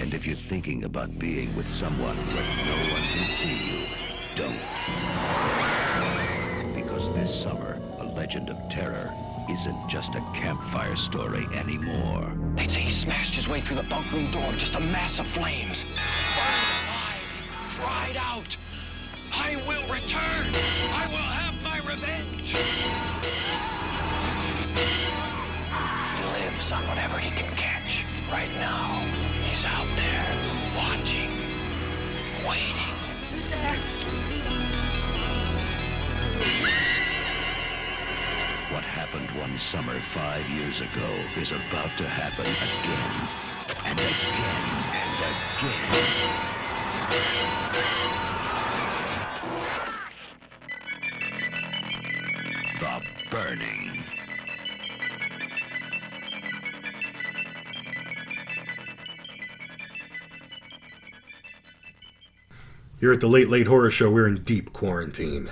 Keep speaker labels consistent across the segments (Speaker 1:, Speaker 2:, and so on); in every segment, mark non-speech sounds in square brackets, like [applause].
Speaker 1: And if you're thinking about being with someone but no one can see you, don't. Because this summer, a legend of terror isn't just a campfire story anymore.
Speaker 2: They say he smashed his way through the bunk room door, just a mass of flames. Burned alive, cried out, I will return! I will have my revenge! He lives on whatever he can catch. Right now, he's out there, watching, waiting.
Speaker 3: Who's there?
Speaker 1: What happened one summer five years ago is about to happen again and again and again. The Burning.
Speaker 4: Here at the Late Late Horror Show, we're in deep quarantine.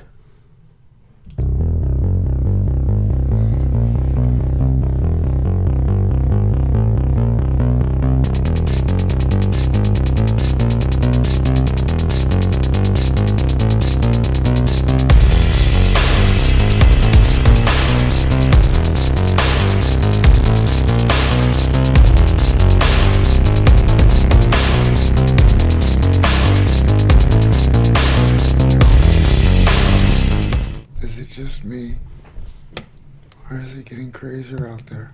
Speaker 5: crazier out there.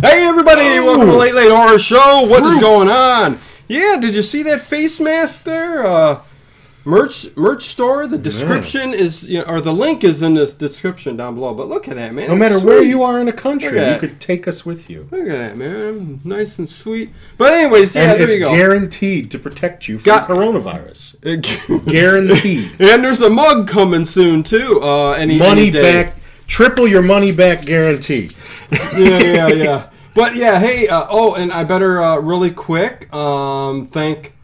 Speaker 6: Hey everybody, welcome to Late Late Horror Show. What is going on? Yeah, did you see that face mask there? Uh, merch merch store. The description is you know, or the link is in the description down below. But look at that man.
Speaker 4: No
Speaker 6: It's
Speaker 4: matter where
Speaker 6: sweet.
Speaker 4: you are in a country,
Speaker 6: Look at
Speaker 4: you
Speaker 6: that.
Speaker 4: could take us with you.
Speaker 6: Look at that man. Nice and sweet. But anyways, yeah,
Speaker 4: and
Speaker 6: there
Speaker 4: it's
Speaker 6: you go.
Speaker 4: guaranteed to protect you from
Speaker 6: Got- [laughs]
Speaker 4: coronavirus. Guaranteed.
Speaker 6: and there's a mug coming soon too. Uh, any
Speaker 4: money
Speaker 6: any day.
Speaker 4: back, triple your money back guarantee.
Speaker 6: yeah, yeah, yeah. But yeah, hey, uh, oh, and I better uh, really quick um, thank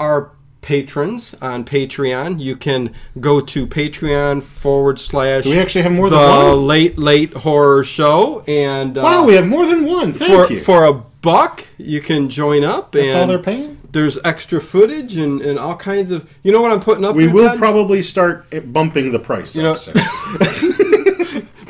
Speaker 6: our patrons on Patreon. You can go to Patreon forward slash.
Speaker 4: Do we actually have more than
Speaker 6: the
Speaker 4: one?
Speaker 6: late late horror show, and uh,
Speaker 4: Wow, we have more than one. Thank
Speaker 6: for
Speaker 4: you.
Speaker 6: for a buck you can join up.
Speaker 4: That's
Speaker 6: and
Speaker 4: all they're paying.
Speaker 6: There's extra footage and, and all kinds of. You know what I'm putting up?
Speaker 4: We
Speaker 6: there,
Speaker 4: will
Speaker 6: Ted?
Speaker 4: probably start eh, bumping the price
Speaker 6: know- [laughs]
Speaker 4: up. soon.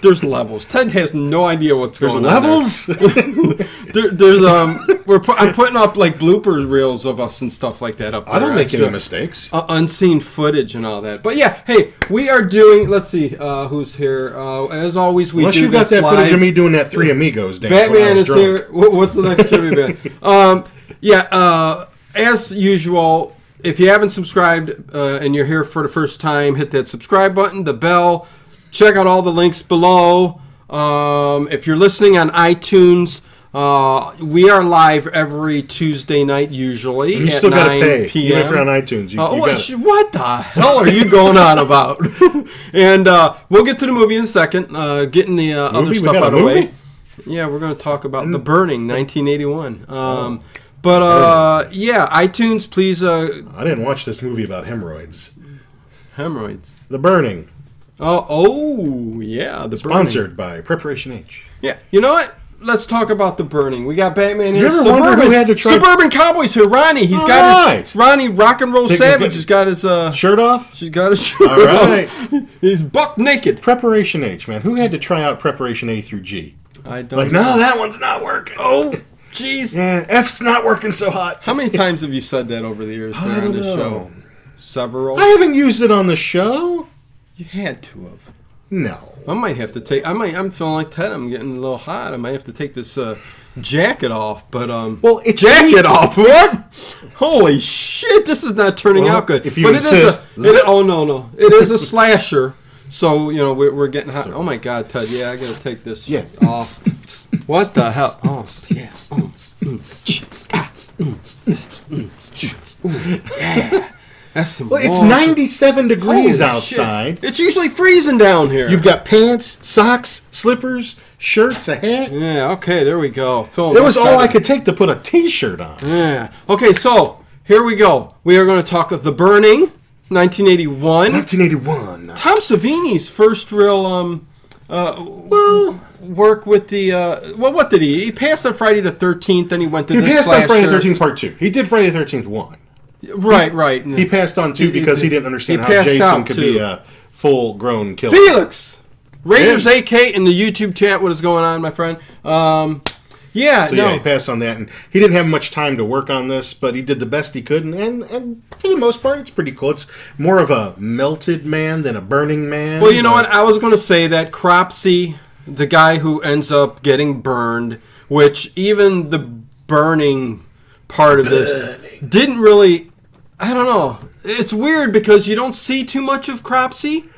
Speaker 6: There's levels. Ted has no idea what's
Speaker 4: There's
Speaker 6: going on. there. [laughs]
Speaker 4: levels.
Speaker 6: There, there's um, we're pu- I'm putting up like blooper reels of us and stuff like that up.
Speaker 4: I don't
Speaker 6: there,
Speaker 4: make any
Speaker 6: extra,
Speaker 4: mistakes.
Speaker 6: Uh, unseen footage and all that. But yeah, hey, we are doing. Let's see uh, who's here. Uh, as always, we
Speaker 4: Unless
Speaker 6: do
Speaker 4: you got
Speaker 6: this
Speaker 4: that footage
Speaker 6: live.
Speaker 4: of me doing that Three Amigos dance. when I
Speaker 6: Batman
Speaker 4: was
Speaker 6: is
Speaker 4: drunk.
Speaker 6: here. Wh- What's
Speaker 4: [laughs]
Speaker 6: the next trivia bit? Um, yeah, uh, as usual, if you haven't subscribed uh, and you're here for the first time, hit that subscribe button, the bell. Check out all the links below. Um, if you're listening on iTunes, uh, we are live every Tuesday night usually
Speaker 4: You
Speaker 6: at
Speaker 4: still
Speaker 6: 9
Speaker 4: gotta pay,
Speaker 6: p.m.
Speaker 4: even if you're on iTunes. You,
Speaker 6: Uh,
Speaker 4: you
Speaker 6: what,
Speaker 4: gotta-
Speaker 6: sh- what the hell are you going on about? [laughs] and uh, we'll get to the movie in a second. Uh, getting the uh, other
Speaker 4: Movie? We
Speaker 6: stuff
Speaker 4: got a
Speaker 6: out of the way.
Speaker 4: movie? Mm. Oh.
Speaker 6: Yeah, we're going to talk about The Burning, 1981. Um, but uh, yeah, iTunes, please. Uh,
Speaker 4: I didn't watch this movie about hemorrhoids.
Speaker 6: hemorrhoids.
Speaker 4: The Burning,
Speaker 6: Oh, oh yeah, The Burning.
Speaker 4: sponsored by Preparation H.
Speaker 6: Yeah, you know what? Let's talk about the burning. We got Batman
Speaker 4: You
Speaker 6: here.
Speaker 4: ever wonder who had to try-
Speaker 6: Suburban Cowboys here. Ronnie, he's
Speaker 4: All
Speaker 6: got
Speaker 4: right.
Speaker 6: his Ronnie Rock and Roll
Speaker 4: Take-
Speaker 6: Savage. He's got his uh,
Speaker 4: Shirt
Speaker 6: [laughs]
Speaker 4: off.
Speaker 6: she's got his
Speaker 4: All
Speaker 6: shirt on.
Speaker 4: right.
Speaker 6: [laughs] He's buck naked.
Speaker 4: Preparation H, man. Who had to try out Preparation A through G?
Speaker 6: I don't
Speaker 4: Like, no, that one's not working.
Speaker 6: Oh, jeez.
Speaker 4: Yeah, F's not working so hot.
Speaker 6: How many times have you said that over the years
Speaker 4: I
Speaker 6: there on
Speaker 4: don't
Speaker 6: this
Speaker 4: know.
Speaker 6: show? Several.
Speaker 4: I haven't used it on the show.
Speaker 6: You had to have.
Speaker 4: No.
Speaker 6: I might have to take. I might. I'm feeling like Ted. I'm getting a little hot. I might have to take this uh, jacket off. But um,
Speaker 4: Well, it's
Speaker 6: jacket off. What? Holy shit! This is not turning
Speaker 4: Well,
Speaker 6: out good.
Speaker 4: if you
Speaker 6: but it is a-
Speaker 4: insist.
Speaker 6: it- oh no no! It is a slasher. So you know we're, we're getting hot.
Speaker 4: Sorry.
Speaker 6: Oh my god, Ted. Yeah, I gotta take
Speaker 4: [laughs]
Speaker 6: this
Speaker 4: Yeah.
Speaker 6: off. What the hell? Oh yes. That's some
Speaker 4: Well, it's
Speaker 6: warm-
Speaker 4: 97 degrees
Speaker 6: Holy shit.
Speaker 4: outside.
Speaker 6: It's usually freezing down here.
Speaker 4: You've got pants, socks, slippers, shirts, a hat.
Speaker 6: yeah. Okay. There we go. Film.
Speaker 4: That was all I could take to put a T-shirt on.
Speaker 6: Yeah. Okay, so here we go. We are going to talk of The Burning, 1981.
Speaker 4: 1981.
Speaker 6: Tom Savini's first real, um, uh, well, work with the uh, well. What did he? He passed on Friday the thirteenth. Then he went to
Speaker 4: He
Speaker 6: the
Speaker 4: passed on Friday the
Speaker 6: slasher.
Speaker 4: Thirteenth Part Two. He did Friday the Thirteenth One.
Speaker 6: Right, right.
Speaker 4: He passed on two because he didn't understand
Speaker 6: he
Speaker 4: how
Speaker 6: passed
Speaker 4: Jason
Speaker 6: out,
Speaker 4: could
Speaker 6: too.
Speaker 4: be a full-grown killer.
Speaker 6: Felix, Raiders
Speaker 4: Him.
Speaker 6: AK in the YouTube chat. What is going on, my friend? Um, yeah,
Speaker 4: So
Speaker 6: no,
Speaker 4: yeah, he passed on that, and he didn't have much time to work on this, but he did the best he could, and, and, and for the most part, it's pretty cool. It's more of a melted man than a burning man.
Speaker 6: Well, you know what?
Speaker 4: but
Speaker 6: I was going to say that Cropsy, the guy who ends up getting burned, which even the burning part of this didn't really. I don't know. It's weird because you don't see too much of Cropsy,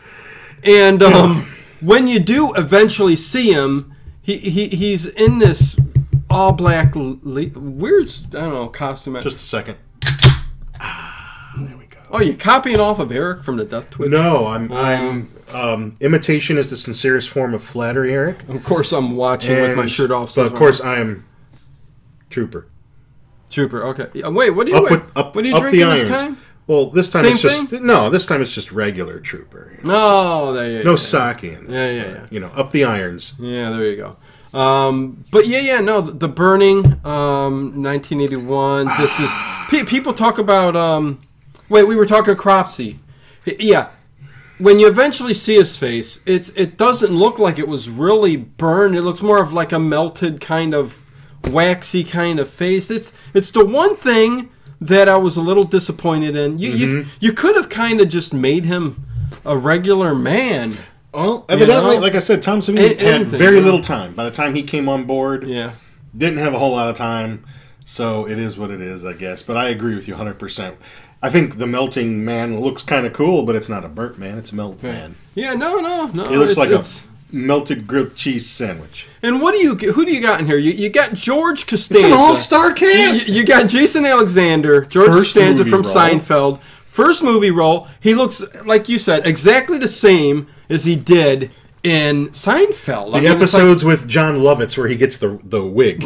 Speaker 6: and um, when you do eventually see him, he, he he's in this all black le- weird I don't know costume.
Speaker 4: just a second.
Speaker 6: oh, you're copying off of Eric from the Death Twitch.
Speaker 4: No, I'm. I'm um, imitation is the sincerest form of flattery, Eric.
Speaker 6: Of course, I'm watching with my
Speaker 4: And-
Speaker 6: shirt off. so
Speaker 4: But of
Speaker 6: I'm-
Speaker 4: course, I am trooper.
Speaker 6: Trooper. Okay. Yeah, wait. What do you
Speaker 4: Up
Speaker 6: wait,
Speaker 4: with up,
Speaker 6: what are you
Speaker 4: up the
Speaker 6: drinking this
Speaker 4: irons.
Speaker 6: time?
Speaker 4: Well, this time
Speaker 6: Same
Speaker 4: it's just no. This time it's just regular trooper.
Speaker 6: No. There you
Speaker 4: No
Speaker 6: go.
Speaker 4: sake in this.
Speaker 6: Yeah, yeah,
Speaker 4: but,
Speaker 6: yeah.
Speaker 4: You know, up the irons.
Speaker 6: Yeah. There you go. Um, but yeah, yeah. No, the, the burning. Um, 1981. This is pe- people talk about. Um, wait, we were talking Cropsy. Y- Yeah. When you eventually see his face, it's it doesn't look like it was really burned. It looks more of like a melted kind of waxy kind of face. It's it's the one thing that I was a little disappointed in. You you,
Speaker 4: Mm-hmm.
Speaker 6: you could have kind of just made him a regular man.
Speaker 4: Well, evidently,
Speaker 6: know?
Speaker 4: like I said, Tom Savini
Speaker 6: A-
Speaker 4: had
Speaker 6: anything,
Speaker 4: very
Speaker 6: yeah.
Speaker 4: little time. By the time he came on board,
Speaker 6: Yeah.
Speaker 4: didn't have a whole lot of time. So it is what it is, I guess. But I agree with you 100%. I think the melting man looks kind of cool, but it's not a burnt man, it's a melt man.
Speaker 6: Yeah, no, no, no.
Speaker 4: He looks
Speaker 6: it's-
Speaker 4: like
Speaker 6: it's-
Speaker 4: a melted grilled cheese sandwich.
Speaker 6: And what do you? Who do you got in here? You, you got George Costanza.
Speaker 4: It's an all star
Speaker 6: You,
Speaker 4: cast!
Speaker 6: you- you got Jason Alexander, George
Speaker 4: First
Speaker 6: Costanza
Speaker 4: movie
Speaker 6: from
Speaker 4: role.
Speaker 6: Seinfeld. First movie role. He looks like you said exactly the same as he did in Seinfeld. I
Speaker 4: the
Speaker 6: mean, it's like-
Speaker 4: episodes with John Lovitz where he gets the, the
Speaker 6: [laughs]
Speaker 4: wig.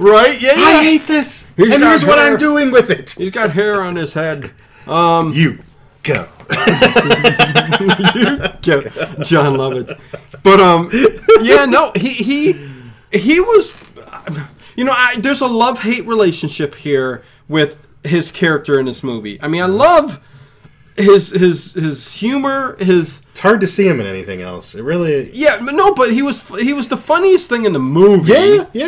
Speaker 6: right? Yeah, yeah.
Speaker 4: I hate this!
Speaker 6: He's
Speaker 4: and
Speaker 6: got
Speaker 4: here's what
Speaker 6: hair.
Speaker 4: I'm doing with [laughs] it!
Speaker 6: He's got hair on his head.
Speaker 4: You go.
Speaker 6: Yeah, John Lovitz. But um, yeah, no, he he he was, you know, I, there's a love hate relationship here with his character in this movie. I mean, I love his his his humor, his
Speaker 4: It's hard to see him in anything else. It really.
Speaker 6: yeah, but no, but he was he was the funniest thing in the movie.
Speaker 4: Yeah, yeah.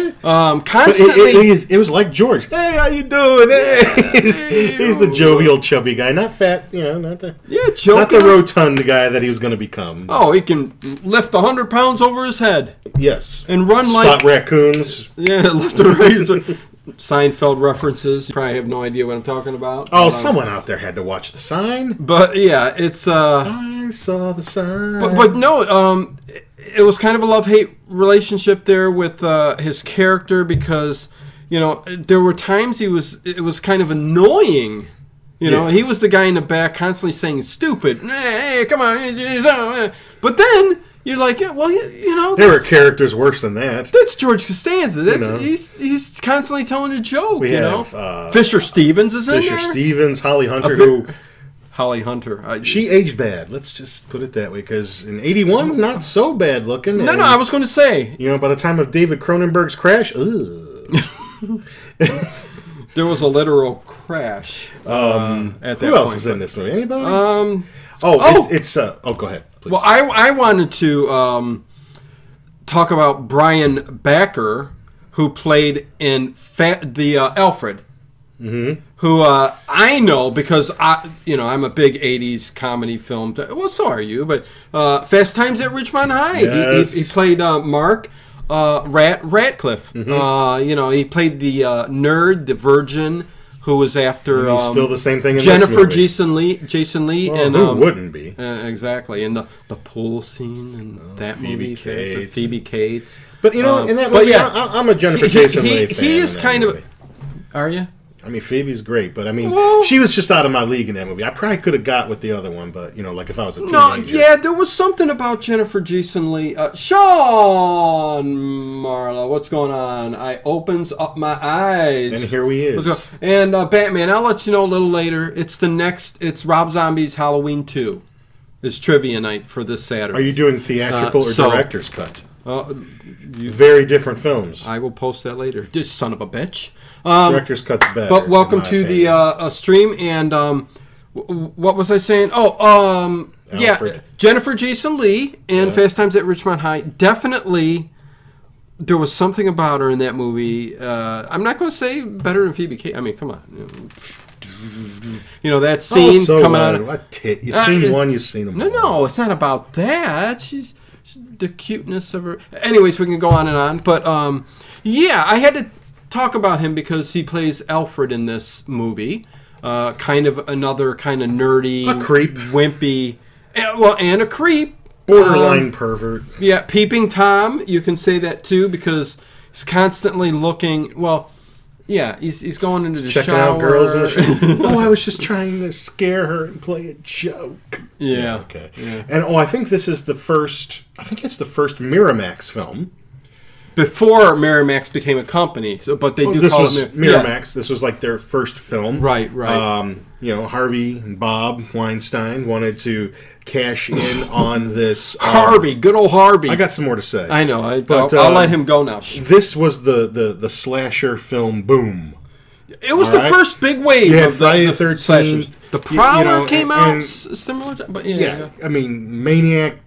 Speaker 4: But
Speaker 6: Um,
Speaker 4: it,
Speaker 6: constantly.
Speaker 4: it, it, is- it was like George. Hey, how you doing? Hey. he's, he's the jovial, chubby guy, not fat. You know, not the
Speaker 6: yeah,
Speaker 4: not the
Speaker 6: joking.
Speaker 4: rotund guy that he was going to become.
Speaker 6: Oh, he can lift hundred pounds over his head.
Speaker 4: yes,
Speaker 6: and run
Speaker 4: spot
Speaker 6: like-
Speaker 4: raccoons.
Speaker 6: Yeah, [laughs] left and right. Seinfeld references. You probably have no idea what I'm talking about.
Speaker 4: Oh,
Speaker 6: But, um,
Speaker 4: someone out there had to watch the sign.
Speaker 6: But yeah, it's uh
Speaker 4: I saw the sign.
Speaker 6: but, but no, um it, it was kind of a love-hate relationship there with uh his character because you know, there were times he was it was kind of annoying. You know,
Speaker 4: Yeah.
Speaker 6: he was the guy in the back constantly saying stupid. Hey, come on. uh," But then you're like, yeah, well, you, you know,
Speaker 4: there were
Speaker 6: that's-
Speaker 4: characters worse than that.
Speaker 6: that's George Costanza. That's,
Speaker 4: know.
Speaker 6: he's he's constantly telling a joke.
Speaker 4: We
Speaker 6: you
Speaker 4: have,
Speaker 6: know,
Speaker 4: uh,
Speaker 6: Fisher Stevens is in
Speaker 4: Fisher
Speaker 6: there.
Speaker 4: Stevens, Holly Hunter,
Speaker 6: fi-
Speaker 4: who
Speaker 6: Holly Hunter. I,
Speaker 4: she aged bad. Let's just put it that way, because in '81, not so bad looking.
Speaker 6: no,
Speaker 4: and,
Speaker 6: no, I was going to say
Speaker 4: You know, by the time of David Cronenberg's crash, ugh.
Speaker 6: there was a literal crash um, at that
Speaker 4: Uh, Who else
Speaker 6: point.
Speaker 4: is in this movie? Anybody? Um. Oh, it's, it's uh. Oh, go ahead. Please.
Speaker 6: Well, I I wanted to um, talk about Brian Backer, who played in fa- the uh, Alfred.
Speaker 4: Mm-hmm.
Speaker 6: Who uh, I know because I, you know, I'm a big '80s comedy film. t- well, so are you, but uh, Fast Times at Richmond High. He-
Speaker 4: Yes.
Speaker 6: He, he, played uh, Mark uh, Rat Ratcliffe.
Speaker 4: Mm-hmm.
Speaker 6: Uh, you know, he played the uh, nerd, the virgin, who was after
Speaker 4: He's
Speaker 6: um,
Speaker 4: still the same thing. in this
Speaker 6: Jennifer
Speaker 4: movie.
Speaker 6: Jason Lee. Jason Lee
Speaker 4: Well,
Speaker 6: and
Speaker 4: who
Speaker 6: um,
Speaker 4: wouldn't be?
Speaker 6: uh, exactly, and the, the pool scene and that
Speaker 4: Oh, Phoebe
Speaker 6: movie, Fast-
Speaker 4: Cates.
Speaker 6: Phoebe Cates.
Speaker 4: But you know,
Speaker 6: Um,
Speaker 4: in that
Speaker 6: but
Speaker 4: movie,
Speaker 6: yeah.
Speaker 4: I, I'm a Jennifer
Speaker 6: He- he-
Speaker 4: Jason
Speaker 6: he-
Speaker 4: Leigh
Speaker 6: he
Speaker 4: fan.
Speaker 6: is
Speaker 4: in that
Speaker 6: kind of-
Speaker 4: movie.
Speaker 6: Are you?
Speaker 4: I mean, Phoebe's great, but I mean,
Speaker 6: Well-
Speaker 4: she was just out of my league in that movie. I probably could have got with the other one, but you know, like if I was a teenager.
Speaker 6: No, yeah, there was something about Jennifer Jason Lee. Uh, Sean Marlowe, what's going on? I opens up my eyes.
Speaker 4: And here we
Speaker 6: Let's
Speaker 4: is.
Speaker 6: go. And uh, Batman, I'll let you know a little later. It's the next. It's Rob Zombie's Halloween Two. It's trivia night for this Saturday.
Speaker 4: Are you doing theatrical
Speaker 6: Uh,
Speaker 4: or
Speaker 6: so-
Speaker 4: director's cut?
Speaker 6: Uh, you,
Speaker 4: Very different films.
Speaker 6: I will post that later. Just son of a bitch.
Speaker 4: Director's cuts better.
Speaker 6: Um, But welcome
Speaker 4: in my
Speaker 6: to the
Speaker 4: opinion.
Speaker 6: uh, uh, stream. And um, w- w- what was I saying? Oh, um, yeah,
Speaker 4: Alfred.
Speaker 6: Jennifer Jason Lee in Fast Times at Richmond High. Definitely, there was something about her in that movie. Uh, I'm not going to say better than Phoebe. Ca- I mean, come on. You know that scene
Speaker 4: oh, so
Speaker 6: coming
Speaker 4: what?
Speaker 6: out. Of,
Speaker 4: What tit? You've
Speaker 6: Uh,
Speaker 4: seen
Speaker 6: it-
Speaker 4: one, you've seen them.
Speaker 6: no, no, it's not about that. She's, she's the cuteness of her. Anyways, we can go on and on, but um, yeah, I had to talk about him because he plays Alfred in this movie. Uh, kind of another kind of nerdy,
Speaker 4: A creep.
Speaker 6: wimpy, and, well, and a creep.
Speaker 4: Borderline
Speaker 6: Um,
Speaker 4: pervert.
Speaker 6: yeah, peeping Tom. You can say that too because he's constantly looking. Well, yeah, he's, he's going into the
Speaker 4: Checking
Speaker 6: shower.
Speaker 4: out girls in
Speaker 6: [laughs]
Speaker 4: the shower. oh, I was just trying to scare her and play a joke.
Speaker 6: yeah.
Speaker 4: Okay.
Speaker 6: Yeah.
Speaker 4: And oh, I think this is the first. I think it's the first Miramax film.
Speaker 6: Before Miramax became a company, so but they do
Speaker 4: this
Speaker 6: call
Speaker 4: was
Speaker 6: it Mir- yeah.
Speaker 4: Miramax. This was like their first film.
Speaker 6: Right, right.
Speaker 4: Um, you know, Harvey and Bob Weinstein wanted to cash in [laughs] on this. um,
Speaker 6: Harvey, good old Harvey.
Speaker 4: I got some more to say.
Speaker 6: I know. I,
Speaker 4: But,
Speaker 6: will I'll
Speaker 4: uh,
Speaker 6: let him go now. Sh-
Speaker 4: This was the the the slasher film boom.
Speaker 6: It was the
Speaker 4: alright.
Speaker 6: first big wave
Speaker 4: You had
Speaker 6: of the,
Speaker 4: Friday
Speaker 6: the
Speaker 4: the 13th,
Speaker 6: slashers. The
Speaker 4: you- you know,
Speaker 6: Prowler came
Speaker 4: and-
Speaker 6: out
Speaker 4: and-
Speaker 6: s- similar, to, but yeah,
Speaker 4: yeah, I mean, Maniac,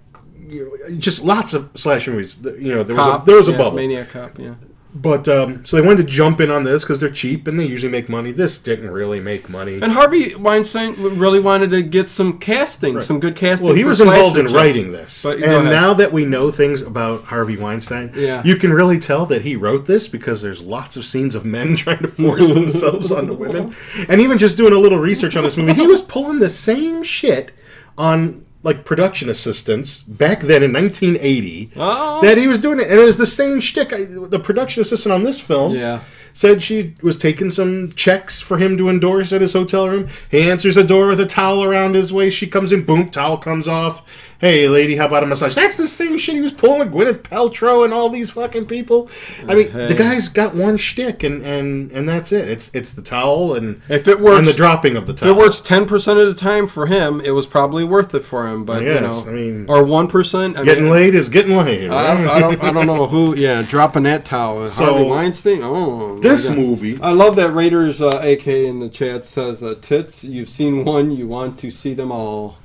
Speaker 4: you know, just lots of slasher movies. The- You know, there was
Speaker 6: Cop,
Speaker 4: a, there was a
Speaker 6: yeah,
Speaker 4: bubble.
Speaker 6: Maniac Cop, yeah.
Speaker 4: But um, so they wanted to jump in on this because they're cheap and they usually make money. This didn't really make money.
Speaker 6: And Harvey Weinstein w- really wanted to get some casting, some good casting.
Speaker 4: Well, he
Speaker 6: for
Speaker 4: was involved
Speaker 6: slasher
Speaker 4: in
Speaker 6: jobs.
Speaker 4: writing this,
Speaker 6: But- go
Speaker 4: and
Speaker 6: ahead.
Speaker 4: now that we know things about Harvey Weinstein,
Speaker 6: Yeah.
Speaker 4: you can really tell that he wrote this because there's lots of scenes of men [laughs] trying to force themselves onto women, and even just doing a little research on this movie, he was pulling the same shit on like production assistants back then in 1980
Speaker 6: Oh.
Speaker 4: that he was doing it, and it was the same shtick. I, the production assistant on this film,
Speaker 6: Yeah.
Speaker 4: said she was taking some checks for him to endorse at his hotel room. He answers the door with a towel around his waist. She comes in, boom, towel comes off. Hey, lady, how about a massage? That's the same shit he was pulling with Gwyneth Paltrow and all these fucking people. I mean, the guy's got one shtick, and and and that's it. It's it's the towel and
Speaker 6: If it works-
Speaker 4: and the dropping of the
Speaker 6: If
Speaker 4: towel.
Speaker 6: it works ten percent of the time for him, it was probably worth it for him. But
Speaker 4: Yes,
Speaker 6: you know,
Speaker 4: I mean-
Speaker 6: or one percent. I
Speaker 4: Getting
Speaker 6: mean,
Speaker 4: laid is getting laid.
Speaker 6: I, don't- I don't. I don't know who. Yeah, dropping that
Speaker 4: [laughs]
Speaker 6: towel.
Speaker 4: So,
Speaker 6: Harvey Weinstein. Oh, my
Speaker 4: this
Speaker 6: God.
Speaker 4: movie.
Speaker 6: I love that Raiders uh, AK in the chat says, uh, "Tits, you've seen one, you want to see them all."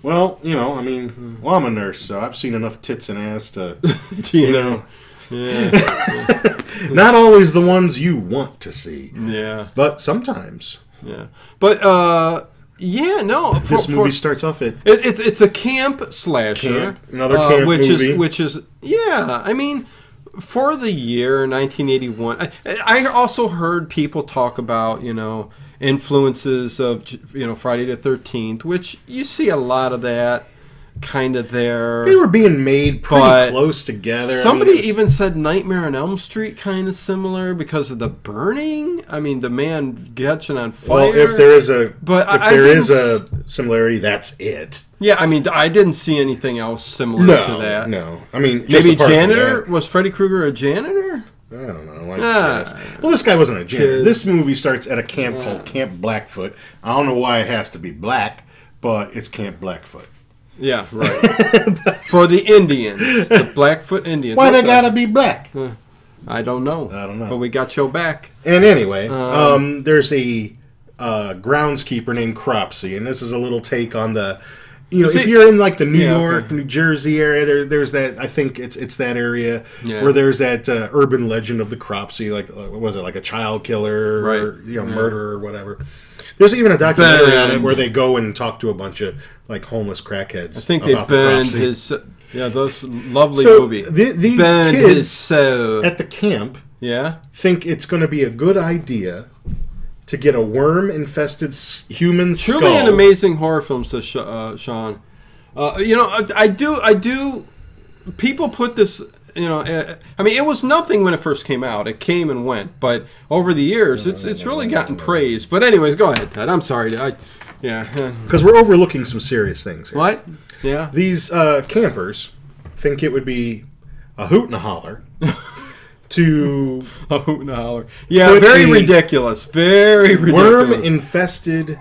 Speaker 4: Well, you know, I mean, well, I'm a nurse, so I've seen enough tits and ass [laughs] to, [laughs] you know,
Speaker 6: [laughs] yeah,
Speaker 4: not always the ones you want to see.
Speaker 6: yeah,
Speaker 4: But sometimes
Speaker 6: yeah. But uh, yeah, no. For,
Speaker 4: this movie
Speaker 6: for-
Speaker 4: starts off at
Speaker 6: it, it's it's a camp slasher, uh,
Speaker 4: Camp, another camp
Speaker 6: which
Speaker 4: movie.
Speaker 6: is which is yeah. I mean, for the year 1981, I, I also heard people talk about you know influences of you know Friday the 13th, which you see a lot of that kind of there.
Speaker 4: they were being made pretty
Speaker 6: But
Speaker 4: close together. I mean,
Speaker 6: Somebody
Speaker 4: it was-
Speaker 6: even said Nightmare on Elm Street kind of similar because of the burning. I mean, the man catching on fire.
Speaker 4: well, if there is a
Speaker 6: But
Speaker 4: if
Speaker 6: I- I
Speaker 4: there is
Speaker 6: didn't
Speaker 4: a similarity, that's it.
Speaker 6: yeah, I mean, I didn't see anything else similar
Speaker 4: No,
Speaker 6: to that.
Speaker 4: no. I mean, just
Speaker 6: Maybe
Speaker 4: apart from
Speaker 6: janitor was Freddy Krueger a janitor?
Speaker 4: that, I don't know. I
Speaker 6: Ah.
Speaker 4: guess. Well, this guy wasn't a janitor.
Speaker 6: Kid.
Speaker 4: This movie starts at a camp called Camp Blackfoot. I don't know why it has to be black, but it's Camp Blackfoot.
Speaker 6: Yeah,
Speaker 4: [laughs]
Speaker 6: right. For the Indians, the Blackfoot Indians.
Speaker 4: Why
Speaker 6: What
Speaker 4: they
Speaker 6: the-
Speaker 4: gotta be black?
Speaker 6: I don't know.
Speaker 4: I don't know.
Speaker 6: But we got your back.
Speaker 4: And anyway, um,
Speaker 6: Uh-huh.
Speaker 4: there's a uh, groundskeeper named Cropsy, and this is a little take on the. You know,
Speaker 6: See-
Speaker 4: if you're in like the New
Speaker 6: Yeah, okay.
Speaker 4: York, New Jersey area, there, there's that. I think it's it's that area
Speaker 6: Yeah.
Speaker 4: where there's that uh, urban legend of the Cropsy, like uh, what was it, like a child killer or
Speaker 6: Right.
Speaker 4: you know murderer or whatever. There's even a documentary on it where they go and talk to a bunch of like homeless crackheads.
Speaker 6: I think they
Speaker 4: about the
Speaker 6: burned
Speaker 4: Cropsey.
Speaker 6: his. Yeah, those lovely
Speaker 4: So,
Speaker 6: movie.
Speaker 4: thi- these
Speaker 6: burned
Speaker 4: kids
Speaker 6: his soul.
Speaker 4: at the camp.
Speaker 6: yeah.
Speaker 4: think it's going to be a good idea to get a worm infested human skull.
Speaker 6: Truly an amazing horror film, says Sh- uh, Sean. Uh, you know, I, I do, I do. People put this, you know, uh, I mean, it was nothing when it first came out. It came and went, but over the years, it's it's really gotten praise. But anyways, go ahead, Ted. I'm sorry. I, yeah. [laughs]
Speaker 4: Because we're overlooking some serious things here.
Speaker 6: what?
Speaker 4: [laughs]
Speaker 6: Yeah.
Speaker 4: These uh, campers think it would be a hoot and a
Speaker 6: [laughs]
Speaker 4: holler to
Speaker 6: Oh no! holler. Yeah,
Speaker 4: Put
Speaker 6: very
Speaker 4: a
Speaker 6: ridiculous. Very ridiculous.
Speaker 4: worm
Speaker 6: [laughs]
Speaker 4: infested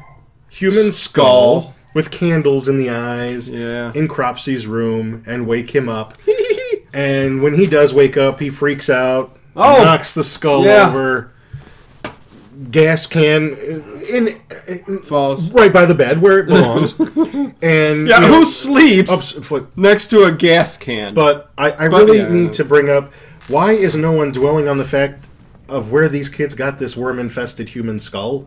Speaker 4: human skull.
Speaker 6: Skull.
Speaker 4: with candles in the eyes
Speaker 6: Yeah.
Speaker 4: in Cropsy's room and wake him up. And when he does wake up, he freaks out,
Speaker 6: Oh.
Speaker 4: knocks the skull
Speaker 6: Yeah.
Speaker 4: over, gas can in, in-
Speaker 6: Falls.
Speaker 4: right by the bed where it belongs.
Speaker 6: [laughs]
Speaker 4: and
Speaker 6: Yeah,
Speaker 4: you know,
Speaker 6: who sleeps
Speaker 4: ups- foot-
Speaker 6: next to a gas can?
Speaker 4: But I, I
Speaker 6: But-
Speaker 4: really
Speaker 6: yeah.
Speaker 4: need to bring up why is no one dwelling on the fact of where these kids got this worm-infested human skull?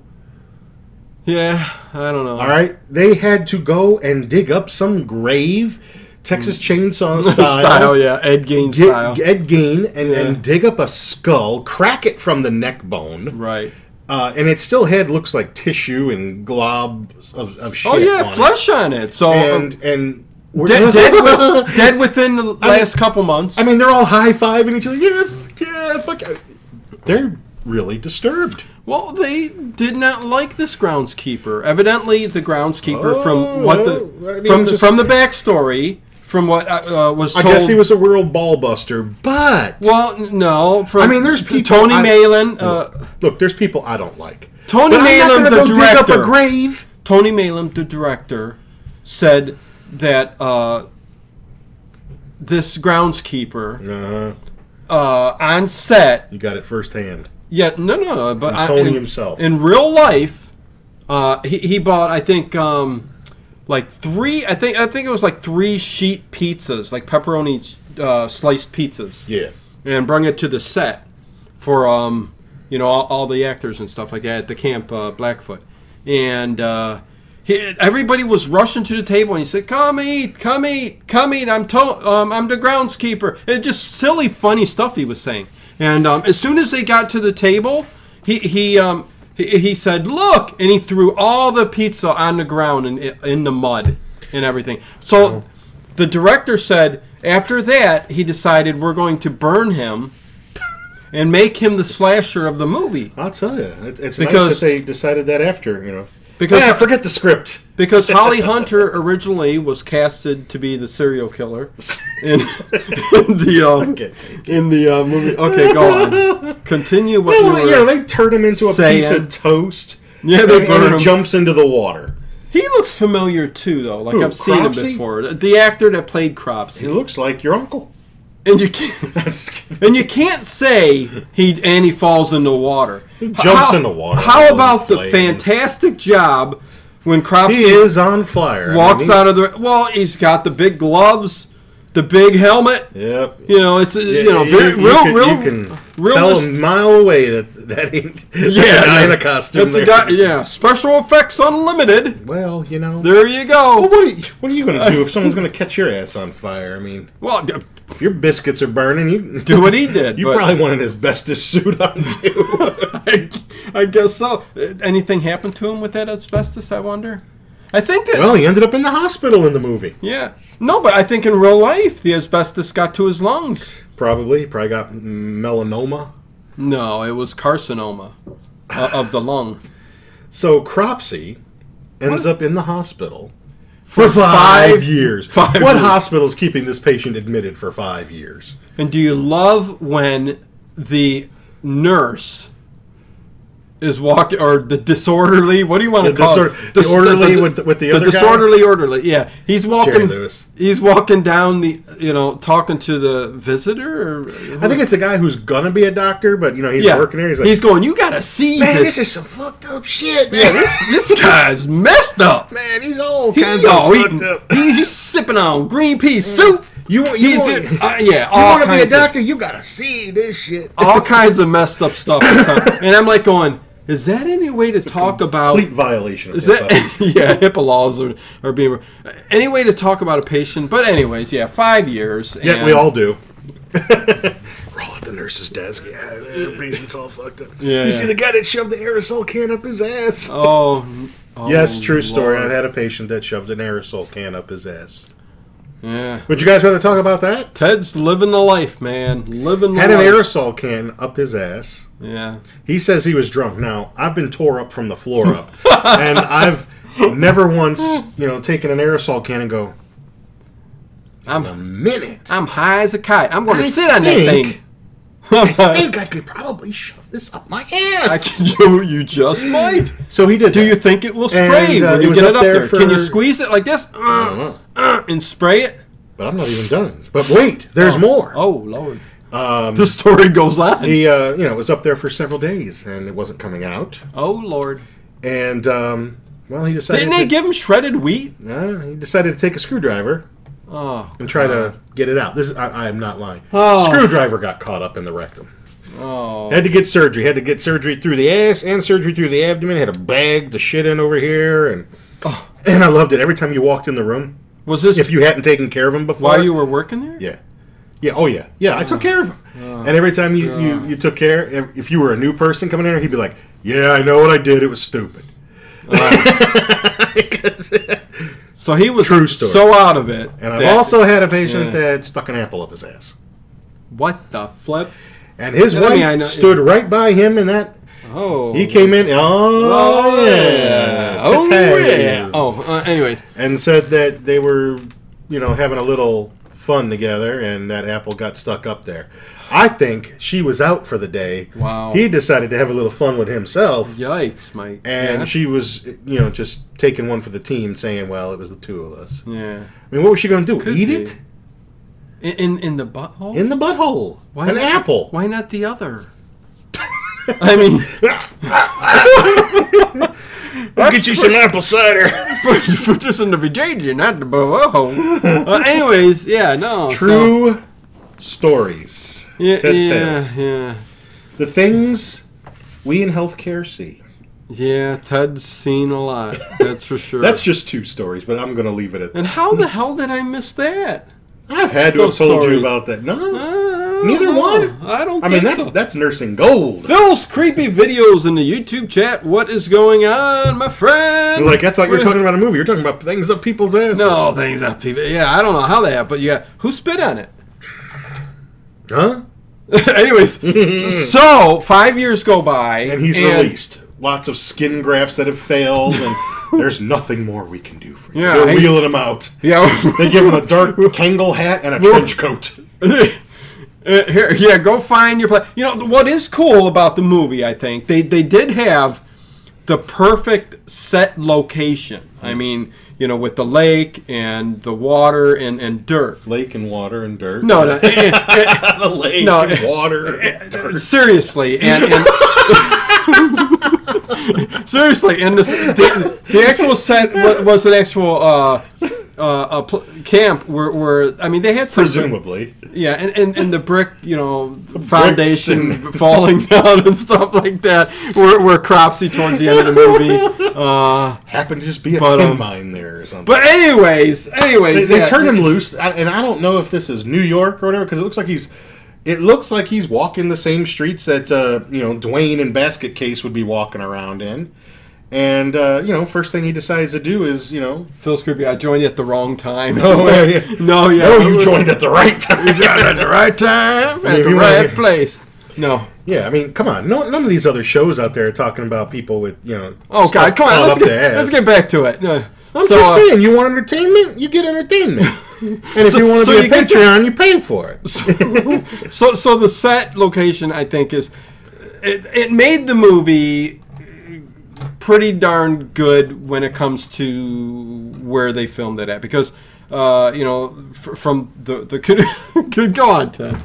Speaker 6: yeah, I don't know.
Speaker 4: All right, they had to go and dig up some grave, Texas Chainsaw style.
Speaker 6: Mm. [laughs] style, yeah, Ed Gain
Speaker 4: Get
Speaker 6: style.
Speaker 4: Ed Gein and,
Speaker 6: Yeah.
Speaker 4: and dig up a skull, crack it from the neck bone,
Speaker 6: right.
Speaker 4: uh, and it still had looks like tissue and glob of, of shit.
Speaker 6: Oh yeah,
Speaker 4: on it.
Speaker 6: flesh on it. So um,
Speaker 4: and and we're- [laughs]
Speaker 6: dead, dead, [laughs] wi- dead within the last couple months.
Speaker 4: I mean, they're all high fiving each other. Yeah, fuck, yeah, fuck. yeah." They're really disturbed.
Speaker 6: well, they did not like this groundskeeper. Evidently, the groundskeeper
Speaker 4: Oh,
Speaker 6: from what
Speaker 4: well,
Speaker 6: the
Speaker 4: I mean,
Speaker 6: from
Speaker 4: just-
Speaker 6: from the backstory from what uh, uh, was
Speaker 4: I
Speaker 6: told.
Speaker 4: guess he was a real ball buster, but
Speaker 6: Well, n- no. From
Speaker 4: I mean, there's people-
Speaker 6: Tony
Speaker 4: I-
Speaker 6: Malin. Uh,
Speaker 4: look, there's people I don't like.
Speaker 6: Tony
Speaker 4: But I'm not
Speaker 6: Malin,
Speaker 4: gonna
Speaker 6: the
Speaker 4: go dig up
Speaker 6: director.
Speaker 4: a grave.
Speaker 6: Tony Malum, the director, said that uh, this groundskeeper
Speaker 4: Uh,
Speaker 6: uh, on set,
Speaker 4: you got it firsthand.
Speaker 6: yeah, no, no, no, but I-
Speaker 4: Tony
Speaker 6: in,
Speaker 4: himself.
Speaker 6: in real life, uh, he, he bought, I think, um, like three. I think I think it was like three sheet pizzas, like pepperoni uh, sliced pizzas,
Speaker 4: Yeah.
Speaker 6: and bring it to the set for um, you know all, all the actors and stuff like that at the camp uh, Blackfoot, and uh, he, everybody was rushing to the table and he said, "Come eat, come eat, come eat." I'm to- um, I'm the groundskeeper. It's just silly, funny stuff he was saying. And um, as soon as they got to the table, he he um, he, he said, "Look!" and he threw all the pizza on the ground and i- in the mud and everything. So. The director said after that he decided we're going to burn him and make him the slasher of the movie
Speaker 4: I'll tell you, it's, it's nice
Speaker 6: Because-
Speaker 4: that they decided that after you know.
Speaker 6: Because-
Speaker 4: ah, forget the script. [laughs]
Speaker 6: because Holly Hunter originally was casted to be the serial killer in, in the um,
Speaker 4: can't take
Speaker 6: in the uh, movie. Okay, go on. Continue
Speaker 4: Well,
Speaker 6: what you
Speaker 4: you know,
Speaker 6: were.
Speaker 4: they turn him into a piece
Speaker 6: saying-
Speaker 4: of toast.
Speaker 6: Yeah,
Speaker 4: and-
Speaker 6: they
Speaker 4: and
Speaker 6: burn
Speaker 4: he
Speaker 6: him.
Speaker 4: jumps into the water.
Speaker 6: he looks familiar too, though. Like
Speaker 4: Who,
Speaker 6: I've seen him
Speaker 4: Cropsey?
Speaker 6: before. The actor that played
Speaker 4: He
Speaker 6: Cropsy,
Speaker 4: looks like your uncle. [laughs]
Speaker 6: and you can't
Speaker 4: I'm just kidding.
Speaker 6: and you can't say he and he falls in the water. He
Speaker 4: jumps in the water.
Speaker 6: How about the
Speaker 4: Flames.
Speaker 6: fantastic job when Cropsy
Speaker 4: He is on fire. I
Speaker 6: walks
Speaker 4: mean,
Speaker 6: out of the well he's got the big gloves the big helmet
Speaker 4: Yep.
Speaker 6: you know it's uh, you know very,
Speaker 4: you
Speaker 6: real
Speaker 4: can,
Speaker 6: real
Speaker 4: you can tell
Speaker 6: [laughs] realist-
Speaker 4: a mile away that that ain't yeah, a guy in a costume.
Speaker 6: It's a
Speaker 4: there.
Speaker 6: guy- yeah special effects unlimited
Speaker 4: Well, you know.
Speaker 6: there you go
Speaker 4: What are you, what are you going
Speaker 6: [laughs]
Speaker 4: to do if someone's going to catch your ass on fire? I mean,
Speaker 6: well d-
Speaker 4: if your biscuits are burning, you
Speaker 6: do what he did
Speaker 4: [laughs] You
Speaker 6: but
Speaker 4: probably want an asbestos suit on too.
Speaker 6: [laughs] I, I guess so Uh, anything happened to him with that asbestos i wonder i think that
Speaker 4: well, he ended up in the hospital in the movie.
Speaker 6: yeah no but i think in real life the asbestos got to his lungs
Speaker 4: Probably, probably got melanoma.
Speaker 6: no it was carcinoma uh, of the lung
Speaker 4: So Cropsy ends up in the hospital for five,
Speaker 6: five-
Speaker 4: years.
Speaker 6: five
Speaker 4: what
Speaker 6: years.
Speaker 4: hospital's keeping this patient admitted for five years?
Speaker 6: And do you love when the nurse is walking, or the disorderly? What do you want to
Speaker 4: The
Speaker 6: call
Speaker 4: disor-
Speaker 6: it?
Speaker 4: the orderly with the- with the other guy?
Speaker 6: disorderly orderly. Yeah, he's walking.
Speaker 4: Jerry Lewis.
Speaker 6: He's walking down the, you know, talking to the visitor. Or,
Speaker 4: I think it's a guy who's gonna be a doctor, but you know he's
Speaker 6: yeah.
Speaker 4: working there. He's
Speaker 6: He's,
Speaker 4: like,
Speaker 6: going. You gotta see
Speaker 4: man,
Speaker 6: this.
Speaker 4: this
Speaker 6: [laughs]
Speaker 4: is some fucked up shit, man.
Speaker 6: yeah, this this guy's messed up.
Speaker 4: man, he's all kinds
Speaker 6: He's
Speaker 4: of
Speaker 6: all
Speaker 4: fucked
Speaker 6: eating.
Speaker 4: up. Mm.
Speaker 6: He's just sipping on green pea soup.
Speaker 4: You want- you
Speaker 6: He's
Speaker 4: want-
Speaker 6: in- uh, yeah.
Speaker 4: You
Speaker 6: all
Speaker 4: want to be a
Speaker 6: kinds of-
Speaker 4: doctor? You gotta see this shit. [laughs]
Speaker 6: all kinds of messed up stuff. And I'm like going, is that any way to talk about?
Speaker 4: Complete violation. Of
Speaker 6: Is
Speaker 4: his
Speaker 6: that
Speaker 4: life.
Speaker 6: [laughs] yeah? HIPAA laws are, are being any way to talk about a patient. But anyways, yeah, five years.
Speaker 4: Yeah,
Speaker 6: and-
Speaker 4: we all [laughs] do. We're all at the nurse's desk. Yeah, the
Speaker 6: [laughs]
Speaker 4: patient's all fucked up.
Speaker 6: Yeah,
Speaker 4: you
Speaker 6: yeah.
Speaker 4: see the guy that shoved the aerosol can up his ass.
Speaker 6: Oh, oh,
Speaker 4: yes, true story.
Speaker 6: Lord.
Speaker 4: I've had a patient that shoved an aerosol can up his ass.
Speaker 6: Yeah,
Speaker 4: Would you guys rather talk about that?
Speaker 6: Ted's living the life, man. Living the
Speaker 4: Had an
Speaker 6: life.
Speaker 4: aerosol can up his ass.
Speaker 6: Yeah,
Speaker 4: He says he was drunk. Now I've been tore up from the floor
Speaker 6: [laughs]
Speaker 4: up, and I've never once, you know, taken an aerosol can and go a
Speaker 6: I'm
Speaker 4: minute.
Speaker 6: I'm high as a kite. I'm going to
Speaker 4: I
Speaker 6: sit on that
Speaker 4: think-
Speaker 6: thing. [laughs]
Speaker 4: I think I could probably shove this up my
Speaker 6: I
Speaker 4: ass.
Speaker 6: can- you, you just might.
Speaker 4: So he did.
Speaker 6: Do
Speaker 4: that.
Speaker 6: you think it
Speaker 4: And,
Speaker 6: will spray
Speaker 4: uh,
Speaker 6: when
Speaker 4: it
Speaker 6: you
Speaker 4: was
Speaker 6: get
Speaker 4: up
Speaker 6: it up
Speaker 4: there
Speaker 6: there? Can you
Speaker 4: for-
Speaker 6: squeeze it like this
Speaker 4: I don't know.
Speaker 6: uh, and spray it?
Speaker 4: But I'm not even done. But wait, there's more.
Speaker 6: Oh lord. Um, the story goes
Speaker 4: [laughs]
Speaker 6: on.
Speaker 4: He, uh, you know, was up there for several days and it wasn't coming out.
Speaker 6: oh lord.
Speaker 4: And um, well, he decided.
Speaker 6: Didn't they
Speaker 4: to,
Speaker 6: give him shredded wheat?
Speaker 4: Uh, he decided to take a screwdriver
Speaker 6: Oh,
Speaker 4: and try to get it out. This is, I, I am not lying.
Speaker 6: Oh.
Speaker 4: Screwdriver got caught up in the rectum.
Speaker 6: oh.
Speaker 4: Had to get surgery. Had to get surgery through the ass and surgery through the abdomen. Had a bag to shit in over here, and
Speaker 6: Oh.
Speaker 4: and I loved it every time you walked in the room.
Speaker 6: Was this
Speaker 4: If you hadn't taken care of him before,
Speaker 6: while you were working there?
Speaker 4: yeah, yeah, oh yeah, yeah, I took care of him.
Speaker 6: Oh,
Speaker 4: and every time you, you you took care, if- if you were a new person coming in, here, he'd be like, "Yeah, I know what I did. It was stupid." [laughs] 'Cause-
Speaker 6: So he was
Speaker 4: True story.
Speaker 6: so out of it.
Speaker 4: and I've
Speaker 6: that-
Speaker 4: also had a patient
Speaker 6: Yeah.
Speaker 4: that stuck an apple up his ass,
Speaker 6: what the flip?
Speaker 4: and his
Speaker 6: I
Speaker 4: wife
Speaker 6: mean, I know-
Speaker 4: stood right by him, and that
Speaker 6: Oh.
Speaker 4: he came in. Oh,
Speaker 6: Oh
Speaker 4: yeah,
Speaker 6: Oh yeah.
Speaker 4: titties.
Speaker 6: Oh, uh, anyways.
Speaker 4: and said that they were, you know, having a little fun together, and that apple got stuck up there. I think she was out for the day.
Speaker 6: Wow.
Speaker 4: He decided to have a little fun with himself,
Speaker 6: Yikes, Mike.
Speaker 4: and
Speaker 6: yeah.
Speaker 4: she was, you know, just taking one for the team, saying, "Well, it was the two of us."
Speaker 6: Yeah.
Speaker 4: I mean, what was she going to do?
Speaker 6: Could
Speaker 4: Eat
Speaker 6: be.
Speaker 4: it
Speaker 6: In in, in the butthole.
Speaker 4: in the butthole?
Speaker 6: Why
Speaker 4: An
Speaker 6: not-
Speaker 4: apple?
Speaker 6: Why not the other? [laughs] I mean,
Speaker 4: I'll get you some apple
Speaker 6: [laughs]
Speaker 4: cider.
Speaker 6: for, for just in the Virginia, not the butthole. Uh, anyways, yeah, no. so-
Speaker 4: True stories.
Speaker 6: yeah,
Speaker 4: Ted's
Speaker 6: yeah,
Speaker 4: tales.
Speaker 6: yeah.
Speaker 4: The things we in healthcare see.
Speaker 6: Yeah, Ted's seen a lot. That's for sure.
Speaker 4: That's just two stories, but I'm going to leave it at that.
Speaker 6: [laughs] and how the hell did I miss that?
Speaker 4: I've had to have
Speaker 6: Those
Speaker 4: told you
Speaker 6: stories.
Speaker 4: about that. No,
Speaker 6: Uh,
Speaker 4: Neither
Speaker 6: no,
Speaker 4: one.
Speaker 6: I don't.
Speaker 4: I mean
Speaker 6: think
Speaker 4: that's
Speaker 6: so.
Speaker 4: that's nursing gold.
Speaker 6: Bill's creepy videos in the YouTube chat. What is going on, my friend?
Speaker 4: You're like I thought you were talking about a movie. You're talking about things up people's asses.
Speaker 6: no things up people. Yeah, I don't know how that happened, but yeah, who spit on it?
Speaker 4: huh?
Speaker 6: [laughs]
Speaker 4: [laughs]
Speaker 6: Anyways, so five years go by,
Speaker 4: And he's released. Lots of skin grafts that have failed,
Speaker 6: [laughs]
Speaker 4: and there's nothing more we can do for you.
Speaker 6: Yeah,
Speaker 4: They're
Speaker 6: I-
Speaker 4: wheeling him out.
Speaker 6: Yeah, [laughs]
Speaker 4: They give him a dark Kangol hat and a trench coat.
Speaker 6: Uh, here, yeah, go find your place. You know what is cool about the movie? I think they they did have the perfect set location. I mean, you know, with the lake and the water and and dirt.
Speaker 4: Lake and water and dirt.
Speaker 6: No, no, eh, eh,
Speaker 4: the lake
Speaker 6: no,
Speaker 4: and water.
Speaker 6: [laughs]
Speaker 4: and
Speaker 6: eh,
Speaker 4: dirt.
Speaker 6: seriously, and. [laughs] and- Seriously, and this, the, the actual set was, was an actual uh, uh, uh, pl- camp where, where I mean they had some
Speaker 4: Presumably,
Speaker 6: Yeah, and, and, and the brick, you know, foundation
Speaker 4: and-
Speaker 6: [laughs] falling down and stuff like that were, were cropsy towards the end of the
Speaker 4: [laughs]
Speaker 6: movie. Uh,
Speaker 4: happened to just be a
Speaker 6: But,
Speaker 4: tin
Speaker 6: um,
Speaker 4: mine there or something.
Speaker 6: but anyways,
Speaker 4: They,
Speaker 6: anyways,
Speaker 4: they
Speaker 6: yeah,
Speaker 4: turn him loose, I- and I don't know if this is New York or whatever, because it looks like he's, it looks like he's walking the same streets that uh, you know Dwayne and Basket Case would be walking around in, and uh, you know first thing he decides to do is you know
Speaker 6: Phil's creepy. I joined you at the wrong time.
Speaker 4: [laughs] oh yeah, yeah.
Speaker 6: [laughs] no, yeah,
Speaker 4: no you joined at the right time.
Speaker 6: [laughs] at the right time at
Speaker 4: Maybe
Speaker 6: the
Speaker 4: we're
Speaker 6: right
Speaker 4: here.
Speaker 6: place. No,
Speaker 4: yeah, I mean come on, no none of these other shows out there are talking about people with you know
Speaker 6: oh
Speaker 4: stuff
Speaker 6: god, come
Speaker 4: caught
Speaker 6: on, let's
Speaker 4: up
Speaker 6: get,
Speaker 4: their
Speaker 6: let's
Speaker 4: ass.
Speaker 6: get back to it. No.
Speaker 4: I'm
Speaker 6: so,
Speaker 4: just
Speaker 6: uh,
Speaker 4: saying, you want entertainment, you get entertainment, and if
Speaker 6: [laughs] So-
Speaker 4: you want to
Speaker 6: so
Speaker 4: be
Speaker 6: you
Speaker 4: a
Speaker 6: get to-
Speaker 4: Patreon, you pay for
Speaker 6: [laughs]
Speaker 4: it.
Speaker 6: So, so the set location, I think, is it, it made the movie pretty darn good when it comes to where they filmed it at because uh, you know fr- from the [laughs] the go on Ted.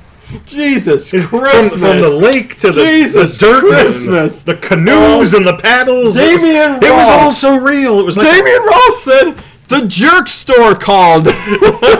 Speaker 6: Jesus Christmas
Speaker 4: from, from the lake to the,
Speaker 6: Jesus
Speaker 4: the dirt and
Speaker 6: Christmas.
Speaker 4: the canoes
Speaker 6: Oh.
Speaker 4: and the paddles. it
Speaker 6: Damien
Speaker 4: was, it was
Speaker 6: Ross.
Speaker 4: all so real. It was like
Speaker 6: Damien Ross said the jerk store
Speaker 4: [laughs]
Speaker 6: called.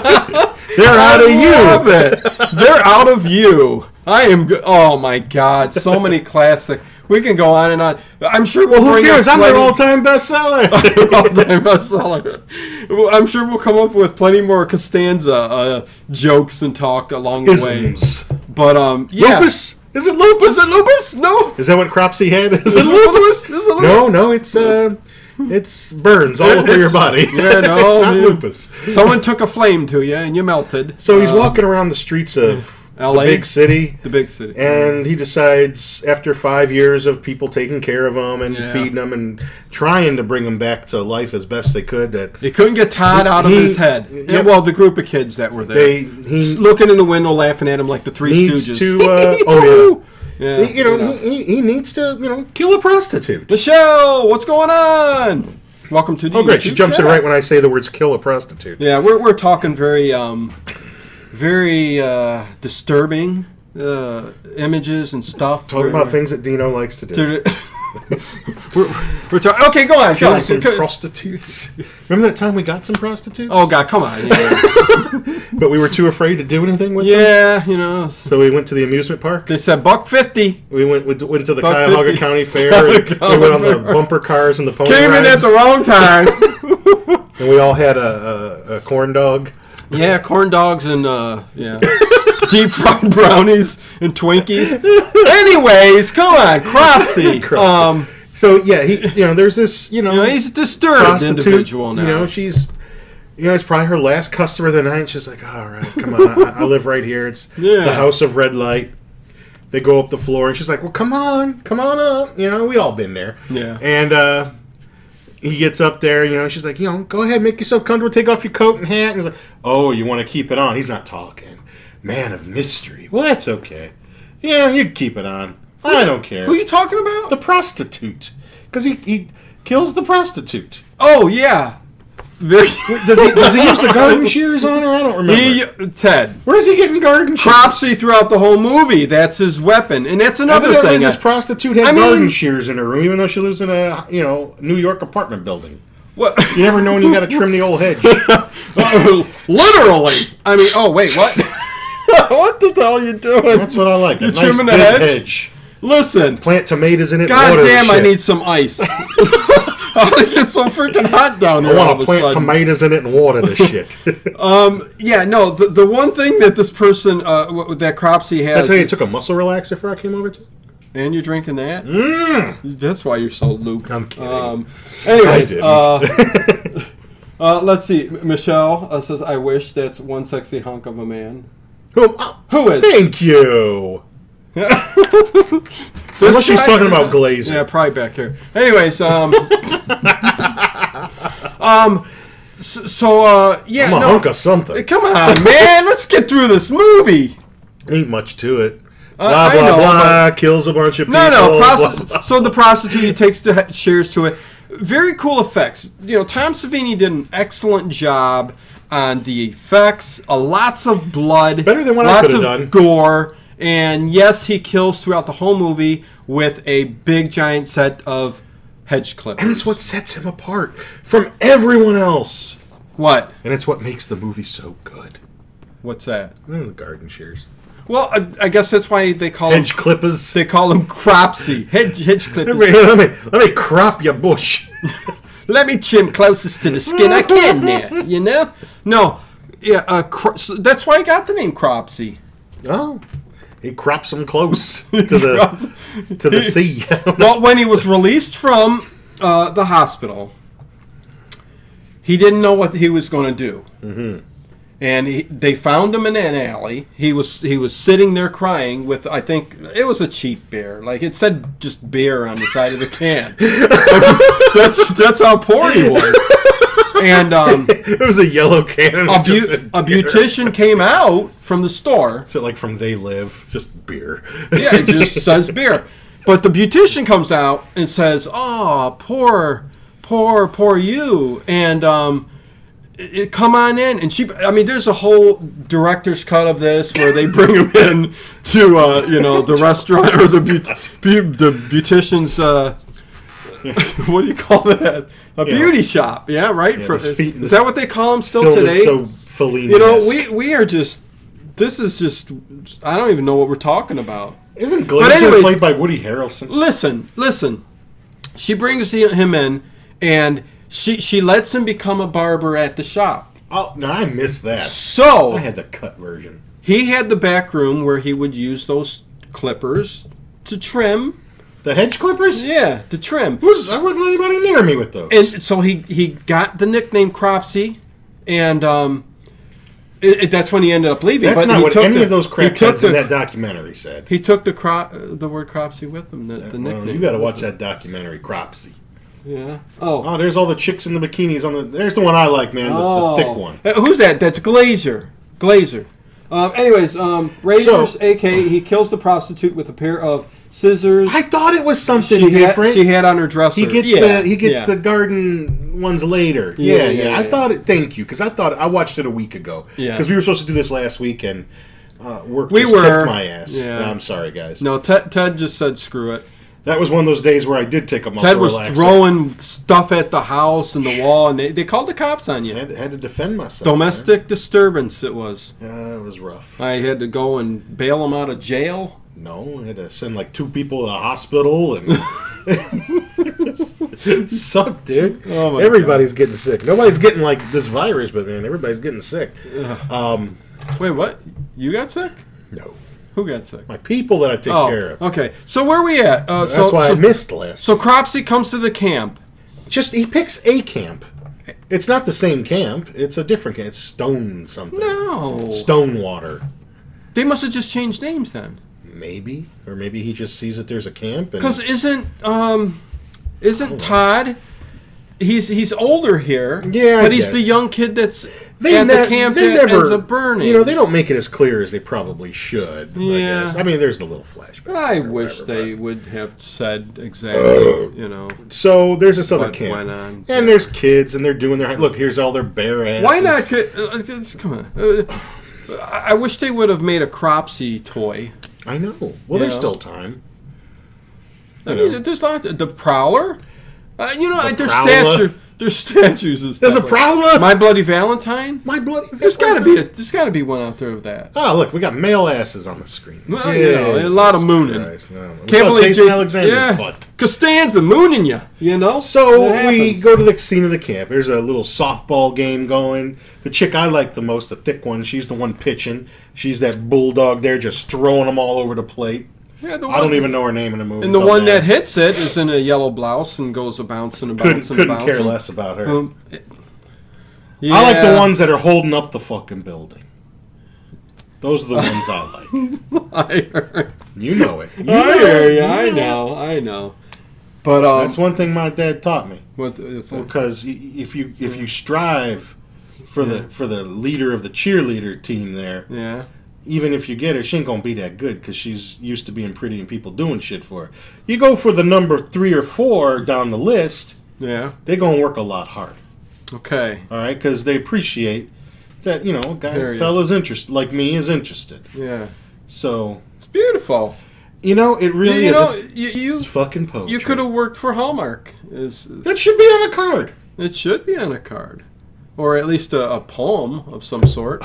Speaker 4: they're out of you.
Speaker 6: love it. They're out of you. I am. Go- oh my God!
Speaker 4: [laughs]
Speaker 6: So many classic. We can go on and on. I'm sure we'll
Speaker 4: Who
Speaker 6: bring
Speaker 4: cares?
Speaker 6: up
Speaker 4: I'm their
Speaker 6: plenty-
Speaker 4: all-time [laughs]
Speaker 6: [laughs]
Speaker 4: bestseller.
Speaker 6: all-time bestseller. Well, I'm sure we'll come up with plenty more Costanza uh, jokes and talk along the
Speaker 4: Isms.
Speaker 6: way. But um, yeah.
Speaker 4: Lupus? Is it lupus?
Speaker 6: Is it lupus? No.
Speaker 4: Is that what Cropsy had? Is it
Speaker 6: it
Speaker 4: lupus?
Speaker 6: lupus? Is it lupus?
Speaker 4: No, no, it's uh, it's burns all
Speaker 6: It-
Speaker 4: over your
Speaker 6: it's-
Speaker 4: body.
Speaker 6: yeah, no,
Speaker 4: [laughs] it's not
Speaker 6: dude.
Speaker 4: lupus.
Speaker 6: Someone took a flame to you and you melted.
Speaker 4: So he's
Speaker 6: Uh,
Speaker 4: walking around the streets of
Speaker 6: LA?
Speaker 4: the big city.
Speaker 6: the big city.
Speaker 4: and he decides after five years of people taking care of him and
Speaker 6: Yeah.
Speaker 4: feeding him and trying to bring him back to life as best they could that
Speaker 6: They couldn't get Todd out of
Speaker 4: He-
Speaker 6: his head.
Speaker 4: yep.
Speaker 6: And, well, the group of kids that were there,
Speaker 4: They- he-
Speaker 6: Just looking in the window, laughing at him like the Three
Speaker 4: needs
Speaker 6: Stooges. [laughs]
Speaker 4: to uh, oh
Speaker 6: yeah,
Speaker 4: yeah He- you know, He, he needs to you know kill a prostitute
Speaker 6: Michelle, what's going on? Welcome to the.
Speaker 4: oh great she
Speaker 6: YouTube
Speaker 4: jumps in
Speaker 6: channel.
Speaker 4: right when I say the words kill a prostitute
Speaker 6: Yeah, we're, we're talking very um very uh, disturbing uh, images and stuff.
Speaker 4: Talking about things that Dino likes to do.
Speaker 6: We're, [laughs] we're talking. Okay, go on. Go
Speaker 4: Killing
Speaker 6: on.
Speaker 4: some prostitutes. Remember that time we got some prostitutes?
Speaker 6: oh God, come on. Yeah,
Speaker 4: But we were too afraid to do anything with them.
Speaker 6: yeah you know.
Speaker 4: So we went to the amusement park.
Speaker 6: They said buck fifty.
Speaker 4: We went we went to the
Speaker 6: Buck
Speaker 4: Cuyahoga
Speaker 6: 50. [laughs]
Speaker 4: County Fair. and we went on the
Speaker 6: Cuyahoga.
Speaker 4: bumper cars and the pony
Speaker 6: Came in at
Speaker 4: rides,
Speaker 6: the wrong time.
Speaker 4: [laughs] and we all had a, a, a corn dog.
Speaker 6: yeah, corn dogs and uh, yeah, deep fried brownies and Twinkies. Anyways, come on,
Speaker 4: [laughs]
Speaker 6: Cropsy.
Speaker 4: Cropsy.
Speaker 6: Um,
Speaker 4: So yeah, he you know there's this you know,
Speaker 6: you know, he's a disturbed
Speaker 4: prostitute
Speaker 6: individual now.
Speaker 4: You know she's. You know, it's probably her last customer of the night. and She's like, "All right, come on, I, I live right here. It's
Speaker 6: [laughs] Yeah.
Speaker 4: the house of red light." They go up the floor, and she's like, "Well, come on, come on up." You know, we all been there.
Speaker 6: Yeah.
Speaker 4: And uh, he gets up there, you know, and she's like, you know, go ahead, make yourself comfortable, take off your coat and hat. And he's like, oh, you want to keep it on? He's not talking. Man of mystery. Well, that's okay. Yeah, you keep it on. I don't care.
Speaker 6: Who are you talking about?
Speaker 4: The prostitute. Because he, he kills the prostitute.
Speaker 6: oh yeah,
Speaker 4: [laughs]
Speaker 6: very.
Speaker 4: Does he, does he use
Speaker 6: [laughs]
Speaker 4: the garden shears on her? I don't remember.
Speaker 6: He, Ted.
Speaker 4: Where's he getting garden shears?
Speaker 6: Cropsy throughout the whole movie. That's his weapon, and that's another
Speaker 4: Evidently,
Speaker 6: thing.
Speaker 4: this
Speaker 6: I-
Speaker 4: prostitute had
Speaker 6: I mean-
Speaker 4: garden shears in her room, even though she lives in a, you know, New York apartment building. [laughs]
Speaker 6: what?
Speaker 4: You never know when you got to trim the old hedge.
Speaker 6: Literally. I mean, oh
Speaker 4: [laughs]
Speaker 6: wait, what? what the hell are you doing?
Speaker 4: That's what I like. You
Speaker 6: trimming the hedge? Listen,
Speaker 4: Plant tomatoes in it.
Speaker 6: God
Speaker 4: water the
Speaker 6: damn, I
Speaker 4: shit.
Speaker 6: need some
Speaker 4: [laughs]
Speaker 6: ice. [laughs] it's so freaking hot down
Speaker 4: I
Speaker 6: here. all
Speaker 4: want
Speaker 6: of
Speaker 4: to
Speaker 6: a
Speaker 4: plant
Speaker 6: sudden. Oh, Um,
Speaker 4: tomatoes in it and water
Speaker 6: [laughs]
Speaker 4: the shit.
Speaker 6: Yeah, no. The, the one thing that this person, uh, w- that Cropsy
Speaker 4: [laughs]
Speaker 6: has,
Speaker 4: That's how you took a muscle relaxer for I came over to. you?
Speaker 6: and you're drinking that. Mm. That's why you're so looped.
Speaker 4: I'm kidding.
Speaker 6: Um, anyways,
Speaker 4: didn't. [laughs]
Speaker 6: uh, uh, let's see. M- Michelle uh, says, "I wish that's one sexy hunk of a man."
Speaker 4: Who, oh,
Speaker 6: Who is? [laughs]
Speaker 4: Thank you. Unless she's
Speaker 6: guy-
Speaker 4: talking about Glazer.
Speaker 6: Yeah, probably back here.
Speaker 4: [laughs]
Speaker 6: Anyways, um, um, so, so uh, yeah,
Speaker 4: I'm a
Speaker 6: no,
Speaker 4: hunk of something.
Speaker 6: come on, man, let's get through this movie.
Speaker 4: Ain't much to it. Blah
Speaker 6: I
Speaker 4: blah
Speaker 6: know,
Speaker 4: blah. Kills a bunch of people.
Speaker 6: No, no.
Speaker 4: blah,
Speaker 6: prosti-
Speaker 4: blah.
Speaker 6: So the prostitute he takes the he- shares to it. Very cool effects. You know, Tom Savini did an excellent job on the effects. Uh, lots of blood.
Speaker 4: Better than what I
Speaker 6: lots
Speaker 4: could've
Speaker 6: of
Speaker 4: done.
Speaker 6: Gore. And yes, he kills throughout the whole movie with a big giant set of hedge clippers.
Speaker 4: And it's what sets him apart from everyone else.
Speaker 6: what?
Speaker 4: And it's what makes the movie so good.
Speaker 6: What's that?
Speaker 4: Mm, the garden shears,
Speaker 6: Well, I, I guess that's why they call him
Speaker 4: hedge clippers.
Speaker 6: they call him Cropsy. Hedge hedge clippers.
Speaker 4: Let me, [laughs] let me let me crop your bush.
Speaker 6: Let me trim closest to the skin I can there, you know? No, yeah, uh, cro- so that's why I got the name Cropsy.
Speaker 4: [laughs] Oh, he crops them [laughs] close to the to the sea. [laughs]
Speaker 6: Well, when he was released from uh, the hospital, he didn't know what he was going to do. Mm-hmm. And he, they found him in an alley. He was he was sitting there crying with I think it was a cheap beer. Like it said just beer on the side of the can. that's that's how poor he was. And um,
Speaker 4: it was a yellow cannon.
Speaker 6: a, bu- a beautician came out from the store.
Speaker 4: So like from They Live, just beer. [laughs]
Speaker 6: Yeah, it just says beer. But the beautician comes out and says, "Oh, poor, poor, poor you." And um, it, it- come on in. And she, I mean, there's a whole director's cut of this where they bring him in to uh, you know the restaurant or the beaut- bu- the beautician's. Uh, [laughs] what do you call that? A beauty shop, yeah, right. For-
Speaker 4: this fe-
Speaker 6: is that what they call them still
Speaker 4: Film
Speaker 6: today?
Speaker 4: is so Fellini.
Speaker 6: You know, we we are just. This is just. I don't even know what we're talking about.
Speaker 4: isn't Glazer
Speaker 6: anyways-
Speaker 4: played by Woody Harrelson?
Speaker 6: Listen, listen. She brings he- him in, and she she lets him become a barber at the shop.
Speaker 4: Oh no, I missed that. I
Speaker 6: So
Speaker 4: had the cut version.
Speaker 6: he had the back room where he would use those clippers to trim.
Speaker 4: The hedge clippers.
Speaker 6: Yeah, to trim.
Speaker 4: Who's, I wouldn't let anybody near me with those.
Speaker 6: And so he he got the nickname Cropsy, and um, it, it- that's when he ended up leaving.
Speaker 4: That's
Speaker 6: but
Speaker 4: not
Speaker 6: he
Speaker 4: what
Speaker 6: took
Speaker 4: any
Speaker 6: the-
Speaker 4: of those
Speaker 6: he
Speaker 4: crackheads
Speaker 6: took
Speaker 4: in
Speaker 6: the-
Speaker 4: that documentary said.
Speaker 6: He took the cro- uh, the word Cropsy with him. The, the
Speaker 4: Well,
Speaker 6: nickname.
Speaker 4: you got to watch that documentary, Cropsy.
Speaker 6: Yeah. Oh.
Speaker 4: Oh, there's all the chicks in the bikinis on the. There's the one I like, man. The, the thick one.
Speaker 6: Uh, Who's that? That's Glazer. Glazer. Um, anyways, um, Razors, E,
Speaker 4: So-
Speaker 6: AK, he kills the prostitute with a pair of scissors.
Speaker 4: I thought it was something
Speaker 6: she
Speaker 4: different.
Speaker 6: Had, she had on her dresser.
Speaker 4: he gets
Speaker 6: Yeah,
Speaker 4: the he gets
Speaker 6: yeah.
Speaker 4: the garden ones later.
Speaker 6: Yeah,
Speaker 4: Yeah,
Speaker 6: yeah,
Speaker 4: yeah. I
Speaker 6: yeah.
Speaker 4: thought it. Thank you, because I thought I watched it a week ago.
Speaker 6: Yeah.
Speaker 4: because we were supposed to do this last week and uh, work
Speaker 6: We
Speaker 4: just
Speaker 6: were.
Speaker 4: kicked my ass.
Speaker 6: Yeah.
Speaker 4: I'm sorry, guys.
Speaker 6: No, Ted, Ted just said screw it.
Speaker 4: That was one of those days where I did take a muscle
Speaker 6: Ted was
Speaker 4: relaxer.
Speaker 6: throwing stuff at the house and the wall, and they, they called the cops on
Speaker 4: I
Speaker 6: you.
Speaker 4: had, had to defend myself.
Speaker 6: Domestic disturbance, it was.
Speaker 4: man. Yeah, it was rough.
Speaker 6: I had to go and bail him out of jail.
Speaker 4: No, I had to send like two people to the hospital
Speaker 6: [laughs]
Speaker 4: and. [laughs] it sucked, dude.
Speaker 6: Oh, my
Speaker 4: everybody's getting sick. Nobody's getting like this virus, but man, everybody's getting sick. Um,
Speaker 6: Wait, what? You got sick?
Speaker 4: no,
Speaker 6: Who got sick?
Speaker 4: my people that I take
Speaker 6: Oh,
Speaker 4: care of.
Speaker 6: okay. So where we at? Uh, so,
Speaker 4: That's why
Speaker 6: so,
Speaker 4: I missed last.
Speaker 6: so Cropsy comes to the camp.
Speaker 4: just he picks a camp. It's not the same camp. It's a different camp. It's Stone something.
Speaker 6: No,
Speaker 4: Stonewater,
Speaker 6: they must have just changed names then.
Speaker 4: maybe, or maybe he just sees that there's a camp and
Speaker 6: Because isn't um,
Speaker 4: Oh.
Speaker 6: isn't Todd? He's he's older here.
Speaker 4: Yeah, I
Speaker 6: but he's
Speaker 4: guess.
Speaker 6: the young kid that's at
Speaker 4: ne-
Speaker 6: the camp
Speaker 4: they
Speaker 6: that ends up burning.
Speaker 4: You know, they don't make it as clear as they probably should. I,
Speaker 6: Yeah.
Speaker 4: guess. I mean, there's the little flashback.
Speaker 6: I
Speaker 4: or
Speaker 6: wish
Speaker 4: whatever,
Speaker 6: they would have said exactly. you know,
Speaker 4: but- So there's this other
Speaker 6: What
Speaker 4: camp,
Speaker 6: went on.
Speaker 4: and there's kids, and they're doing their look. Here's all their bare asses.
Speaker 6: why not? cri- uh, it's- Come on. Uh, I I wish they would have made a Cropsy toy.
Speaker 4: I know. Well,
Speaker 6: You
Speaker 4: there's
Speaker 6: know?
Speaker 4: still time.
Speaker 6: I
Speaker 4: You
Speaker 6: mean,
Speaker 4: know.
Speaker 6: there's not the Prowler. Uh, you know, there's
Speaker 4: Prowler.
Speaker 6: statue. There's statues. and
Speaker 4: There's a
Speaker 6: stuff like-
Speaker 4: problem. My,
Speaker 6: uh, My Bloody Valentine.
Speaker 4: bloody.
Speaker 6: There's got to be a. There's got to be one out there of that.
Speaker 4: Oh, look, we got male asses on the screen.
Speaker 6: Well, you know, a lot of
Speaker 4: Jesus
Speaker 6: mooning.
Speaker 4: Christ, no. What's
Speaker 6: Can't
Speaker 4: up,
Speaker 6: believe
Speaker 4: Jason
Speaker 6: Jason-
Speaker 4: Alexander's
Speaker 6: yeah.
Speaker 4: butt?
Speaker 6: Costanza mooning you. You know.
Speaker 4: So
Speaker 6: That
Speaker 4: we
Speaker 6: happens.
Speaker 4: go to the scene of the camp. There's a little softball game going. The chick I like the most, the thick one, she's the one pitching. She's that bulldog there, just throwing them all over the plate.
Speaker 6: Yeah, the
Speaker 4: I don't
Speaker 6: one-
Speaker 4: even know her name in the movie.
Speaker 6: And the
Speaker 4: don't
Speaker 6: one
Speaker 4: matter.
Speaker 6: that hits it is in a yellow blouse and goes a bouncing and
Speaker 4: couldn't,
Speaker 6: bouncing and
Speaker 4: couldn't
Speaker 6: bouncing.
Speaker 4: care less about her.
Speaker 6: Um,
Speaker 4: I like the
Speaker 6: yeah. [laughs]
Speaker 4: ones that are holding up the fucking building. Those are the ones I like.
Speaker 6: I heard.
Speaker 4: You know it. You know
Speaker 6: [laughs] I
Speaker 4: it.
Speaker 6: hear ya,
Speaker 4: You
Speaker 6: I
Speaker 4: it.
Speaker 6: know. I know. But um,
Speaker 4: That's one thing my dad taught me.
Speaker 6: what it's a-
Speaker 4: because y- if you if you strive for the for the leader of the cheerleader team there,
Speaker 6: yeah.
Speaker 4: even if you get her, she ain't gonna be that good because she's used to being pretty and people doing shit for her. You go for the number three or four down the list,
Speaker 6: Yeah.
Speaker 4: they're gonna work a lot hard,
Speaker 6: Okay.
Speaker 4: all right? Because they appreciate that you know a guy
Speaker 6: There you-
Speaker 4: fella's interested, like me is interested.
Speaker 6: Yeah.
Speaker 4: So
Speaker 6: It's beautiful.
Speaker 4: you know it
Speaker 6: You,
Speaker 4: really
Speaker 6: you
Speaker 4: is
Speaker 6: know,
Speaker 4: It's-
Speaker 6: you you,
Speaker 4: it's fucking poetry.
Speaker 6: you could have worked for Hallmark. Is
Speaker 4: that should be on a card.
Speaker 6: It should be on a card, or at least a, a poem of
Speaker 4: [sighs]
Speaker 6: some sort.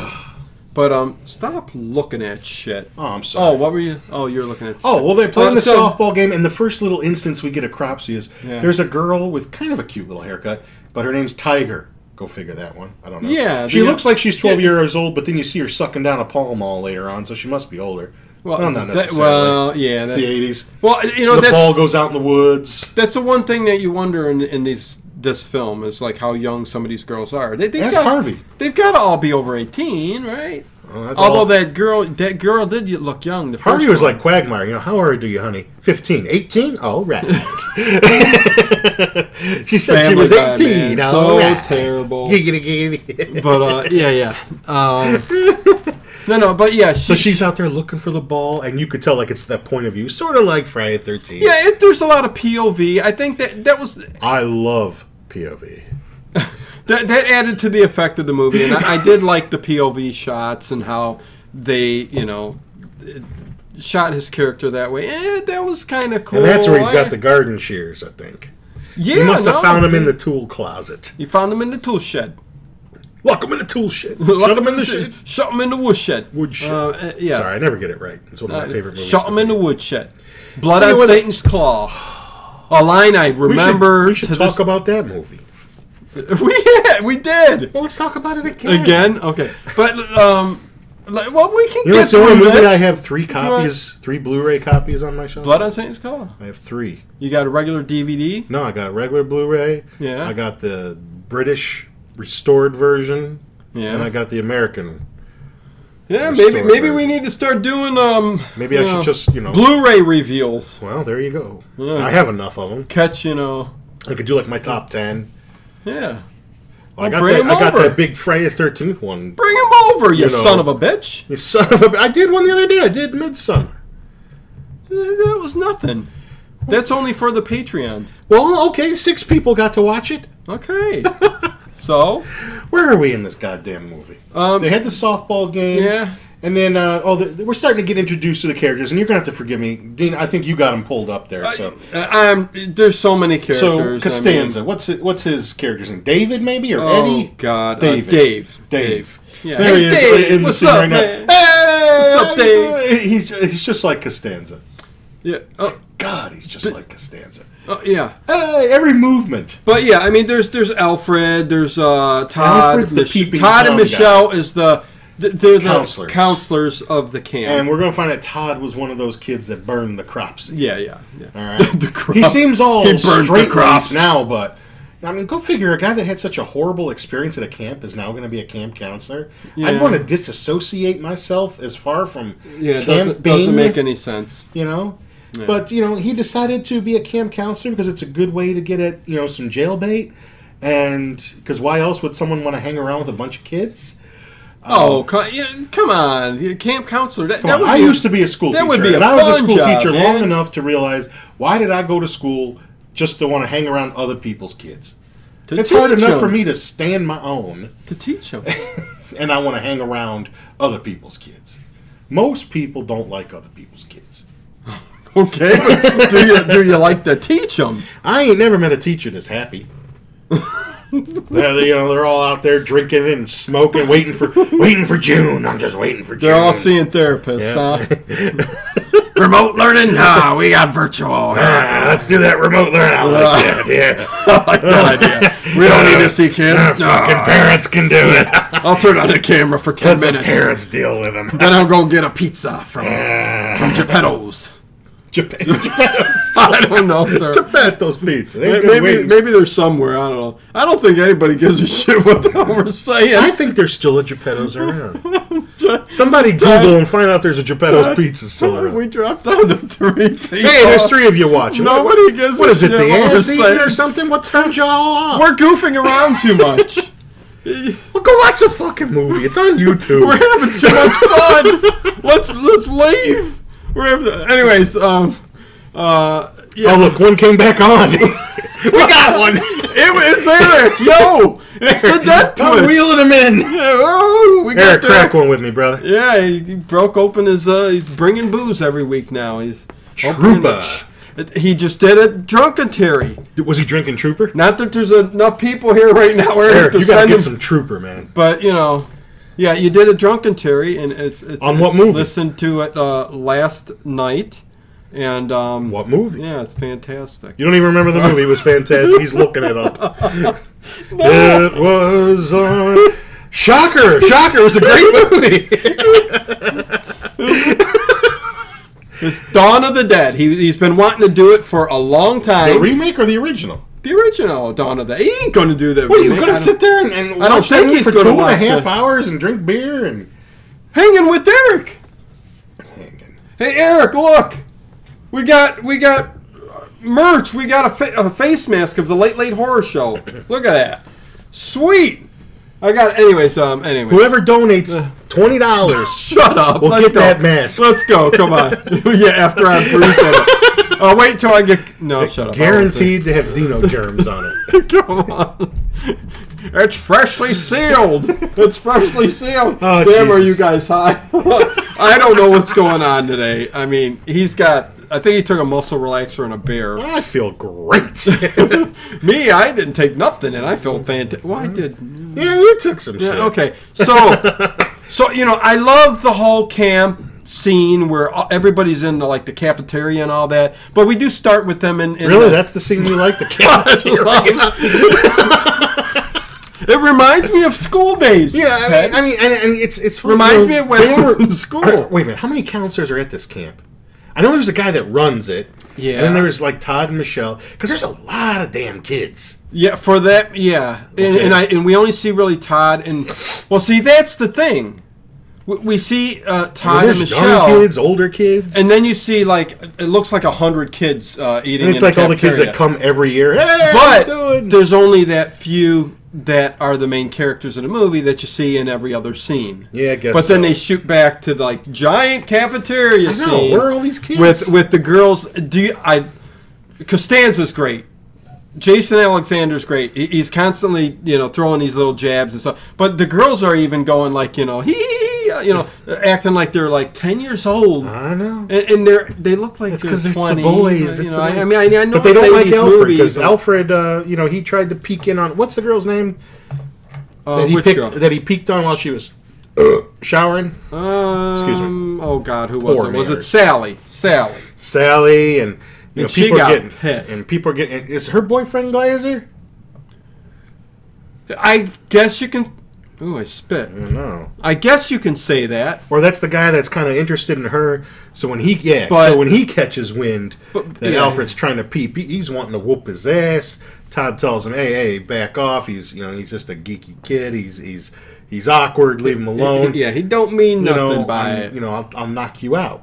Speaker 6: But um, stop looking at shit.
Speaker 4: Oh, I'm
Speaker 6: Oh,
Speaker 4: sorry.
Speaker 6: what were you? Oh, you're looking at.
Speaker 4: Oh well, they're playing
Speaker 6: Uh,
Speaker 4: the
Speaker 6: so-
Speaker 4: softball game, and the first little instance we get a cropsy is
Speaker 6: Yeah.
Speaker 4: there's a girl with kind of a cute little haircut, but her name's Tiger. Go figure that one. I don't know.
Speaker 6: Yeah,
Speaker 4: she
Speaker 6: the-
Speaker 4: looks like she's 12
Speaker 6: yeah.
Speaker 4: years old, but then you see her sucking down a Pall Mall later on, so she must be older.
Speaker 6: Well,
Speaker 4: Well, not
Speaker 6: that-
Speaker 4: necessarily.
Speaker 6: well, yeah.
Speaker 4: it's
Speaker 6: that-
Speaker 4: the 80s.
Speaker 6: well, you know
Speaker 4: the
Speaker 6: that's
Speaker 4: ball goes out in the woods.
Speaker 6: that's the one thing that you wonder in, in these this film is like how young some of these girls are. They they've
Speaker 4: Ask
Speaker 6: got,
Speaker 4: Harvey.
Speaker 6: They've got to all be over eighteen, right?
Speaker 4: Well, that's
Speaker 6: Although
Speaker 4: all-
Speaker 6: that girl that girl did look young. The first
Speaker 4: Harvey was
Speaker 6: one.
Speaker 4: like Quagmire. You know, how old are you, honey? 15, 18. All
Speaker 6: [laughs]
Speaker 4: right. [laughs] she said she
Speaker 6: Family
Speaker 4: was
Speaker 6: Guy,
Speaker 4: 18.
Speaker 6: man.
Speaker 4: all
Speaker 6: So
Speaker 4: right.
Speaker 6: terrible.
Speaker 4: Giggity, giggity.
Speaker 6: but uh, yeah, yeah. Um, no, no, but yeah, she,
Speaker 4: So she's out there looking for the ball, and you could tell like it's that point of view, sort of like Friday Thirteen.
Speaker 6: Yeah, it, there's a lot of POV. I think that that was
Speaker 4: I love POV.
Speaker 6: that, that added to the effect of the movie, and I, I did like the POV shots and how they, you know, it- shot his character that way. Eh, that was kind of cool.
Speaker 4: And that's where he's
Speaker 6: I-
Speaker 4: got the garden shears. I think
Speaker 6: Yeah,
Speaker 4: he must have
Speaker 6: no.
Speaker 4: found him in the tool closet.
Speaker 6: He found him in the tool shed.
Speaker 4: Lock him in the tool shed.
Speaker 6: Locked
Speaker 4: Shut him in
Speaker 6: [laughs]
Speaker 4: the shed.
Speaker 6: Shut him in the woodshed.
Speaker 4: Woodshed.
Speaker 6: Uh, eh, yeah. Uh,
Speaker 4: Sorry, I never get it right. It's one of my favorite movies.
Speaker 6: Shot him in the woodshed. Blood
Speaker 4: Tell you
Speaker 6: on
Speaker 4: what-
Speaker 6: Satan's claw. A line I
Speaker 4: We should-
Speaker 6: remember
Speaker 4: We should,
Speaker 6: to
Speaker 4: talk
Speaker 6: this.
Speaker 4: about that movie.
Speaker 6: [laughs] we yeah, we did.
Speaker 4: Well, let's talk about it again.
Speaker 6: Again? Okay. But, um, like, well, we can
Speaker 4: You know,
Speaker 6: get
Speaker 4: it's the only
Speaker 6: through
Speaker 4: movie
Speaker 6: this.
Speaker 4: I have three
Speaker 6: want-
Speaker 4: copies, three Blu-ray copies on my shelf.
Speaker 6: Blood on Satan's Claw.
Speaker 4: I have three.
Speaker 6: You got a regular DVD.
Speaker 4: No, I got a regular Blu-ray.
Speaker 6: Yeah.
Speaker 4: I got the British restored version.
Speaker 6: Yeah.
Speaker 4: And I got the American.
Speaker 6: yeah,
Speaker 4: Your
Speaker 6: maybe
Speaker 4: story
Speaker 6: maybe
Speaker 4: version.
Speaker 6: we need to start doing um.
Speaker 4: Maybe I
Speaker 6: you
Speaker 4: should
Speaker 6: know,
Speaker 4: just, you know-
Speaker 6: Blu-ray reveals.
Speaker 4: Well, there you go.
Speaker 6: Yeah.
Speaker 4: I have enough of them.
Speaker 6: Catch you know.
Speaker 4: I could do like my top ten.
Speaker 6: Yeah.
Speaker 4: I got
Speaker 6: bring
Speaker 4: that.
Speaker 6: 'em
Speaker 4: I got
Speaker 6: over.
Speaker 4: that big Friday the Thirteenth one.
Speaker 6: Bring him over, you,
Speaker 4: know.
Speaker 6: son of a bitch.
Speaker 4: You son of a! I did one the other day. I did Midsummer.
Speaker 6: That was nothing. That's only for the Patreons.
Speaker 4: Well, okay, six people got to watch it. [laughs]
Speaker 6: Okay. so,
Speaker 4: Where are we in this goddamn movie?
Speaker 6: Um,
Speaker 4: they had the softball game.
Speaker 6: yeah.
Speaker 4: And then, uh, oh, the, we're starting to get introduced to the characters, and you're gonna have to forgive me, Dean. I think you got them pulled up there. So,
Speaker 6: I, am there's so many characters. I
Speaker 4: so
Speaker 6: mean-
Speaker 4: Costanza, what's it, what's his character's name? David, maybe, or
Speaker 6: Oh,
Speaker 4: Eddie?
Speaker 6: God, uh,
Speaker 4: David.
Speaker 6: Dave.
Speaker 4: Dave.
Speaker 6: Yeah.
Speaker 4: There he is
Speaker 6: Hey, Dave,
Speaker 4: in the
Speaker 6: what's
Speaker 4: scene
Speaker 6: up,
Speaker 4: right now.
Speaker 6: man?
Speaker 4: Hey,
Speaker 6: What's up,
Speaker 4: how you
Speaker 6: Dave?
Speaker 4: doing? He's he's just like Costanza.
Speaker 6: Yeah. Oh,
Speaker 4: God, he's just like Costanza.
Speaker 6: oh, yeah.
Speaker 4: Hey, every movement.
Speaker 6: But yeah, I mean, there's there's Alfred, there's uh, Todd,
Speaker 4: Alfred's the
Speaker 6: Mich-
Speaker 4: peeping tom
Speaker 6: Todd and
Speaker 4: guy.
Speaker 6: Michelle is the th- they're the
Speaker 4: Counselors.
Speaker 6: counselors, of the camp.
Speaker 4: And we're gonna find out Todd was one of those kids that burned the crops.
Speaker 6: yeah, yeah, yeah. [laughs]
Speaker 4: All right.
Speaker 6: The crop.
Speaker 4: He seems all
Speaker 6: He burned the
Speaker 4: straight
Speaker 6: crops.
Speaker 4: crops now, but I mean, go figure. A guy that had such a horrible experience at a camp is now going to be a camp counselor.
Speaker 6: Yeah.
Speaker 4: I'd want to disassociate myself as far from
Speaker 6: Yeah, it
Speaker 4: camp
Speaker 6: doesn't,
Speaker 4: being,
Speaker 6: doesn't make any sense.
Speaker 4: you know. But you know, he decided to be a camp counselor because it's a good way to get at you know some jail bait, and because why else would someone want to hang around with a bunch of kids?
Speaker 6: Oh, co- yeah, come on, yeah, camp counselor. That,
Speaker 4: Come
Speaker 6: that
Speaker 4: on,
Speaker 6: would
Speaker 4: I
Speaker 6: be,
Speaker 4: used to be a school
Speaker 6: that
Speaker 4: teacher,
Speaker 6: would be a
Speaker 4: and I was a
Speaker 6: fun
Speaker 4: school
Speaker 6: job,
Speaker 4: teacher
Speaker 6: man.
Speaker 4: long enough to realize why did I go to school just to want to hang around other people's kids?
Speaker 6: to
Speaker 4: It's hard
Speaker 6: teach
Speaker 4: enough
Speaker 6: him,
Speaker 4: for me to stand my own,
Speaker 6: to teach
Speaker 4: [laughs]
Speaker 6: him.
Speaker 4: and I want to hang around other people's kids. Most people don't like other people's kids.
Speaker 6: okay, [laughs] do you do you like to teach him?
Speaker 4: I ain't never met a teacher that's
Speaker 6: [laughs]
Speaker 4: happy. they're, you know, they're all out there drinking and smoking, waiting for waiting for June. I'm just waiting for June.
Speaker 6: They're all seeing therapists,
Speaker 4: [laughs]
Speaker 6: huh? Remote learning? Nah, we got virtual.
Speaker 4: Ah, let's do that remote learning. I like that.
Speaker 6: [laughs]
Speaker 4: Yeah,
Speaker 6: I like that idea. We don't need to see
Speaker 4: Our
Speaker 6: kids.
Speaker 4: fucking
Speaker 6: Nah,
Speaker 4: parents can do [laughs] it.
Speaker 6: I'll turn on the camera for ten
Speaker 4: Let the
Speaker 6: minutes.
Speaker 4: parents deal with them.
Speaker 6: Then I'll go get a pizza from from Geppetto's.
Speaker 4: [laughs]
Speaker 6: [laughs]
Speaker 4: Japan, Geppetto's,
Speaker 6: I
Speaker 4: [laughs]
Speaker 6: don't know. If they're,
Speaker 4: Geppetto's pizza. They've been
Speaker 6: maybe
Speaker 4: waiting-
Speaker 6: maybe they're somewhere. I don't know. I don't think anybody gives a shit what the hell we're
Speaker 4: I
Speaker 6: saying.
Speaker 4: think there's still a
Speaker 6: [laughs]
Speaker 4: Geppetto's around. Somebody Google and find out there's a Geppetto's pizza still around.
Speaker 6: we dropped down to three people.
Speaker 4: Hey, there's three of you watching.
Speaker 6: [laughs] Nobody gives
Speaker 4: What
Speaker 6: a
Speaker 4: is it,
Speaker 6: shit
Speaker 4: the
Speaker 6: what we're
Speaker 4: ass eating
Speaker 6: saying.
Speaker 4: or something? What turned y'all off?
Speaker 6: We're goofing around
Speaker 4: [laughs]
Speaker 6: too much.
Speaker 4: Well, go watch a fucking movie. It's on YouTube.
Speaker 6: We're having too much fun. let's let's leave. We're having, anyways. Um, uh,
Speaker 4: [laughs]
Speaker 6: yeah,
Speaker 4: oh, look, one came back on. [laughs] we got one.
Speaker 6: it, it's Eric. Yo, it's the [laughs] death
Speaker 4: I'm
Speaker 6: twitch.
Speaker 4: reeling him in.
Speaker 6: Oh, we
Speaker 4: Eric,
Speaker 6: got there.
Speaker 4: crack one with me, brother.
Speaker 6: Yeah, he, he broke open his. Uh, he's bringing booze every week now. He's opening
Speaker 4: Trooper.
Speaker 6: it. He just did a drunkentary.
Speaker 4: Was he drinking Trooper?
Speaker 6: Not that there's enough people here right now, Eric,
Speaker 4: Eric,
Speaker 6: to
Speaker 4: you gotta
Speaker 6: send
Speaker 4: get
Speaker 6: him-
Speaker 4: some Trooper, man.
Speaker 6: But you know, yeah, you did a drunkentary, and it's, it's
Speaker 4: On
Speaker 6: it's
Speaker 4: what movie?
Speaker 6: Listened to it uh, last night, and um,
Speaker 4: What movie?
Speaker 6: Yeah, it's fantastic.
Speaker 4: You don't even remember the movie. It was fantastic. He's looking it [laughs] up. It was on. [laughs] Shocker! Shocker! It was a [laughs] great movie.
Speaker 6: It's Dawn of the Dead. He, he's been wanting to do it for a long time.
Speaker 4: the
Speaker 6: The,
Speaker 4: remake or the original?
Speaker 6: original Dawn of the Dead. He ain't going to do that.
Speaker 4: What, you
Speaker 6: remake.
Speaker 4: gonna
Speaker 6: I don't-
Speaker 4: sit there and, and
Speaker 6: I don't
Speaker 4: watch that
Speaker 6: think
Speaker 4: movie
Speaker 6: he's
Speaker 4: for
Speaker 6: gonna
Speaker 4: two and a
Speaker 6: watch
Speaker 4: half
Speaker 6: it.
Speaker 4: hours and drink beer and?
Speaker 6: hanging with Eric? Hey Eric, look, we got we got merch. We got a, fa- a face mask of the Late Late Horror Show. Look at that, sweet. I got anyways. Um, anyway,
Speaker 4: Whoever donates twenty [laughs] dollars,
Speaker 6: shut up.
Speaker 4: we'll
Speaker 6: Let's
Speaker 4: get
Speaker 6: go.
Speaker 4: that mask.
Speaker 6: Let's go. Come [laughs] on. yeah, after I breathe it. Uh, wait till I get. No, shut up. I won't
Speaker 4: guaranteed to have Dino germs on it.
Speaker 6: say- [laughs] Come on. It's freshly sealed. It's freshly sealed.
Speaker 4: Oh,
Speaker 6: Damn, are
Speaker 4: Jesus.
Speaker 6: you guys high? [laughs] I don't know what's going on today. I mean, he's got. I think he took a muscle relaxer and a
Speaker 4: [laughs]
Speaker 6: beer.
Speaker 4: I feel
Speaker 6: [laughs]
Speaker 4: great.
Speaker 6: Me, I didn't take nothing, and I feel fantastic. Well, I did.
Speaker 4: yeah, you took some shit.
Speaker 6: Yeah, okay. So, so you know, I love the whole camp scene where all- everybody's in the, like the cafeteria and all that. But we do start with them in. in
Speaker 4: Really,
Speaker 6: the-
Speaker 4: that's the scene you
Speaker 6: [laughs]
Speaker 4: like? The [laughs] cafeteria.
Speaker 6: it reminds me of school days.
Speaker 4: yeah, I
Speaker 6: Ted.
Speaker 4: mean, I mean, and, and it's it's
Speaker 6: Reminds me of when
Speaker 4: they
Speaker 6: I was
Speaker 4: were-
Speaker 6: in school.
Speaker 4: I don't- wait a minute, how many counselors are at this camp? I know there's a guy that runs it.
Speaker 6: Yeah.
Speaker 4: and then there's like Todd and Michelle because there's a lot of damn kids.
Speaker 6: yeah, for that, yeah, and, and I and we only see really Todd and well, see that's the thing. We, we see uh, Todd and
Speaker 4: There's
Speaker 6: Michelle,
Speaker 4: young kids, older kids,
Speaker 6: and then you see like it looks like a hundred kids uh, eating.
Speaker 4: And it's
Speaker 6: in
Speaker 4: like all the kids that
Speaker 6: cafeteria.
Speaker 4: come every year. Hey, how you
Speaker 6: but
Speaker 4: doing?
Speaker 6: there's only that few that are the main characters in the movie that you see in every other scene.
Speaker 4: Yeah, I guess
Speaker 6: But then
Speaker 4: so.
Speaker 6: they shoot back to like giant cafeteria
Speaker 4: I know,
Speaker 6: scene.
Speaker 4: where are all these kids?
Speaker 6: With with the girls, do you, I? Costanza's great. Jason Alexander's great. He- He's constantly, you know, throwing these little jabs and stuff. But the girls are even going like, you know, he, you know, [laughs] acting like they're like ten years old.
Speaker 4: I know.
Speaker 6: And, and they're they look like
Speaker 4: It's
Speaker 6: they're
Speaker 4: 'cause it's the
Speaker 6: 20,
Speaker 4: boys,
Speaker 6: you
Speaker 4: it's the
Speaker 6: know, I, I
Speaker 4: boys.
Speaker 6: mean, I, I know
Speaker 4: But they don't
Speaker 6: play
Speaker 4: like
Speaker 6: these
Speaker 4: Alfred
Speaker 6: movies,
Speaker 4: because
Speaker 6: but-
Speaker 4: Alfred, uh, you know, he tried to peek in on what's the girl's name
Speaker 6: Uh,
Speaker 4: that he
Speaker 6: which
Speaker 4: picked
Speaker 6: girl?
Speaker 4: that he peeked on while she was showering.
Speaker 6: Um,
Speaker 4: Excuse me.
Speaker 6: Oh God, who was
Speaker 4: Poor
Speaker 6: it? Was it
Speaker 4: manners.
Speaker 6: Sally? Sally.
Speaker 4: Sally and you know,
Speaker 6: And she
Speaker 4: people
Speaker 6: got
Speaker 4: are getting
Speaker 6: pissed.
Speaker 4: and people are getting. Is her boyfriend Glazer?
Speaker 6: I guess you can. Ooh, I spit.
Speaker 4: No.
Speaker 6: I guess you can say that.
Speaker 4: Or that's the guy that's kind of interested in her. So when he yeah,
Speaker 6: But-
Speaker 4: so when he catches wind
Speaker 6: But-
Speaker 4: that
Speaker 6: yeah.
Speaker 4: Alfred's trying to peep, he, he's wanting to whoop his ass. Todd tells him, "Hey, hey, back off. He's you know he's just a geeky kid. He's he's he's awkward. Leave him alone.
Speaker 6: Yeah, he don't mean
Speaker 4: you
Speaker 6: nothing
Speaker 4: know,
Speaker 6: by
Speaker 4: I'm-
Speaker 6: it.
Speaker 4: you know, I'll, I'll knock you out.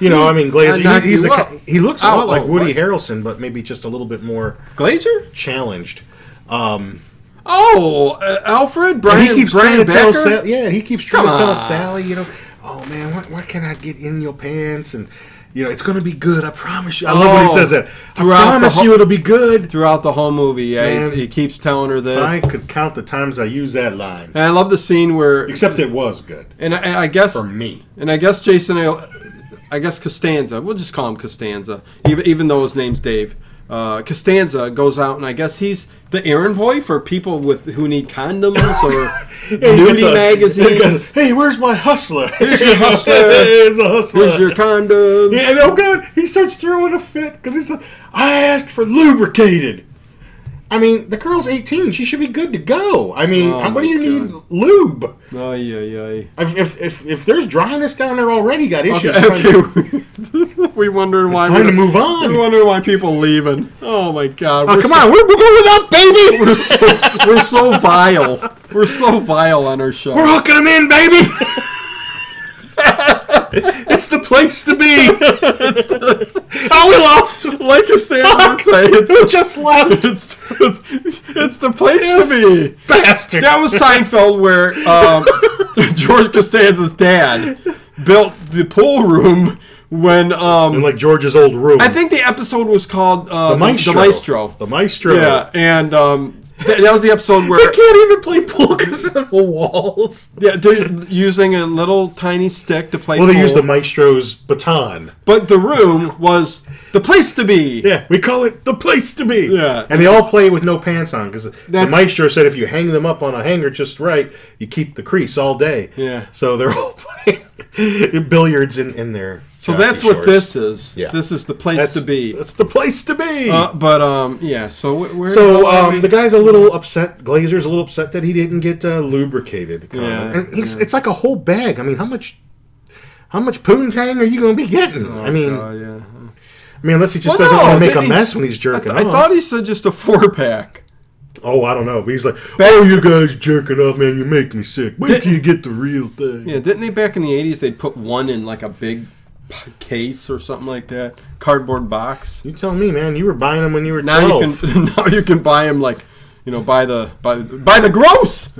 Speaker 4: You know, I mean, Glazer.
Speaker 6: [laughs] I'll knock
Speaker 4: he, he's
Speaker 6: you
Speaker 4: a,
Speaker 6: out.
Speaker 4: he looks a
Speaker 6: Ow,
Speaker 4: lot like
Speaker 6: oh,
Speaker 4: Woody
Speaker 6: what?
Speaker 4: Harrelson, but maybe just a little bit more
Speaker 6: Glazer?
Speaker 4: challenged. Um,
Speaker 6: Oh, uh, Alfred. Brian.
Speaker 4: and he keeps
Speaker 6: Brian
Speaker 4: trying to tell
Speaker 6: Becker?
Speaker 4: Sally, yeah, and he keeps trying
Speaker 6: Come
Speaker 4: to tell
Speaker 6: on.
Speaker 4: Sally, you know, oh man, why, why can't I get in your pants? And you know, it's gonna be good. I promise you. I love when he
Speaker 6: Oh,
Speaker 4: says that. I
Speaker 6: throughout the
Speaker 4: promise
Speaker 6: whole-
Speaker 4: you,
Speaker 6: [laughs]
Speaker 4: it'll be good.
Speaker 6: throughout the whole movie. Yeah, he's-
Speaker 4: Man.
Speaker 6: he keeps telling her this.
Speaker 4: If I could count the times I used that line,
Speaker 6: And I love the scene where,
Speaker 4: except it was good
Speaker 6: and I, I guess
Speaker 4: for me.
Speaker 6: And I guess Jason, Al- I guess Costanza, we'll just call him Costanza, even, even though his name's Dave. Uh, Costanza goes out, and I guess he's the errand boy for people with who need condoms
Speaker 4: [laughs]
Speaker 6: or
Speaker 4: It's
Speaker 6: nudie
Speaker 4: a- it goes, [laughs]
Speaker 6: magazines.
Speaker 4: Hey, where's my hustler? Here's [laughs]
Speaker 6: your hustler.
Speaker 4: Here's a hustler.
Speaker 6: Here's your condoms.
Speaker 4: Yeah, and oh god, he starts throwing a fit because he's like, I asked for lubricated. I mean, the girl's 18. She should be good to go. I mean,
Speaker 6: Oh
Speaker 4: how what do
Speaker 6: my
Speaker 4: you
Speaker 6: God.
Speaker 4: need lube?
Speaker 6: Ay, ay,
Speaker 4: If, if, if, if there's dryness down there already, got
Speaker 6: ay.
Speaker 4: issues. it's
Speaker 6: Okay,
Speaker 4: time to-
Speaker 6: okay. [laughs] we wondering why
Speaker 4: It's time
Speaker 6: we-
Speaker 4: to move on.
Speaker 6: We wonder why people leaving. Oh my God!
Speaker 4: Oh,
Speaker 6: we're
Speaker 4: come
Speaker 6: so-
Speaker 4: on, we're, we're going up, baby.
Speaker 6: [laughs] We're so, we're so vile. We're so vile on our show.
Speaker 4: We're hooking them in, [laughs] baby. it's the place to be. oh, we lost.
Speaker 6: like you stand and say,
Speaker 4: We
Speaker 6: it's,
Speaker 4: just [laughs] left.
Speaker 6: it's, it's, it's the place to be.
Speaker 4: Bastard.
Speaker 6: That was Seinfeld, where um, [laughs] George Costanza's dad built the pool room when. Um,
Speaker 4: like George's old room.
Speaker 6: I think the episode was called uh,
Speaker 4: the maestro.
Speaker 6: The Maestro.
Speaker 4: The maestro.
Speaker 6: Yeah, and um, th- that was the episode
Speaker 4: I
Speaker 6: where
Speaker 4: can't even play pool because of the walls.
Speaker 6: yeah, they're using a little tiny stick to play.
Speaker 4: Well, they
Speaker 6: pool,
Speaker 4: use the maestro's baton.
Speaker 6: but the room was the place to be.
Speaker 4: Yeah, we call it the place to be.
Speaker 6: Yeah.
Speaker 4: and they all play with no pants on because the
Speaker 6: That's-
Speaker 4: maestro said if you hang them up on a hanger just right, you keep the crease all day.
Speaker 6: Yeah.
Speaker 4: so they're all [laughs] playing billiards in in their.
Speaker 6: So
Speaker 4: jockey
Speaker 6: that's what
Speaker 4: shorts.
Speaker 6: this is.
Speaker 4: Yeah.
Speaker 6: This is the place
Speaker 4: That's
Speaker 6: to be.
Speaker 4: That's the place to be.
Speaker 6: Uh, but um, yeah. So wh- where?
Speaker 4: so
Speaker 6: where are
Speaker 4: um,
Speaker 6: we?
Speaker 4: the guy's a little upset. Glazer's a little upset that he didn't get uh, lubricated.
Speaker 6: Yeah,
Speaker 4: and he's, it's like a whole bag. I mean, how much? How much poontang are you going to be getting? I mean,
Speaker 6: Oh, God, yeah.
Speaker 4: I mean, unless he just
Speaker 6: Well,
Speaker 4: doesn't
Speaker 6: no,
Speaker 4: want to make a
Speaker 6: didn't he-
Speaker 4: mess when he's
Speaker 6: I,
Speaker 4: jerking
Speaker 6: th- I
Speaker 4: off.
Speaker 6: thought he said just a four pack.
Speaker 4: Oh, I don't know. But he's like, oh, you guys jerking off, man. You make me sick. Wait till you get the real thing.
Speaker 6: Yeah, didn't they back in the eighties? They'd put one in like a big p- case or something like that, cardboard box.
Speaker 4: You tell me, man. You were buying them when you were
Speaker 6: Now
Speaker 4: 12.
Speaker 6: you can [laughs] now you can buy them like you know by the by by
Speaker 4: [laughs]
Speaker 6: the gross.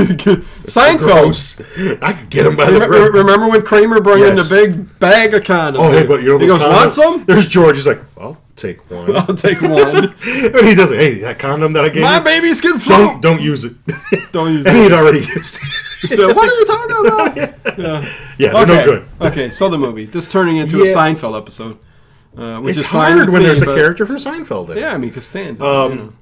Speaker 6: Seinfeld.
Speaker 4: Gross. [laughs] I could get them by the
Speaker 6: Remember,
Speaker 4: gross.
Speaker 6: remember when Kramer brought
Speaker 4: Yes.
Speaker 6: in the big bag of condoms?
Speaker 4: Oh, hey, but you know
Speaker 6: he
Speaker 4: those
Speaker 6: goes, "Want
Speaker 4: condoms?" [laughs]
Speaker 6: some?
Speaker 4: There's George. He's like, I'll take
Speaker 6: [laughs]
Speaker 4: one. [laughs]
Speaker 6: I'll take one.
Speaker 4: but he does it. Hey, that condom that I gave
Speaker 6: My
Speaker 4: you,
Speaker 6: babies can float.
Speaker 4: don't, don't use it.
Speaker 6: Don't
Speaker 4: [laughs]
Speaker 6: use
Speaker 4: and
Speaker 6: it.
Speaker 4: he'd already used it.
Speaker 6: So,
Speaker 4: [laughs]
Speaker 6: [laughs] what are you talking about?
Speaker 4: yeah, they're
Speaker 6: Okay.
Speaker 4: no good.
Speaker 6: okay, so the movie. This turning into
Speaker 4: Yeah.
Speaker 6: a Seinfeld episode. Uh, which
Speaker 4: It's
Speaker 6: is fine
Speaker 4: hard
Speaker 6: with
Speaker 4: when
Speaker 6: me,
Speaker 4: there's a
Speaker 6: but-
Speaker 4: character from Seinfeld in it.
Speaker 6: Yeah, I mean, can stand.
Speaker 4: Um,
Speaker 6: you know.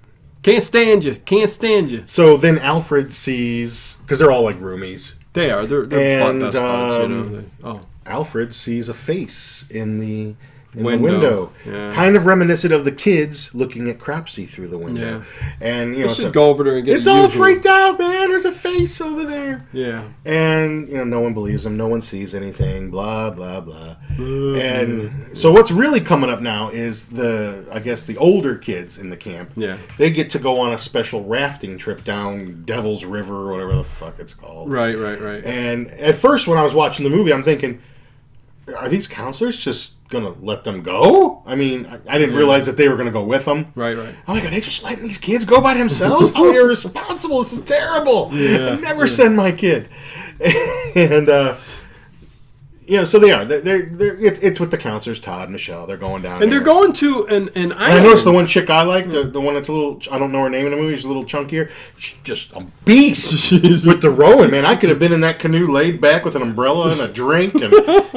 Speaker 6: Can't stand you. Can't stand you.
Speaker 4: So then Alfred sees, because they're all like roomies,
Speaker 6: They are. They're, they're
Speaker 4: And,
Speaker 6: butt best buds, you know.
Speaker 4: um,
Speaker 6: They- oh,
Speaker 4: Alfred sees a face in the in
Speaker 6: Window.
Speaker 4: the window,
Speaker 6: Yeah.
Speaker 4: kind of reminiscent of the kids looking at Cropsy through the window. And you know,
Speaker 6: I
Speaker 4: it's,
Speaker 6: should
Speaker 4: a-
Speaker 6: go over there and get.
Speaker 4: it's
Speaker 6: a
Speaker 4: all
Speaker 6: usual.
Speaker 4: freaked out, man. There's a face over there,
Speaker 6: Yeah.
Speaker 4: and you know, no one believes him. No one sees anything. Blah blah blah. and so, what's really coming up now is the, I guess, the older kids in the camp.
Speaker 6: Yeah.
Speaker 4: they get to go on a special rafting trip down Devil's River or whatever the fuck it's called.
Speaker 6: Right. Right. Right.
Speaker 4: And at first, when I was watching the movie, I'm thinking, are these counselors just gonna let them go. I mean, I, I didn't realize that they were gonna go with them.
Speaker 6: Right, right.
Speaker 4: Oh my god, they just letting these kids go by
Speaker 6: [laughs]
Speaker 4: themselves? How irresponsible! This is terrible. I'd never send my kid. [laughs] and uh, you know, so they are. They're, they're, they're it's it's with the counselors, Todd, Michelle. They're going down,
Speaker 6: And they're
Speaker 4: there.
Speaker 6: going to an an
Speaker 4: And I
Speaker 6: island.
Speaker 4: noticed the one chick I like, the, the one that's a little, I don't know her name in the movie, she's a little chunkier. She's just a [laughs] beast with the rowing, man. I could have been in that canoe laid back with an umbrella and a drink [laughs] and,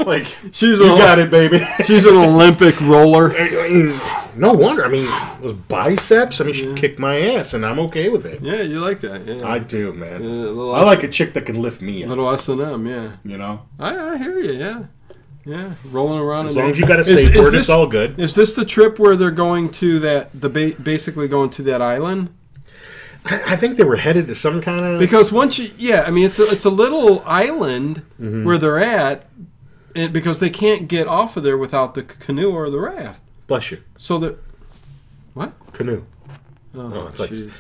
Speaker 4: like,
Speaker 6: She's
Speaker 4: you
Speaker 6: a-
Speaker 4: got it, [laughs] baby.
Speaker 6: She's an Olympic roller.
Speaker 4: I mean, no wonder. I mean, those biceps, I mean, she kicked my ass and I'm okay with it.
Speaker 6: Yeah, you like that. Yeah.
Speaker 4: I do, man.
Speaker 6: Yeah, a little-
Speaker 4: I like a chick that can lift me up,
Speaker 6: Little S and M, yeah.
Speaker 4: you know?
Speaker 6: I, I hear you, yeah, yeah. Rolling around
Speaker 4: As
Speaker 6: in
Speaker 4: long
Speaker 6: there.
Speaker 4: as you got a
Speaker 6: Is-
Speaker 4: safe
Speaker 6: is
Speaker 4: word,
Speaker 6: this-
Speaker 4: it's all good.
Speaker 6: Is this the trip where they're going to that the ba- basically going to that island?
Speaker 4: I, I think they were headed to some kind of.
Speaker 6: Because once you, yeah, I mean it's a, it's a little island
Speaker 4: Mm-hmm.
Speaker 6: where they're at, and because they can't get off of there without the c- canoe or the raft.
Speaker 4: bless you.
Speaker 6: So the what?
Speaker 4: Canoe.
Speaker 6: Oh,
Speaker 4: I thought you-
Speaker 6: jeez.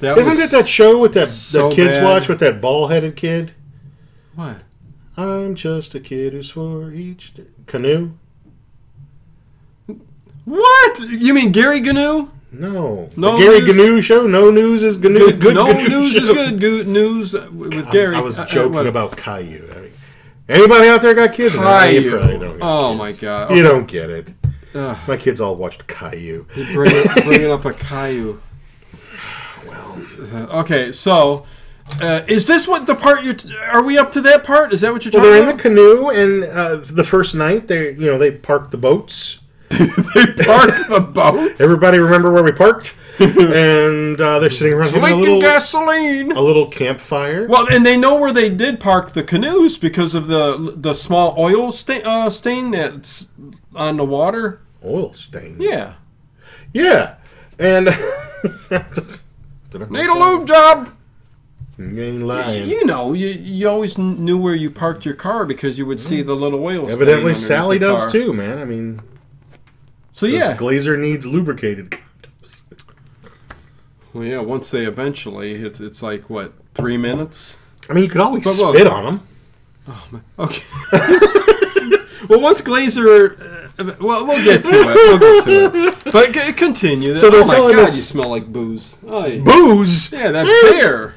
Speaker 6: That
Speaker 4: Isn't
Speaker 6: was-
Speaker 4: it that show with that
Speaker 6: so
Speaker 4: the kids
Speaker 6: bad.
Speaker 4: watch with that ball headed kid?
Speaker 6: what?
Speaker 4: I'm just a kid who swore each day. canoe.
Speaker 6: What? You mean Gary Gnu?
Speaker 4: No, the
Speaker 6: No
Speaker 4: Gary
Speaker 6: news-
Speaker 4: Gnu show. No news is Gnu. Good,
Speaker 6: no
Speaker 4: Gnu
Speaker 6: news is
Speaker 4: show.
Speaker 6: good. Good news uh, w- with
Speaker 4: I'm-
Speaker 6: Gary.
Speaker 4: I was
Speaker 6: Uh, uh,
Speaker 4: joking
Speaker 6: what-
Speaker 4: about Caillou. I mean, anybody out there got kids? No,
Speaker 6: Caillou. uh.
Speaker 4: probably don't get
Speaker 6: Oh
Speaker 4: kids.
Speaker 6: my God.
Speaker 4: You don't get it.
Speaker 6: Ugh.
Speaker 4: My kids all watched Caillou.
Speaker 6: bringing, bringing up a Caillou. Well, okay, so uh, is this what the part you're? T- are we up to that part? Is that what you're
Speaker 4: Well,
Speaker 6: talking
Speaker 4: they're in the
Speaker 6: about?
Speaker 4: canoe, and uh, the first night they, you know, they parked the boats.
Speaker 6: they park [laughs] the boat.
Speaker 4: Everybody remember where we
Speaker 6: [laughs]
Speaker 4: parked? and uh, they're sitting around having a
Speaker 6: Lincoln
Speaker 4: little,
Speaker 6: gasoline.
Speaker 4: a little campfire.
Speaker 6: Well, and they know where they did park the canoes because of the the small oil stain, uh, stain that's on the water.
Speaker 4: Oil stain.
Speaker 6: Yeah,
Speaker 4: Yeah. And
Speaker 6: need a lube job.
Speaker 4: You ain't lying.
Speaker 6: You know, you you always kn- knew where you parked your car because you would see the little oil. stain
Speaker 4: Mm-hmm. Evidently,
Speaker 6: underneath
Speaker 4: Sally
Speaker 6: the
Speaker 4: does
Speaker 6: car.
Speaker 4: too, man. I mean,
Speaker 6: So
Speaker 4: this
Speaker 6: yeah,
Speaker 4: Glazer needs lubricated [laughs] condoms.
Speaker 6: Well, yeah. Once they eventually, it's, it's like what three minutes.
Speaker 4: I mean, you could always
Speaker 6: But look-
Speaker 4: spit on them. [laughs]
Speaker 6: Okay. well, once Glazer, uh, well, we'll get to it. We'll get to it. But c- continue.
Speaker 4: So they're
Speaker 6: oh my
Speaker 4: telling
Speaker 6: God,
Speaker 4: us-
Speaker 6: you smell like booze. Oh, yeah.
Speaker 4: Booze.
Speaker 6: yeah, that
Speaker 4: Eh,
Speaker 6: bear.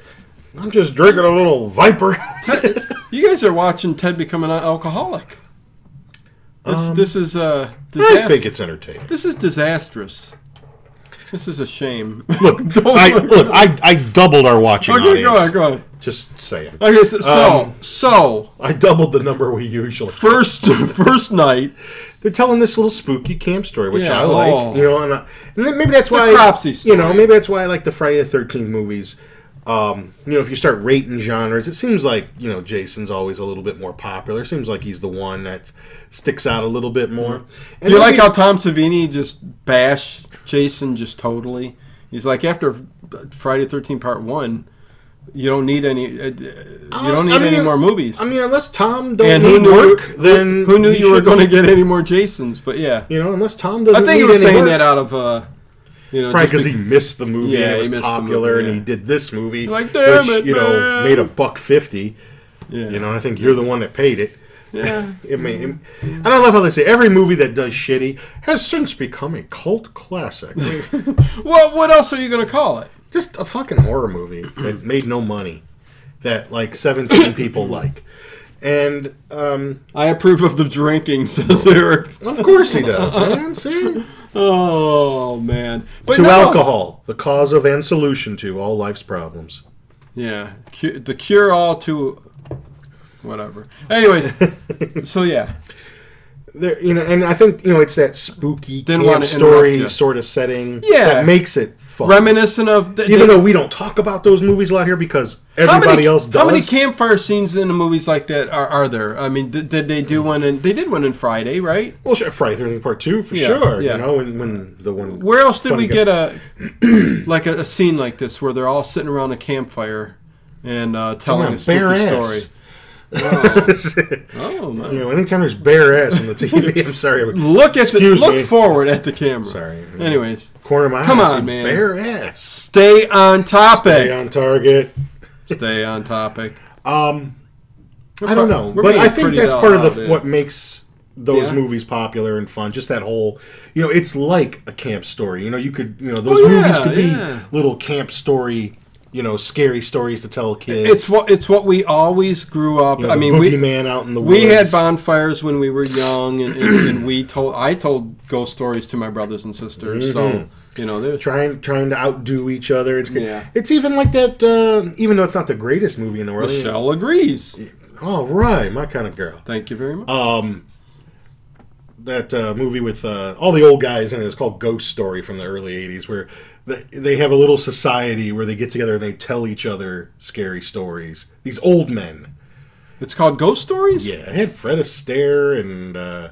Speaker 4: I'm just drinking a little Viper. [laughs]
Speaker 6: You guys are watching Ted become an alcoholic. This this is uh.
Speaker 4: Um, I
Speaker 6: disas-
Speaker 4: think it's
Speaker 6: [laughs]
Speaker 4: entertaining.
Speaker 6: this is disastrous. This is a shame.
Speaker 4: Look, I, look, I, I doubled our watching
Speaker 6: [laughs] okay,
Speaker 4: audience.
Speaker 6: go on, go on.
Speaker 4: Just saying,
Speaker 6: Okay, so so,
Speaker 4: Um,
Speaker 6: so
Speaker 4: I doubled the number we usually.
Speaker 6: first [laughs] first night
Speaker 4: They're telling this little spooky camp story, which
Speaker 6: Yeah,
Speaker 4: I like.
Speaker 6: oh.
Speaker 4: You know, and, I, and then maybe that's why
Speaker 6: Cropsey story.
Speaker 4: you know maybe that's why I like the Friday the Thirteenth movies. Um, you know, if you start rating genres, it seems like you know Jason's always a little bit more popular. seems like he's the one that sticks out a little bit more. And
Speaker 6: Do you like
Speaker 4: maybe-
Speaker 6: how Tom Savini just bashed Jason just totally? He's like after Friday Thirteen Part One, you don't need any. Uh, you don't need
Speaker 4: I mean-
Speaker 6: any more movies.
Speaker 4: I mean, unless Tom don't
Speaker 6: and who
Speaker 4: need
Speaker 6: knew?
Speaker 4: work,
Speaker 6: who-
Speaker 4: then
Speaker 6: who knew
Speaker 4: he
Speaker 6: you were
Speaker 4: shouldn't-
Speaker 6: going to get any more Jasons? But yeah,
Speaker 4: You know, unless Tom doesn't.
Speaker 6: I think he
Speaker 4: need
Speaker 6: was
Speaker 4: any
Speaker 6: saying
Speaker 4: work.
Speaker 6: that out of uh, you know,
Speaker 4: Probably
Speaker 6: just
Speaker 4: because he
Speaker 6: be-
Speaker 4: missed the movie
Speaker 6: Yeah,
Speaker 4: and it
Speaker 6: he
Speaker 4: was
Speaker 6: missed the
Speaker 4: popular,
Speaker 6: movie,
Speaker 4: and
Speaker 6: yeah.
Speaker 4: he did this movie,
Speaker 6: Like, damn
Speaker 4: which
Speaker 6: it,
Speaker 4: you know
Speaker 6: man.
Speaker 4: made a buck fifty.
Speaker 6: yeah,
Speaker 4: You know, I think you're the one that paid it.
Speaker 6: yeah.
Speaker 4: It may, it- and I love how they say every movie that does shitty has since become a cult classic.
Speaker 6: [laughs]
Speaker 4: I mean,
Speaker 6: Well, what else are you going to call it?
Speaker 4: Just a fucking horror movie that made no money, that like
Speaker 6: [laughs]
Speaker 4: 17 people like. And um,
Speaker 6: I approve of the drinking, says Eric.
Speaker 4: of course he does,
Speaker 6: [laughs]
Speaker 4: man. See?
Speaker 6: Oh man, but
Speaker 4: To
Speaker 6: no.
Speaker 4: alcohol, the cause of and solution to all life's problems.
Speaker 6: Yeah, cu- the cure all to whatever.
Speaker 4: [laughs]
Speaker 6: Anyways, so yeah,
Speaker 4: There, you know, and I think you know it's that spooky
Speaker 6: Didn't
Speaker 4: camp
Speaker 6: wanna interrupt
Speaker 4: story
Speaker 6: ya.
Speaker 4: sort of setting
Speaker 6: Yeah.
Speaker 4: that makes it fun.
Speaker 6: reminiscent of the,
Speaker 4: Oh. Even though we don't talk about those movies a lot here because
Speaker 6: how
Speaker 4: everybody
Speaker 6: many,
Speaker 4: else does.
Speaker 6: How many campfire scenes in the movies like that are, are there? I mean, did, did they do one? In, they did one in Friday, right?
Speaker 4: Well, sure, Friday Thirteenth Part Two for
Speaker 6: Yeah,
Speaker 4: sure.
Speaker 6: yeah.
Speaker 4: You know, when, when the one
Speaker 6: Where else did
Speaker 4: funny
Speaker 6: we
Speaker 4: guy-
Speaker 6: get a
Speaker 4: [clears throat]
Speaker 6: like a, a scene like this where they're all sitting around a campfire and uh, telling
Speaker 4: on,
Speaker 6: a spooky
Speaker 4: bare ass.
Speaker 6: story? Oh,
Speaker 4: [laughs] you
Speaker 6: oh man.
Speaker 4: know, anytime there's bare ass on the
Speaker 6: [laughs]
Speaker 4: TV, I'm sorry, but
Speaker 6: Look at
Speaker 4: Excuse
Speaker 6: the look
Speaker 4: me.
Speaker 6: forward at the camera.
Speaker 4: Sorry.
Speaker 6: Anyways,
Speaker 4: corner of my
Speaker 6: Come
Speaker 4: eye, I
Speaker 6: on,
Speaker 4: see
Speaker 6: man.
Speaker 4: bare ass.
Speaker 6: stay on topic.
Speaker 4: Stay on target.
Speaker 6: stay on topic.
Speaker 4: Um, I don't know,
Speaker 6: We're
Speaker 4: but
Speaker 6: being
Speaker 4: I think
Speaker 6: pretty
Speaker 4: that's part of
Speaker 6: loud,
Speaker 4: the
Speaker 6: yeah.
Speaker 4: what makes those
Speaker 6: Yeah.
Speaker 4: movies popular and fun. Just that whole, you know, it's like a camp story. You know, you could, you know, those
Speaker 6: Oh, yeah,
Speaker 4: movies could
Speaker 6: yeah.
Speaker 4: be little camp story, you know, scary stories to tell kids.
Speaker 6: It's what it's what we always grew up.
Speaker 4: you know,
Speaker 6: I
Speaker 4: the
Speaker 6: mean, we
Speaker 4: boogeyman out in the
Speaker 6: we had
Speaker 4: woods.
Speaker 6: bonfires when we were young, and, and, and we told I told ghost stories to my brothers and sisters. So
Speaker 4: Mm-hmm.
Speaker 6: you know, there's
Speaker 4: trying trying to outdo each other. It's good.
Speaker 6: Yeah.
Speaker 4: it's even like that. Uh, even though it's not the greatest movie in the world.
Speaker 6: Michelle agrees.
Speaker 4: All right, my kind of girl.
Speaker 6: Thank you very much.
Speaker 4: Uh, that uh, movie with uh, all the old guys in it. It's called Ghost Story from the early '80s, where th- they have a little society where they get together and they tell each other scary stories. These old men.
Speaker 6: it's called Ghost Stories.
Speaker 4: Yeah, I had Fred Astaire, and uh,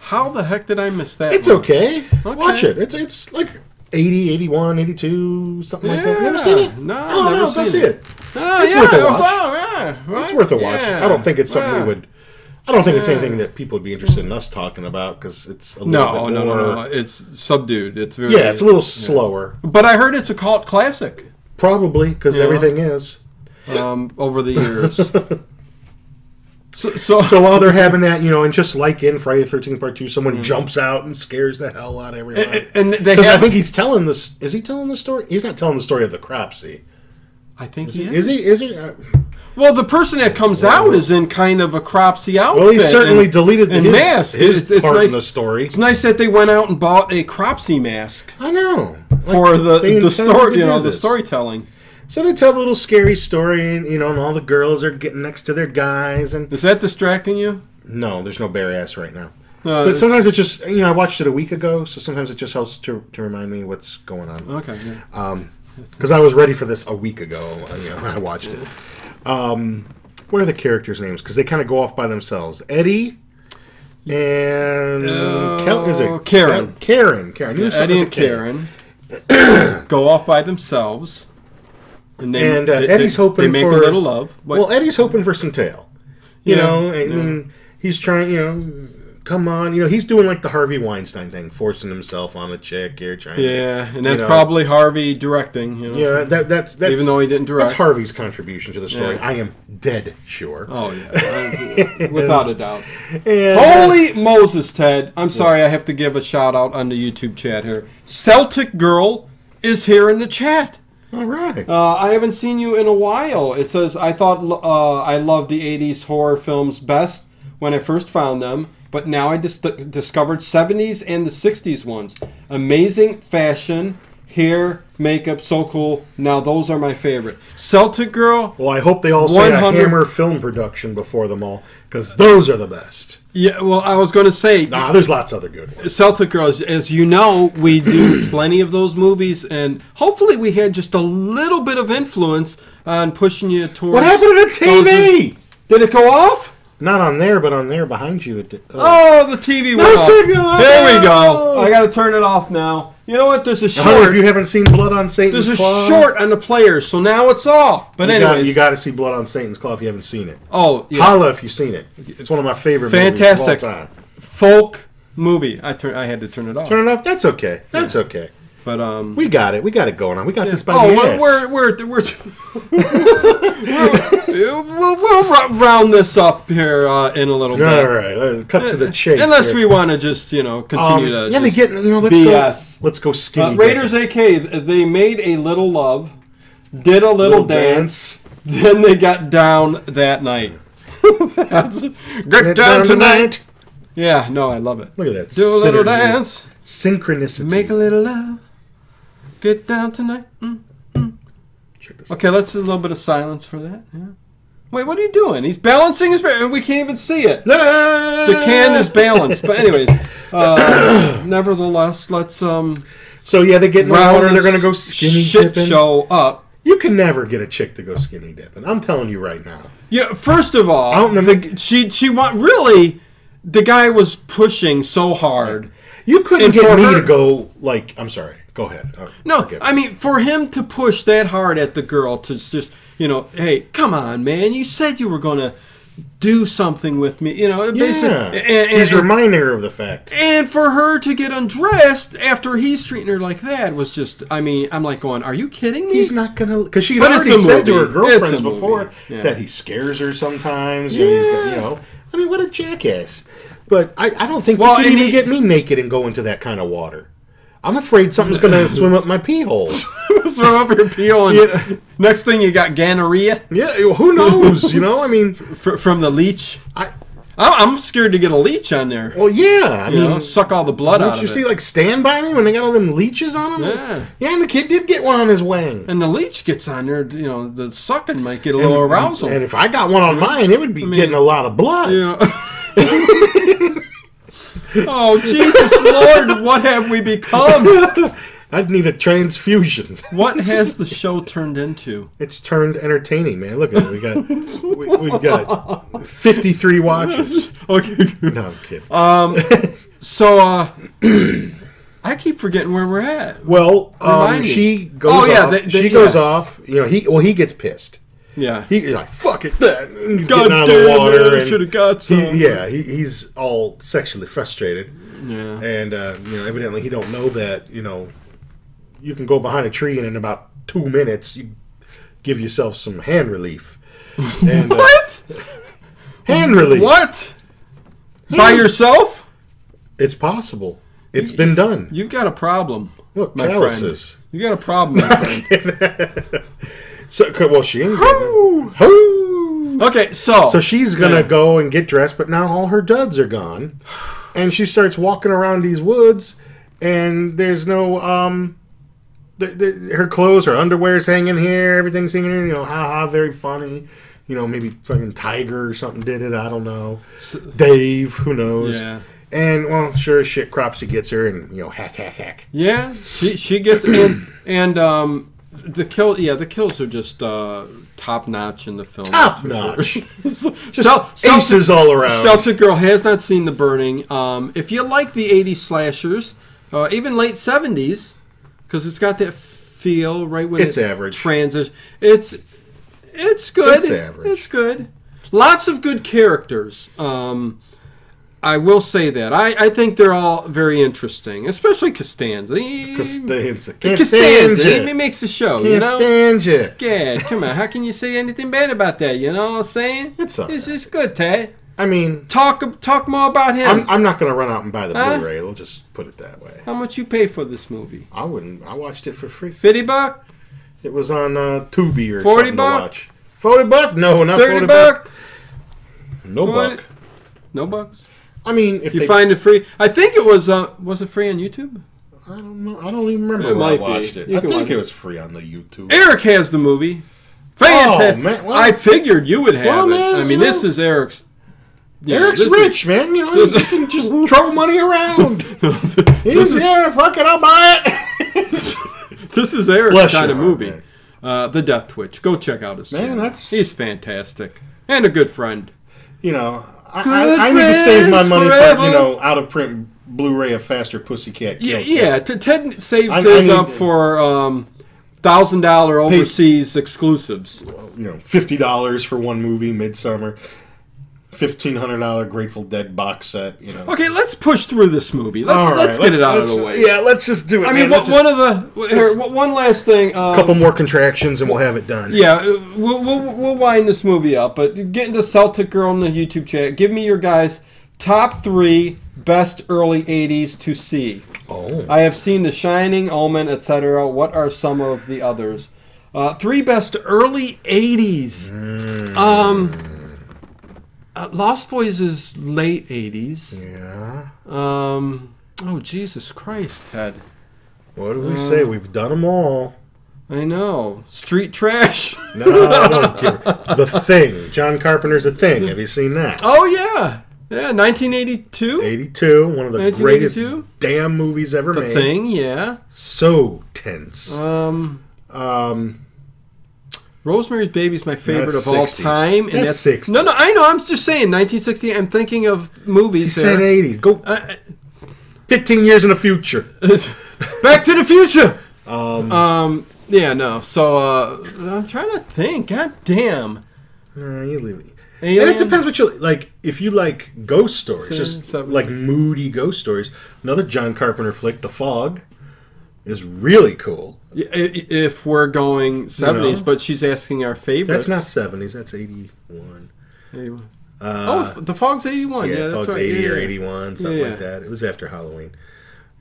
Speaker 6: How the heck did I miss that?
Speaker 4: it's
Speaker 6: one?
Speaker 4: okay. Watch it. It's it's like 80, 81, 82, something like that. You ever
Speaker 6: Yeah.
Speaker 4: seen it?
Speaker 6: No,
Speaker 4: oh,
Speaker 6: never
Speaker 4: no, go
Speaker 6: seen
Speaker 4: see
Speaker 6: it.
Speaker 4: it.
Speaker 6: Ah,
Speaker 4: It's
Speaker 6: yeah,
Speaker 4: worth a
Speaker 6: it was-
Speaker 4: watch.
Speaker 6: oh, yeah, right.
Speaker 4: It's worth a watch.
Speaker 6: Yeah.
Speaker 4: I don't think it's something
Speaker 6: Yeah.
Speaker 4: we would. I don't think it's
Speaker 6: Yeah.
Speaker 4: anything that people would be interested in us talking about because it's a little
Speaker 6: No,
Speaker 4: bit
Speaker 6: no,
Speaker 4: more.
Speaker 6: no, no. It's subdued. It's very.
Speaker 4: Yeah, it's a little slower.
Speaker 6: But I heard it's a cult classic.
Speaker 4: Probably because
Speaker 6: Yeah.
Speaker 4: everything is.
Speaker 6: um, over
Speaker 4: [laughs]
Speaker 6: the years. so, so,
Speaker 4: So while they're having that, you know, and just like in Friday the Thirteenth Part Two, someone jumps out and scares the hell out of everyone.
Speaker 6: [laughs] Mm. and they
Speaker 4: Because
Speaker 6: have.
Speaker 4: I think he's telling this. Is he telling the story? He's not telling the story of the cropsy.
Speaker 6: I think
Speaker 4: Is he?
Speaker 6: he
Speaker 4: Is he? Is he? Uh,
Speaker 6: Well, the person that comes out is in kind of a cropsy outfit.
Speaker 4: well, he certainly
Speaker 6: and-
Speaker 4: deleted
Speaker 6: and
Speaker 4: his,
Speaker 6: mask.
Speaker 4: his
Speaker 6: It's- it's
Speaker 4: part
Speaker 6: nice-
Speaker 4: in the story.
Speaker 6: It's nice that they went out and bought a cropsy mask
Speaker 4: I know Like,
Speaker 6: for the
Speaker 4: they
Speaker 6: the
Speaker 4: intended to
Speaker 6: story. You
Speaker 4: do
Speaker 6: know, the
Speaker 4: this.
Speaker 6: storytelling.
Speaker 4: So they tell the little scary story, and you know, and all the girls are getting next to their guys, and
Speaker 6: Is that distracting you?
Speaker 4: no, there's no bare ass right now.
Speaker 6: No,
Speaker 4: But sometimes it just, you know, I watched it a week ago, so sometimes it just helps to, to remind me what's going on.
Speaker 6: okay. yeah.
Speaker 4: because I was ready for this a week ago. You know, when I watched it. Um, what are the characters' names? Because they kind of go off by themselves. Eddie and Kel- is it
Speaker 6: Oh, Karen.
Speaker 4: Kel- Karen, Karen. You said with
Speaker 6: Eddie and
Speaker 4: the K.
Speaker 6: Karen [coughs] go off by themselves, and, they,
Speaker 4: And, uh,
Speaker 6: they-
Speaker 4: Eddie's
Speaker 6: they-
Speaker 4: hoping
Speaker 6: they make
Speaker 4: for-
Speaker 6: a little love. What-
Speaker 4: Well, Eddie's hoping for some tail. You
Speaker 6: Yeah,
Speaker 4: know, I mean, he's trying. You know, come on. You know, he's doing like the Harvey Weinstein thing, forcing himself on a chick here, trying. to-
Speaker 6: yeah,
Speaker 4: you
Speaker 6: and that's
Speaker 4: know.
Speaker 6: probably Harvey directing. You know,
Speaker 4: Yeah, that, that's that's
Speaker 6: Even though he didn't direct.
Speaker 4: That's Harvey's contribution to the story.
Speaker 6: Yeah.
Speaker 4: I am dead sure.
Speaker 6: Oh yeah,
Speaker 4: [laughs]
Speaker 6: without a doubt.
Speaker 4: And, uh,
Speaker 6: Holy Moses, Ted! I'm sorry, I have to give a shout out on the YouTube chat here. Celtic Girl is here in the chat.
Speaker 4: All right.
Speaker 6: Uh, I haven't seen you in a while. It says I thought uh, I loved the '80s horror films best when I first found them, but now I dis- discovered '70s and the '60s ones. Amazing fashion, hair, makeup, so cool. Now those are my favorite. Celtic Girl,
Speaker 4: Well, I hope they all say a
Speaker 6: 100
Speaker 4: Hammer film production before them all, because those are the best.
Speaker 6: yeah. Well, I was going to say
Speaker 4: Nah, there's lots of other good ones.
Speaker 6: Celtic Girls, as you know, we do
Speaker 4: [clears throat]
Speaker 6: plenty of those movies, and hopefully we had just a little bit of influence on pushing you towards.
Speaker 4: What happened to the
Speaker 6: those-
Speaker 4: TV?
Speaker 6: Did it go off?
Speaker 4: Not on there, but on there behind you. It did. Oh,
Speaker 6: Oh, the TV went
Speaker 4: No
Speaker 6: off.
Speaker 4: signal!
Speaker 6: There we
Speaker 4: Oh.
Speaker 6: go. I got to turn it off now. You know what? There's a
Speaker 4: I wonder if
Speaker 6: short.
Speaker 4: you haven't seen Blood on Satan's
Speaker 6: There's a
Speaker 4: Claw.
Speaker 6: short on the players, so now it's off. But
Speaker 4: You
Speaker 6: anyways,
Speaker 4: got, you got to see Blood on Satan's Claw if you haven't seen it.
Speaker 6: oh, yeah.
Speaker 4: Holla if you've seen it. It's one of my favorite
Speaker 6: Fantastic.
Speaker 4: movies of all time.
Speaker 6: folk movie. I turn. I had to turn it off.
Speaker 4: Turn it off. That's okay. That's okay.
Speaker 6: But um,
Speaker 4: We got it. We got it going on. We got this by
Speaker 6: Oh,
Speaker 4: the
Speaker 6: we're,
Speaker 4: ass.
Speaker 6: we're we're we're, we're- [laughs] we'll, we'll ru- round this up here uh, in a little bit,
Speaker 4: All right. let's Cut to the chase.
Speaker 6: Uh, unless
Speaker 4: here.
Speaker 6: we want to just you know
Speaker 4: Um,
Speaker 6: continue to.
Speaker 4: yeah, they
Speaker 6: just-
Speaker 4: get you know. Let's
Speaker 6: BS.
Speaker 4: go. Let's go skinny.
Speaker 6: uh, Raiders
Speaker 4: dipping.
Speaker 6: AK. th- They made a little love, did a little,
Speaker 4: Little
Speaker 6: dance,
Speaker 4: dance.
Speaker 6: then they got down that night. [laughs] That's- get down tonight. Yeah, no, I love it.
Speaker 4: Look at that.
Speaker 6: Do a little
Speaker 4: synergy.
Speaker 6: dance,
Speaker 4: Synchronicity.
Speaker 6: make a little love, get down tonight. Mm.
Speaker 4: Check this
Speaker 6: Okay, let's do a little bit of silence for that. Yeah. Wait, what are you doing? He's balancing his. and We can't even see it.
Speaker 4: out.
Speaker 6: The can is balanced.
Speaker 4: [coughs]
Speaker 6: But anyways, uh, nevertheless, let's um
Speaker 4: [laughs] So yeah, they get in the
Speaker 6: round
Speaker 4: water. They're
Speaker 6: this
Speaker 4: gonna go skinny
Speaker 6: shit
Speaker 4: dipping.
Speaker 6: show up.
Speaker 4: You can never get a chick to go skinny dipping. I'm telling you right now.
Speaker 6: Yeah, first of all,
Speaker 4: I don't know.
Speaker 6: the, she she want really. The guy was pushing so hard.
Speaker 4: You couldn't
Speaker 6: And for
Speaker 4: get me
Speaker 6: her-
Speaker 4: to go like. I'm sorry. Go ahead. Oh,
Speaker 6: No,
Speaker 4: forgive
Speaker 6: I mean for him to push that hard at the girl to just you know, hey, come on, man, you said you were gonna do something with me, you know, yeah. basically.
Speaker 4: Yeah.
Speaker 6: And,
Speaker 4: He's
Speaker 6: and,
Speaker 4: reminding her of the fact.
Speaker 6: And for her to get undressed after he's treating her like that was just, I mean, I'm like going, are you kidding me?
Speaker 4: He's not gonna because she
Speaker 6: But
Speaker 4: had
Speaker 6: it's
Speaker 4: already
Speaker 6: a
Speaker 4: said to her
Speaker 6: movie. It's
Speaker 4: girlfriends
Speaker 6: a movie.
Speaker 4: before
Speaker 6: Yeah.
Speaker 4: that he scares her sometimes. You know, he's got- you know, I mean, what a jackass! But I, I don't think
Speaker 6: Well,
Speaker 4: you
Speaker 6: and
Speaker 4: could even
Speaker 6: he-
Speaker 4: get me naked and go into that kind of water. I'm afraid something's going
Speaker 6: [laughs]
Speaker 4: to swim up my pee hole.
Speaker 6: Throw up your peel, and
Speaker 4: Yeah.
Speaker 6: next thing you got gonorrhea
Speaker 4: Yeah, who knows? You know, I mean,
Speaker 6: fr- from the leech.
Speaker 4: I
Speaker 6: I- I'm scared to get a leech on there.
Speaker 4: well, yeah. I
Speaker 6: you
Speaker 4: mean,
Speaker 6: know, suck all the blood out
Speaker 4: don't
Speaker 6: of
Speaker 4: you
Speaker 6: it.
Speaker 4: see like Stand by Me when they got all them leeches on them?
Speaker 6: Yeah.
Speaker 4: yeah, and the kid did get one on his
Speaker 6: [laughs]
Speaker 4: wang.
Speaker 6: and the leech gets on there, you know, the sucking might get a little arousal.
Speaker 4: And if I got one on mine, it would be getting a lot of blood.
Speaker 6: you know. [laughs] oh Jesus Lord, what have we become?
Speaker 4: I'd need a transfusion. [laughs]
Speaker 6: What has the show turned into?
Speaker 4: It's turned entertaining, man. Look at it. We got [laughs] we, we got 53 watches.
Speaker 6: Okay.
Speaker 4: No, I'm kidding.
Speaker 6: Uh, So uh [clears throat] I keep forgetting where we're at.
Speaker 4: well, um,
Speaker 6: remind me.
Speaker 4: she goes
Speaker 6: Oh, yeah,
Speaker 4: off.
Speaker 6: they- they-
Speaker 4: she goes
Speaker 6: yeah.
Speaker 4: off. You know, he well he gets pissed.
Speaker 6: Yeah.
Speaker 4: He, he's like, "Fuck it." That. [laughs] He's
Speaker 6: God
Speaker 4: getting out of
Speaker 6: damn
Speaker 4: the
Speaker 6: it,
Speaker 4: water.
Speaker 6: I
Speaker 4: and
Speaker 6: should have got
Speaker 4: he-
Speaker 6: some.
Speaker 4: yeah, he, he's all sexually frustrated.
Speaker 6: yeah.
Speaker 4: and uh, you know, evidently he don't know that you know you can go behind a tree and in about two minutes you give yourself some hand
Speaker 6: [laughs]
Speaker 4: relief. And, uh,
Speaker 6: What?
Speaker 4: hand relief?
Speaker 6: What? By yourself?
Speaker 4: It's possible. It's been done.
Speaker 6: You've got a problem.
Speaker 4: Look,
Speaker 6: my
Speaker 4: calluses.
Speaker 6: friend. You got a problem,
Speaker 4: [laughs]
Speaker 6: my friend.
Speaker 4: So, c- well, she ain't.
Speaker 6: Woo!
Speaker 4: Hoo!
Speaker 6: Okay, so
Speaker 4: So she's gonna
Speaker 6: Yeah.
Speaker 4: go and get dressed, but now all her duds are gone, and she starts walking around these woods, and there's no um, th- th- her clothes, her underwear's hanging here, everything's hanging here. You know, haha, very funny. You know, maybe fucking Tiger or something did it. I don't know. Dave, who knows?
Speaker 6: Yeah.
Speaker 4: And well, sure as shit, Cropsy gets her, and you know, hack, hack, hack.
Speaker 6: Yeah, she she gets and and um the kill yeah the kills are just uh top notch in the film.
Speaker 4: Top notch.
Speaker 6: [laughs] Just
Speaker 4: aces all around.
Speaker 6: Celtic girl has not seen the burning. Um, if you like the '80s slashers, uh, even late '70s, because it's got that feel right when
Speaker 4: It's
Speaker 6: it
Speaker 4: average.
Speaker 6: Transition. It's it's good.
Speaker 4: It's average.
Speaker 6: It's good. Lots of good characters. Um, I will say that I, I think they're all very interesting, especially Costanza. He-
Speaker 4: Costanza. Can't stand
Speaker 6: Costanza.
Speaker 4: you.
Speaker 6: He makes the show. you
Speaker 4: Can't
Speaker 6: know?
Speaker 4: stand you.
Speaker 6: God, come on. How can you say anything bad about that? You know what I'm saying?
Speaker 4: It's all
Speaker 6: it's
Speaker 4: right.
Speaker 6: just good, Ted.
Speaker 4: I mean,
Speaker 6: Talk talk more about him.
Speaker 4: I'm, I'm not going to run out and buy the
Speaker 6: Huh?
Speaker 4: Blu-ray. We'll just put it that way.
Speaker 6: How much you pay for this movie?
Speaker 4: I wouldn't. I watched it for free.
Speaker 6: Fifty buck?
Speaker 4: It was on uh, Tubi or
Speaker 6: 40
Speaker 4: something
Speaker 6: buck?
Speaker 4: to watch. Forty buck? No, not
Speaker 6: Thirty
Speaker 4: forty
Speaker 6: buck?
Speaker 4: No
Speaker 6: 20?
Speaker 4: buck.
Speaker 6: No bucks.
Speaker 4: I mean, if
Speaker 6: You
Speaker 4: they,
Speaker 6: find it free? I think it was uh was it free on YouTube?
Speaker 4: I don't know. I don't even remember
Speaker 6: It
Speaker 4: where I
Speaker 6: might be.
Speaker 4: watched it.
Speaker 6: You
Speaker 4: I
Speaker 6: can
Speaker 4: think
Speaker 6: watch
Speaker 4: it
Speaker 6: it.
Speaker 4: was free on the YouTube.
Speaker 6: Eric has the movie. Fantastic.
Speaker 4: Oh, man, well-
Speaker 6: I figured you would have
Speaker 4: Well,
Speaker 6: it.
Speaker 4: man,
Speaker 6: I
Speaker 4: you
Speaker 6: mean,
Speaker 4: know-
Speaker 6: this is Eric's. yeah,
Speaker 4: Eric's
Speaker 6: this is- [laughs]
Speaker 4: rich, man. You know,
Speaker 6: this
Speaker 4: you
Speaker 6: is-
Speaker 4: can just
Speaker 6: [laughs]
Speaker 4: throw money around. He's
Speaker 6: is-
Speaker 4: yeah, fuck it, I'll buy it.
Speaker 6: [laughs] this is Eric's
Speaker 4: Bless
Speaker 6: kind
Speaker 4: your
Speaker 6: of
Speaker 4: heart,
Speaker 6: movie.
Speaker 4: man.
Speaker 6: Uh, the Death Twitch. Go check out his
Speaker 4: Man,
Speaker 6: channel.
Speaker 4: that's-
Speaker 6: He's fantastic and a good friend.
Speaker 4: you know, I,
Speaker 6: Good
Speaker 4: I, I need to save my
Speaker 6: friends
Speaker 4: money for
Speaker 6: forever.
Speaker 4: you know out of print Blu-ray of Faster Pussycat.
Speaker 6: Yeah,
Speaker 4: Kill Kill.
Speaker 6: yeah. T- Ted saves
Speaker 4: I- I
Speaker 6: his
Speaker 4: need-
Speaker 6: up for um, thousand dollar overseas exclusives.
Speaker 4: you know fifty dollars for one movie, Midsummer, fifteen hundred dollar Grateful Dead box set. You know,
Speaker 6: Okay, let's push through this movie. Let's
Speaker 4: All right,
Speaker 6: let's get it out
Speaker 4: let's-
Speaker 6: of the way.
Speaker 4: Yeah, let's just do it.
Speaker 6: I
Speaker 4: man.
Speaker 6: mean,
Speaker 4: Let's
Speaker 6: what, one
Speaker 4: just-
Speaker 6: of the here,
Speaker 4: let's-
Speaker 6: what- one last thing. Um,
Speaker 4: couple more contractions and we'll have it done.
Speaker 6: Yeah, uh, we'll, we'll we'll wind this movie up. But get into Celtic Girl in the YouTube chat. Give me your guys' top three best early '80s to see.
Speaker 4: Oh,
Speaker 6: I have seen The Shining, Omen, etc. What are some of the others? Uh, three best early '80s.
Speaker 4: Mm.
Speaker 6: Um, uh, Lost Boys is late '80s.
Speaker 4: yeah.
Speaker 6: Um, oh Jesus Christ, Ted!
Speaker 4: What
Speaker 6: Uh.
Speaker 4: do we say? We've done them all.
Speaker 6: I know
Speaker 4: [laughs]
Speaker 6: Street Trash. [laughs]
Speaker 4: No, I don't care. The Thing. John Carpenter's The Thing. Have you seen that?
Speaker 6: oh yeah, yeah, 1982.
Speaker 4: 82, one of the greatest
Speaker 6: 1982?
Speaker 4: damn movies ever
Speaker 6: The
Speaker 4: made.
Speaker 6: Thing, yeah.
Speaker 4: So tense.
Speaker 6: Um,
Speaker 4: um,
Speaker 6: Rosemary's Baby is my favorite
Speaker 4: That's
Speaker 6: of all
Speaker 4: 60s.
Speaker 6: time. and
Speaker 4: That's 60s.
Speaker 6: No, no, I know. I'm just saying 1960. I'm thinking of movies.
Speaker 4: he said
Speaker 6: there.
Speaker 4: 80s. Go
Speaker 6: Uh,
Speaker 4: 15 years in the future.
Speaker 6: Back to the Future. Um, yeah, no. So uh, I'm trying to think. God damn.
Speaker 4: No, you leave it.
Speaker 6: Alien?
Speaker 4: And it depends what you like. If you like ghost stories, just
Speaker 6: seven-
Speaker 4: like moody ghost stories, another John Carpenter flick, The Fog, is really cool.
Speaker 6: I- i- If we're going 70s, but she's asking our favorites.
Speaker 4: That's not seventies. That's eighty-one.
Speaker 6: Anyway. oh, it's- the Fog's eighty-one. Yeah,
Speaker 4: Uh, Yeah,
Speaker 6: that's
Speaker 4: Fog's
Speaker 6: right.
Speaker 4: 80 or
Speaker 6: yeah.
Speaker 4: 81, something
Speaker 6: Yeah.
Speaker 4: like that. It was after Halloween.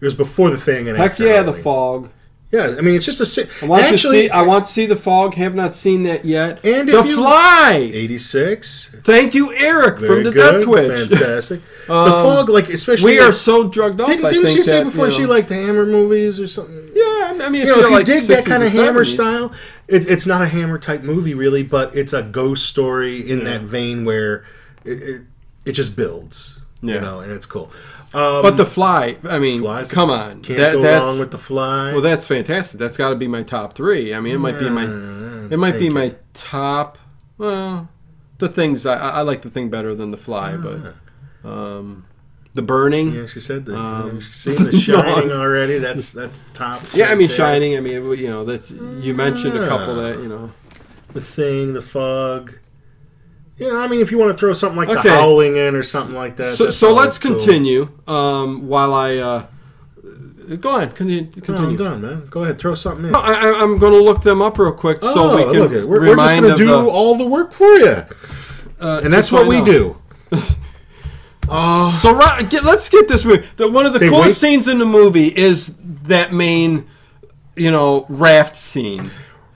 Speaker 4: It was before the thing and
Speaker 6: Heck
Speaker 4: after
Speaker 6: yeah, the
Speaker 4: Halloween.
Speaker 6: Fog.
Speaker 4: Yeah, I mean, it's just a. Si-
Speaker 6: I want
Speaker 4: actually,
Speaker 6: to see. I want to see the Fog. Have not seen that yet.
Speaker 4: And
Speaker 6: the
Speaker 4: if you-
Speaker 6: Fly.
Speaker 4: 86.
Speaker 6: Thank you, Eric,
Speaker 4: Very
Speaker 6: from the
Speaker 4: good.
Speaker 6: Death Twitch. [laughs]
Speaker 4: Fantastic. the Fog, like, especially.
Speaker 6: We are
Speaker 4: like-
Speaker 6: so drugged up.
Speaker 4: Didn't,
Speaker 6: I
Speaker 4: didn't
Speaker 6: think
Speaker 4: she say
Speaker 6: that,
Speaker 4: before
Speaker 6: you know-
Speaker 4: she liked Hammer movies or something?
Speaker 6: Yeah, I mean,
Speaker 4: you know,
Speaker 6: you're
Speaker 4: if you
Speaker 6: like
Speaker 4: dig that
Speaker 6: 60s
Speaker 4: kind
Speaker 6: or
Speaker 4: of Hammer
Speaker 6: 70s.
Speaker 4: style, it, it's not a Hammer type movie really, but it's a ghost story in that vein where it, it, it just builds,
Speaker 6: Yeah.
Speaker 4: you know, and it's cool. Um,
Speaker 6: But the fly, I mean,
Speaker 4: Flies-
Speaker 6: come on,
Speaker 4: can't
Speaker 6: that,
Speaker 4: go
Speaker 6: that's
Speaker 4: wrong with the fly.
Speaker 6: well, that's fantastic. That's got to be my top three. I mean, it might be my, it might be my top. Well, the things I, I I like the thing better than the fly,
Speaker 4: Ah.
Speaker 6: but um, the burning.
Speaker 4: yeah, she said that.
Speaker 6: Um,
Speaker 4: She's seen
Speaker 6: [laughs]
Speaker 4: The Shining already. That's that's top.
Speaker 6: Yeah, I
Speaker 4: right
Speaker 6: mean,
Speaker 4: there. Ah.
Speaker 6: shining. I mean, you know, that's you mentioned a couple
Speaker 4: Yeah.
Speaker 6: that you know.
Speaker 4: The Thing, The Fog. You know, I mean, if you want to throw something like
Speaker 6: Okay.
Speaker 4: The Howling in or something like that.
Speaker 6: So,
Speaker 4: that's
Speaker 6: so
Speaker 4: always
Speaker 6: let's
Speaker 4: cool.
Speaker 6: continue. Um, while I uh, go on, continue.
Speaker 4: No, I'm
Speaker 6: continue.
Speaker 4: done, man. Go ahead, throw something in. Oh,
Speaker 6: No, I, I- I'm going to look them up real quick so we can
Speaker 4: look at- we're, we're just
Speaker 6: remind
Speaker 4: going to do
Speaker 6: of the-
Speaker 4: all the work for you,
Speaker 6: uh,
Speaker 4: and that's
Speaker 6: to
Speaker 4: what we
Speaker 6: find out.
Speaker 4: do.
Speaker 6: So Ro- get, let's get this movie. The, one of the
Speaker 4: They
Speaker 6: coolest
Speaker 4: wait-
Speaker 6: scenes in the movie is that main, you know, raft scene.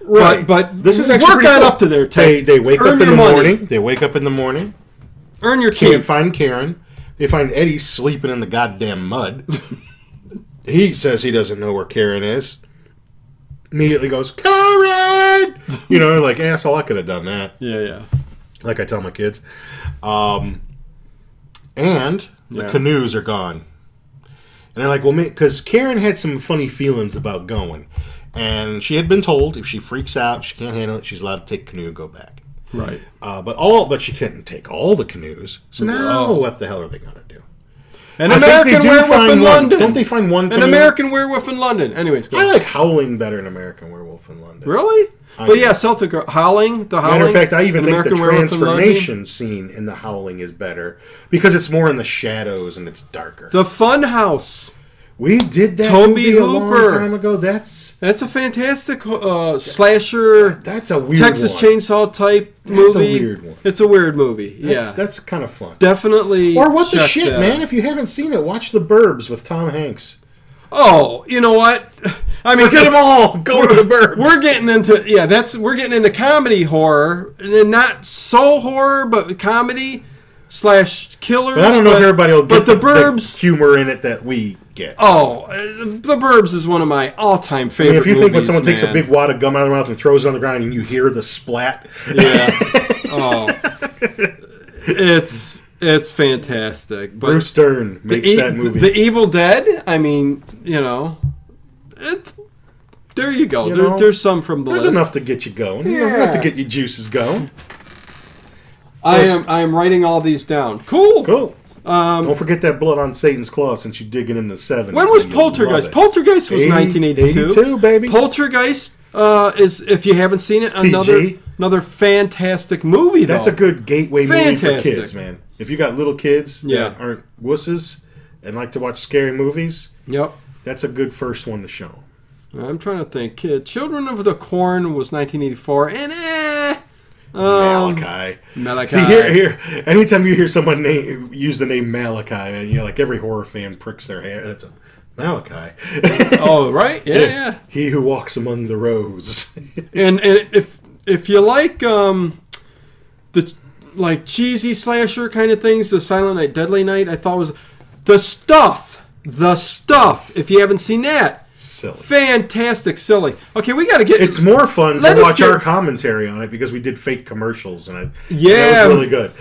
Speaker 4: Right,
Speaker 6: But, but
Speaker 4: this is actually
Speaker 6: work
Speaker 4: pretty
Speaker 6: on
Speaker 4: cool.
Speaker 6: up to there. Ted.
Speaker 4: They, they wake
Speaker 6: Earn
Speaker 4: up in
Speaker 6: your
Speaker 4: the
Speaker 6: money.
Speaker 4: morning. They wake up in the morning.
Speaker 6: Earn your
Speaker 4: Can't
Speaker 6: keep.
Speaker 4: find Karen. They find Eddie sleeping in the goddamn mud. he says he doesn't know where Karen is. Immediately goes Karen. You know, like asshole. I could have done that.
Speaker 6: Yeah, yeah.
Speaker 4: Like I tell my kids. Um, and the
Speaker 6: Yeah.
Speaker 4: canoes are gone. And they're like, well, because Karen had some funny feelings about going. And she had been told if she freaks out, she can't handle it, she's allowed to take canoe and go back.
Speaker 6: Right.
Speaker 4: Uh, but all, but she couldn't take all the canoes. So now, what the hell are they gonna do?
Speaker 6: An
Speaker 4: I think they
Speaker 6: American
Speaker 4: do
Speaker 6: Werewolf
Speaker 4: find
Speaker 6: in
Speaker 4: one.
Speaker 6: London.
Speaker 4: Don't they find one?
Speaker 6: An
Speaker 4: canoe?
Speaker 6: American Werewolf in London. Anyways, go.
Speaker 4: I like Howling better in American Werewolf in London.
Speaker 6: really?
Speaker 4: I
Speaker 6: but
Speaker 4: do.
Speaker 6: yeah, Celtic Girl- howling. The howling.
Speaker 4: Matter of fact, I even
Speaker 6: an
Speaker 4: think the
Speaker 6: Werewolf in London.
Speaker 4: transformation scene in the Howling is better because it's more in the shadows and it's darker.
Speaker 6: The Fun House.
Speaker 4: we did that
Speaker 6: Toby
Speaker 4: movie a long
Speaker 6: Hooper.
Speaker 4: time ago. That's
Speaker 6: That's a fantastic uh, slasher.
Speaker 4: that's a weird
Speaker 6: Texas
Speaker 4: one.
Speaker 6: Chainsaw type
Speaker 4: That's a
Speaker 6: movie.
Speaker 4: weird one.
Speaker 6: It's a weird movie. Yeah,
Speaker 4: That's, that's kind of fun.
Speaker 6: definitely.
Speaker 4: Or what the
Speaker 6: check
Speaker 4: shit,
Speaker 6: that
Speaker 4: man?
Speaker 6: out.
Speaker 4: If you haven't seen it, watch The Burbs with Tom Hanks.
Speaker 6: Oh, you know what? [laughs] I mean,
Speaker 4: Forget 'em all. Go to The Burbs.
Speaker 6: We're getting into yeah. That's we're getting into comedy horror, and then not so horror, but comedy slash killers.
Speaker 4: But I don't know if everybody will get
Speaker 6: But the Burbs.
Speaker 4: humor in it that we get.
Speaker 6: Oh, uh, the Burbs is one of my all-time
Speaker 4: I
Speaker 6: favorite.
Speaker 4: mean, if you think when
Speaker 6: movies,
Speaker 4: someone takes a
Speaker 6: man.
Speaker 4: big wad of gum out of their mouth and throws it on the ground and you hear the splat, [laughs]
Speaker 6: yeah, oh, it's it's fantastic. But
Speaker 4: Bruce Stern makes
Speaker 6: E-
Speaker 4: that movie.
Speaker 6: The Evil Dead. I mean, you know, it's there. You go.
Speaker 4: You
Speaker 6: there,
Speaker 4: know,
Speaker 6: there's some from the
Speaker 4: There's
Speaker 6: list.
Speaker 4: enough to get you going. You know, enough to
Speaker 6: Yeah.
Speaker 4: get your juices going.
Speaker 6: I am. I am writing all these down. Cool.
Speaker 4: Cool. Don't forget that blood on Satan's claw since you dig it in the 70s.
Speaker 6: Um, When was
Speaker 4: and you'll love
Speaker 6: Poltergeist?
Speaker 4: it.
Speaker 6: Poltergeist was
Speaker 4: Eighty-
Speaker 6: 1982.
Speaker 4: 82, baby.
Speaker 6: Poltergeist uh, is, if you haven't seen it, another
Speaker 4: PG.
Speaker 6: another fantastic movie.
Speaker 4: That's
Speaker 6: though.
Speaker 4: a good gateway movie for
Speaker 6: Fantastic.
Speaker 4: kids, man. If you got little kids
Speaker 6: Yeah.
Speaker 4: that aren't wusses and like to watch scary movies,
Speaker 6: Yep.
Speaker 4: that's a good first one to show 'em.
Speaker 6: I'm trying to think. Kid, Children of the Corn was 1984, and eh, Um,
Speaker 4: Malachi.
Speaker 6: Malachi.
Speaker 4: See here, here. Anytime you hear someone name, use the name Malachi, and you know, like every horror fan pricks their hair. That's a [laughs] Malachi.
Speaker 6: Oh, right. Yeah, yeah.
Speaker 4: he who walks among the rose.
Speaker 6: and, and if if you like um the like cheesy slasher kind of things, the Silent Night, Deadly Night, I thought was the stuff, the stuff. If you haven't seen that,
Speaker 4: [laughs] Silly.
Speaker 6: fantastic, silly. Okay, we got to get
Speaker 4: It's more fun
Speaker 6: Let
Speaker 4: to
Speaker 6: us
Speaker 4: watch
Speaker 6: get-
Speaker 4: our commentary on it because we did fake commercials, and I,
Speaker 6: Yeah.
Speaker 4: that was really good.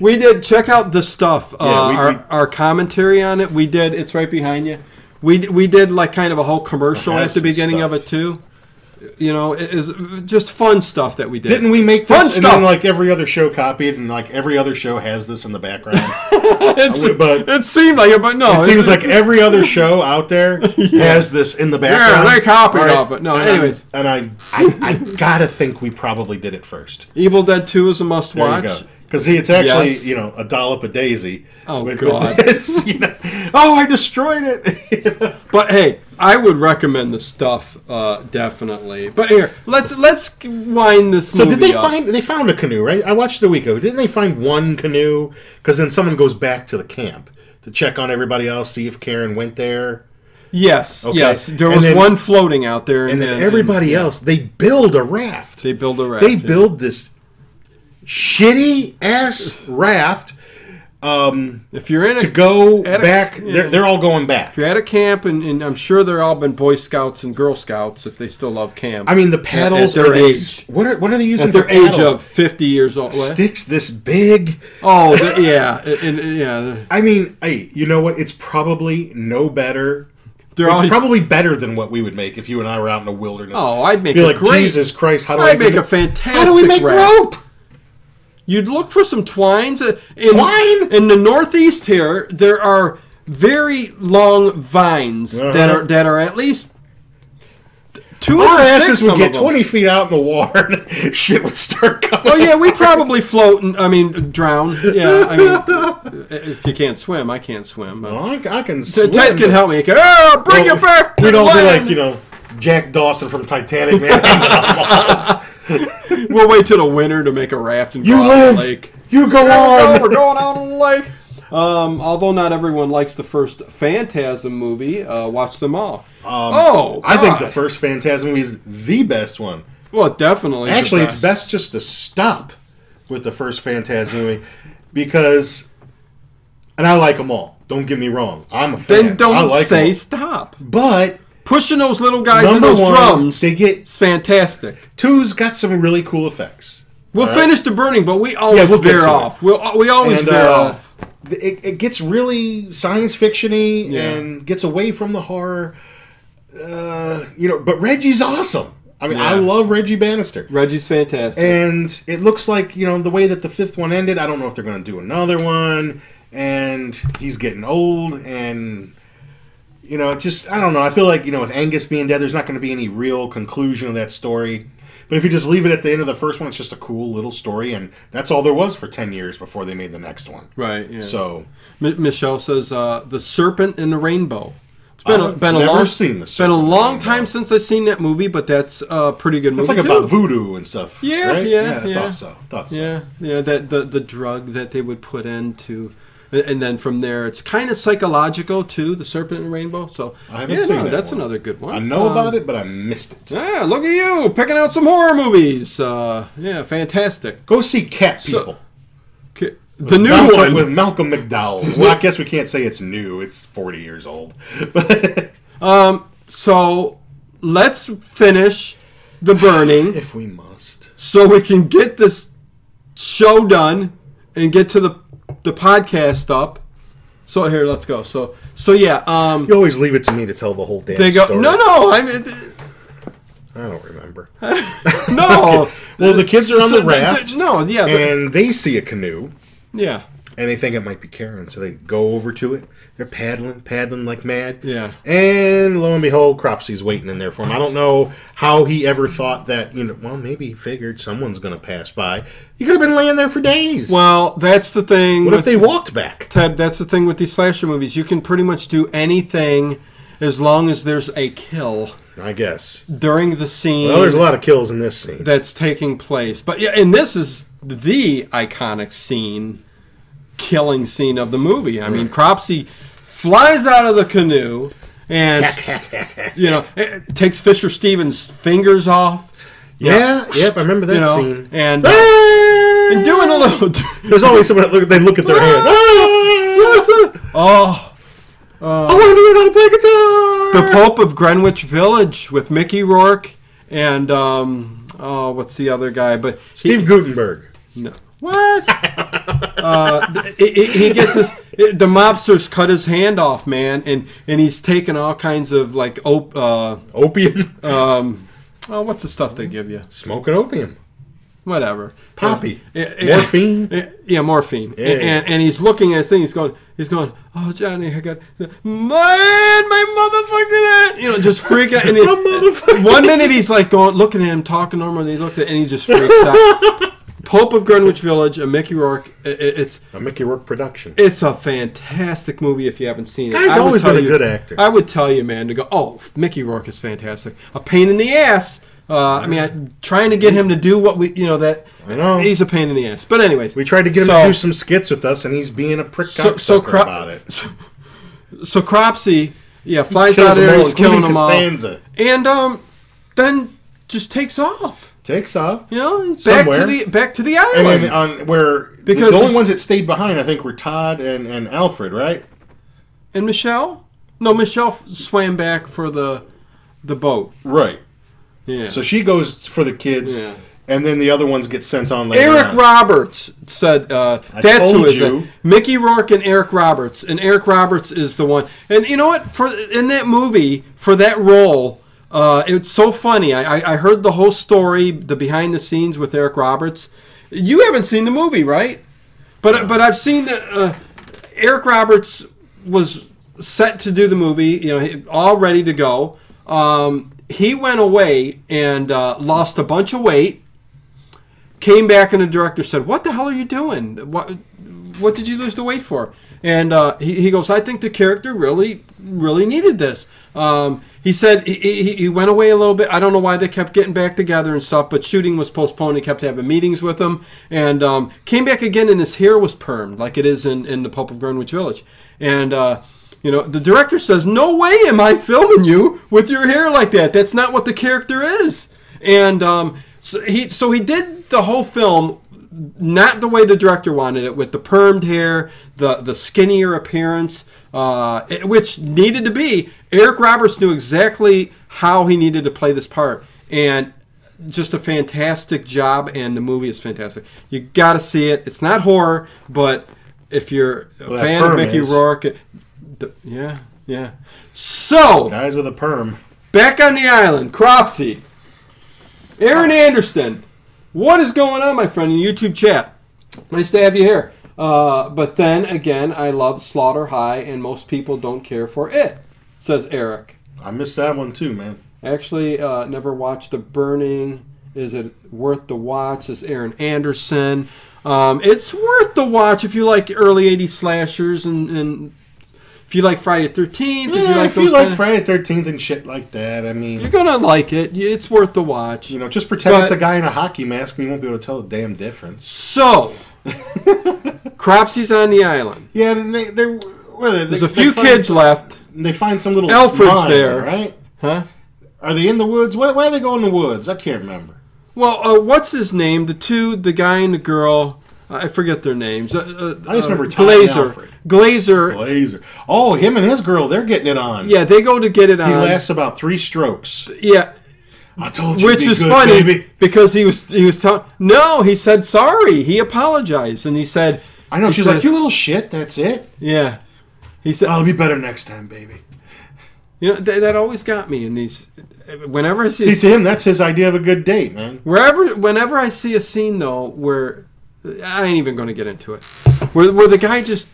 Speaker 6: We did check out the stuff. uh,
Speaker 4: we-
Speaker 6: our,
Speaker 4: we-
Speaker 6: our commentary on it. We did. It's right behind you. We d- we did like kind of a whole commercial
Speaker 4: I have
Speaker 6: at the
Speaker 4: some
Speaker 6: beginning of
Speaker 4: stuff.
Speaker 6: it too. You know, it is just fun stuff that we did.
Speaker 4: Didn't we make
Speaker 6: Fun
Speaker 4: fun this, and
Speaker 6: stuff.
Speaker 4: then like every other show copied, and like every other show has this in the background.
Speaker 6: It's,
Speaker 4: [laughs] but-
Speaker 6: it seemed like Oh, it, but no.
Speaker 4: It seems
Speaker 6: it's-
Speaker 4: like every
Speaker 6: [laughs]
Speaker 4: other show out there has this in the background.
Speaker 6: Yeah, they copied
Speaker 4: All right.
Speaker 6: off it. No,
Speaker 4: And I-
Speaker 6: anyways.
Speaker 4: and I, I, I gotta think we probably did it first.
Speaker 6: Evil Dead Two is a must
Speaker 4: There
Speaker 6: watch.
Speaker 4: you go. Because it's actually
Speaker 6: Yes.
Speaker 4: you know a dollop a daisy.
Speaker 6: Oh,
Speaker 4: with- with
Speaker 6: God.
Speaker 4: this, [laughs] you know. oh, I destroyed it. [laughs]
Speaker 6: But hey, I would recommend the stuff uh, definitely. But here, let's let's wind this.
Speaker 4: so did
Speaker 6: movie
Speaker 4: they
Speaker 6: up.
Speaker 4: find they found a canoe? Right, I watched the week of it. Didn't they find one canoe? Because then someone goes back to the camp to check on everybody else, see if Karen went there.
Speaker 6: Yes,
Speaker 4: Okay.
Speaker 6: yes. There
Speaker 4: And
Speaker 6: was
Speaker 4: then-
Speaker 6: one floating out there,
Speaker 4: and then everybody else they build a raft.
Speaker 6: They build a raft,
Speaker 4: They
Speaker 6: yeah.
Speaker 4: build this shitty ass raft um,
Speaker 6: if you're in a,
Speaker 4: to go
Speaker 6: At a-
Speaker 4: back.
Speaker 6: yeah.
Speaker 4: They're, they're all going back.
Speaker 6: if you're at a camp, and, and I'm sure they're all been Boy Scouts and Girl Scouts if they still love camp.
Speaker 4: I mean, the
Speaker 6: At-
Speaker 4: paddles
Speaker 6: at,
Speaker 4: are
Speaker 6: their
Speaker 4: ex-
Speaker 6: age,
Speaker 4: What are what are they using
Speaker 6: at their
Speaker 4: for
Speaker 6: age
Speaker 4: paddles?
Speaker 6: of 50 years old. What?
Speaker 4: Sticks this big.
Speaker 6: Oh, the, yeah, and, and- yeah. they're-
Speaker 4: I mean, hey, you know what? It's probably no better.
Speaker 6: They're
Speaker 4: it's
Speaker 6: all,
Speaker 4: probably better than what we would make if you and I were out in the wilderness.
Speaker 6: Oh, I'd make
Speaker 4: be
Speaker 6: a
Speaker 4: like
Speaker 6: great-
Speaker 4: Jesus Christ. How do I
Speaker 6: I'd make
Speaker 4: even-
Speaker 6: a fantastic.
Speaker 4: How do we make
Speaker 6: raft.
Speaker 4: rope?
Speaker 6: You'd look for some twines. uh, In,
Speaker 4: Twine?
Speaker 6: in the northeast here, there are very long vines that
Speaker 4: Uh-huh.
Speaker 6: are that are at least two
Speaker 4: Our
Speaker 6: inches thick,
Speaker 4: asses would
Speaker 6: some
Speaker 4: get
Speaker 6: of them.
Speaker 4: twenty feet out in the water, [laughs] and shit would start coming.
Speaker 6: Oh yeah, we probably float. And, I mean, drown. Yeah, I mean, uh, if you can't swim, I can't swim. Uh,
Speaker 4: I, I can.
Speaker 6: Ted
Speaker 4: swim,
Speaker 6: Ted can
Speaker 4: but-
Speaker 6: help me. He can, oh, bring
Speaker 4: Well,
Speaker 6: it back. To
Speaker 4: We'd all be
Speaker 6: land."
Speaker 4: like, you know, Jack Dawson from Titanic, man. [laughs]
Speaker 6: We'll wait till the winter to make a raft and go
Speaker 4: you
Speaker 6: out
Speaker 4: live.
Speaker 6: the lake.
Speaker 4: You go
Speaker 6: Oh,
Speaker 4: on.
Speaker 6: we're going out on the lake. Um, although not everyone likes the first Phantasm movie, uh, watch them all. oh,
Speaker 4: Um, I think
Speaker 6: God.
Speaker 4: the first Phantasm movie is the best one.
Speaker 6: well, definitely. the
Speaker 4: Actually, it's best just to stop with the first Phantasm movie because, and I like them all. Don't get me wrong. I'm a fan.
Speaker 6: Then don't
Speaker 4: I like 'em
Speaker 6: say
Speaker 4: all.
Speaker 6: stop.
Speaker 4: But
Speaker 6: Pushing those little guys in
Speaker 4: Number
Speaker 6: those
Speaker 4: one,
Speaker 6: drums,
Speaker 4: they get-
Speaker 6: it's fantastic.
Speaker 4: two's got some really cool effects.
Speaker 6: We'll
Speaker 4: All right.
Speaker 6: finish the burning, but we always
Speaker 4: we'll get
Speaker 6: veer
Speaker 4: to it.
Speaker 6: off. We'll, we always
Speaker 4: and
Speaker 6: veer
Speaker 4: uh,
Speaker 6: off.
Speaker 4: th- it, it gets really science fictiony
Speaker 6: Yeah.
Speaker 4: and gets away from the horror. Uh, you know, but Reggie's awesome. I mean, I
Speaker 6: Yeah.
Speaker 4: love Reggie Bannister.
Speaker 6: Reggie's fantastic.
Speaker 4: And it looks like you know the way that the fifth one ended. I don't know if they're going to do another one. And he's getting old, and you know, it just I don't know. I feel like you know, with Angus being dead, there's not going to be any real conclusion of that story. But if you just leave it at the end of the first one, it's just a cool little story, and that's all there was for ten years before they made the next one.
Speaker 6: right. Yeah.
Speaker 4: So
Speaker 6: M- Michelle says uh, the serpent and the rainbow. It's been a,
Speaker 4: I've
Speaker 6: been a
Speaker 4: never
Speaker 6: long
Speaker 4: seen The
Speaker 6: been
Speaker 4: Serpent
Speaker 6: a
Speaker 4: and the
Speaker 6: long
Speaker 4: Rainbow.
Speaker 6: time since I've seen that movie, but that's uh, a pretty good
Speaker 4: it's
Speaker 6: movie
Speaker 4: like
Speaker 6: too.
Speaker 4: about voodoo and stuff.
Speaker 6: Yeah,
Speaker 4: right?
Speaker 6: yeah,
Speaker 4: I
Speaker 6: yeah.
Speaker 4: thought so. Thought so.
Speaker 6: Yeah, yeah. That the the drug that they would put into, and then from there, it's kind of psychological too. The Serpent and Rainbow. So
Speaker 4: I haven't
Speaker 6: yeah,
Speaker 4: seen
Speaker 6: no,
Speaker 4: that
Speaker 6: That's
Speaker 4: one.
Speaker 6: another good one.
Speaker 4: I know
Speaker 6: Um,
Speaker 4: about it, but I missed it.
Speaker 6: Yeah, look at you picking out some horror movies. Uh, yeah, fantastic.
Speaker 4: Go see Cat
Speaker 6: So-
Speaker 4: People.
Speaker 6: K- The new
Speaker 4: Malcolm-
Speaker 6: one.
Speaker 4: with Malcolm
Speaker 6: [laughs]
Speaker 4: McDowell. Well, I guess we can't say it's new. It's forty years old. [laughs] But
Speaker 6: so let's finish
Speaker 4: [laughs]
Speaker 6: the burning
Speaker 4: if we must,
Speaker 6: so we can get this show done and get to the the podcast up. So here, let's go. So so yeah. Um,
Speaker 4: you always leave it to me to tell the whole damn
Speaker 6: They go,
Speaker 4: story.
Speaker 6: no, no, I mean,
Speaker 4: I don't remember.
Speaker 6: [laughs] no.
Speaker 4: Well, the kids are on
Speaker 6: So
Speaker 4: the raft.
Speaker 6: No, yeah, the-
Speaker 4: and they see a canoe.
Speaker 6: yeah,
Speaker 4: and they think it might be Karen, so they go over to it. They're paddling, paddling like mad.
Speaker 6: Yeah.
Speaker 4: And lo and behold, Cropsy's waiting in there for him. I don't know how he ever thought that, you know, well, maybe he figured someone's going to pass by. You could have been laying there for days.
Speaker 6: Well, that's the thing.
Speaker 4: what if
Speaker 6: with-
Speaker 4: they walked back?
Speaker 6: Ted, that's the thing with these slasher movies. You can pretty much do anything as long as there's a kill
Speaker 4: I guess.
Speaker 6: during the scene
Speaker 4: Well, there's a lot of kills in this scene.
Speaker 6: that's taking place. But yeah, and this is the iconic scene, killing scene of the movie.
Speaker 4: [laughs]
Speaker 6: I mean, Cropsy flies out of the canoe and
Speaker 4: [laughs]
Speaker 6: you know eh, takes Fisher Stevens' fingers off.
Speaker 4: yeah, yep, I remember that
Speaker 6: you know,
Speaker 4: scene. Ah!
Speaker 6: and uh, and doing a
Speaker 4: [laughs]
Speaker 6: little. [laughs]
Speaker 4: There's always someone that look, they look at their hand. Ah!
Speaker 6: oh,
Speaker 4: I want to do it on a play guitar.
Speaker 6: the Pope of Greenwich Village with Mickey Rourke and um, oh, what's the other guy? But he-
Speaker 4: Steve Gutenberg.
Speaker 6: no.
Speaker 4: [laughs]
Speaker 6: what? uh, th- he, he- he gets his. The mobsters cut his hand off, man, and and he's taking all kinds of like op. Uh,
Speaker 4: Opium.
Speaker 6: oh, what's the stuff they give you?
Speaker 4: Smoking opium.
Speaker 6: whatever.
Speaker 4: Poppy.
Speaker 6: Yeah, yeah,
Speaker 4: Morphine?
Speaker 6: yeah, Eh, yeah, morphine.
Speaker 4: Yeah.
Speaker 6: And, and, and he's looking at his thing. He's going, he's going, oh Johnny, I got man, my motherfucking head. You know, just freak out.
Speaker 4: [laughs]
Speaker 6: And he-
Speaker 4: motherfucking [laughs]
Speaker 6: One minute he's like going, looking at him, talking normal, and he looks at, and he just freaks out. Pope of Greenwich Village, a Mickey Rourke. I- I- It's
Speaker 4: A Mickey Rourke production.
Speaker 6: it's a fantastic movie if you haven't seen it.
Speaker 4: Guy's
Speaker 6: I would
Speaker 4: always
Speaker 6: tell
Speaker 4: been a
Speaker 6: you-
Speaker 4: good actor.
Speaker 6: I would tell you, man, to go. Oh, Mickey Rourke is fantastic. A pain in the ass. Uh, I mean, I, trying to get him to do what we, you know, that
Speaker 4: Mm-hmm. I know.
Speaker 6: he's a pain in the ass. But anyways,
Speaker 4: we tried to get him
Speaker 6: so-
Speaker 4: to do some skits with us, and he's being a prick
Speaker 6: so,
Speaker 4: cocksucker
Speaker 6: so Cro-
Speaker 4: about it.
Speaker 6: So, so Cropsy, yeah, flies
Speaker 4: kills
Speaker 6: out
Speaker 4: them
Speaker 6: there
Speaker 4: all,
Speaker 6: and is killing
Speaker 4: including
Speaker 6: them all,
Speaker 4: Costanza.
Speaker 6: and um, then just takes off.
Speaker 4: Takes off.
Speaker 6: You know, and back
Speaker 4: Somewhere.
Speaker 6: to the back to the
Speaker 4: And
Speaker 6: island.
Speaker 4: then uh, on where
Speaker 6: Because
Speaker 4: the only
Speaker 6: it's-
Speaker 4: ones that stayed behind, I think, were Todd and, and Alfred, right?
Speaker 6: and Michelle, no, Michelle f- swam back for the the boat.
Speaker 4: Right.
Speaker 6: Yeah.
Speaker 4: So she goes for the kids,
Speaker 6: Yeah.
Speaker 4: and then the other ones get sent on later.
Speaker 6: Eric
Speaker 4: on.
Speaker 6: Roberts said, uh, "That's who
Speaker 4: told
Speaker 6: is
Speaker 4: you.
Speaker 6: it? Mickey Rourke and Eric Roberts, and Eric Roberts is the one. And you know what? For in that movie, for that role, uh, it's so funny. I, I, I heard the whole story, the behind the scenes with Eric Roberts. You haven't seen the movie, right? But but I've seen the uh, Eric Roberts was set to do the movie. You know, he- all ready to go. Um, he went away and uh, lost a bunch of weight came back and the director said, "What the hell are you doing? What what did you lose the weight for?" And uh, he, he goes, "I think the character really really needed this." Um, he said he, he, he went away a little bit. I don't know why they kept getting back together and stuff, but shooting was postponed. He kept having meetings with them and um, came back again, and his hair was permed like it is in, in the Pulp of Greenwich Village. And uh, you know, the director says, "No way am I filming you with your hair like that. That's not what the character is." And um, so he so he did the whole film not the way the director wanted it, with the permed hair, the the skinnier appearance, uh, it- which needed to be. Eric Roberts knew exactly how he needed to play this part, and just a fantastic job. And the movie is fantastic. You got to see it. It's not horror, but if you're a
Speaker 4: that
Speaker 6: fan of
Speaker 4: perm
Speaker 6: Mickey
Speaker 4: is.
Speaker 6: Rourke, it- the- yeah, yeah. So
Speaker 4: Guys with a perm.
Speaker 6: Back on the island, Cropsy. Aaron Anderson. What is going on, my friend, in YouTube chat? Nice to have you here. Uh, but then again, I love Slaughter High, and most people don't care for it, says Eric.
Speaker 4: I missed that one too, man.
Speaker 6: Actually, uh, never watched The Burning. Is it worth the watch? Says Aaron Anderson. Um, it's worth the watch if you like early 80s slashers and, and if you like Friday the 13th.
Speaker 4: Yeah,
Speaker 6: if you like
Speaker 4: if you
Speaker 6: those
Speaker 4: like
Speaker 6: kinda-
Speaker 4: Friday Thirteenth and shit like that, I
Speaker 6: you're
Speaker 4: mean,
Speaker 6: going to like it. It's worth the watch.
Speaker 4: you know, just pretend
Speaker 6: But-
Speaker 4: it's a guy in a hockey mask, and you won't be able to tell the damn difference.
Speaker 6: So, Cropsy's on the island.
Speaker 4: Yeah, then they they what are they,
Speaker 6: There's a few kids
Speaker 4: Some,
Speaker 6: left.
Speaker 4: they find some little
Speaker 6: Alfred's
Speaker 4: mine,
Speaker 6: there.
Speaker 4: right?
Speaker 6: Huh?
Speaker 4: Are they in the woods? Where, where are they going in the woods? I can't remember.
Speaker 6: Well, uh, what's his name? The two, the guy and the girl. I forget their names. Uh, uh,
Speaker 4: I just
Speaker 6: uh,
Speaker 4: remember Todd and
Speaker 6: Glazer.
Speaker 4: Alfred.
Speaker 6: Glazer.
Speaker 4: Blazer. Oh, him and his girl, they're getting it on.
Speaker 6: Yeah, they go to get it on.
Speaker 4: He lasts about three strokes.
Speaker 6: yeah,
Speaker 4: I told you,
Speaker 6: which
Speaker 4: it'd be
Speaker 6: is
Speaker 4: good,
Speaker 6: funny
Speaker 4: baby.
Speaker 6: because he was he was telling. No, he said sorry. He apologized and he said.
Speaker 4: I know.
Speaker 6: he
Speaker 4: She's
Speaker 6: said-
Speaker 4: like, you little shit. That's it.
Speaker 6: Yeah, he said.
Speaker 4: I'll be better next time, baby.
Speaker 6: You know th- that always got me in these. Whenever I see
Speaker 4: See, to him, that's his idea of a good date, man.
Speaker 6: Wherever, whenever I see a scene though, where I ain't even going to get into it, where where the guy just,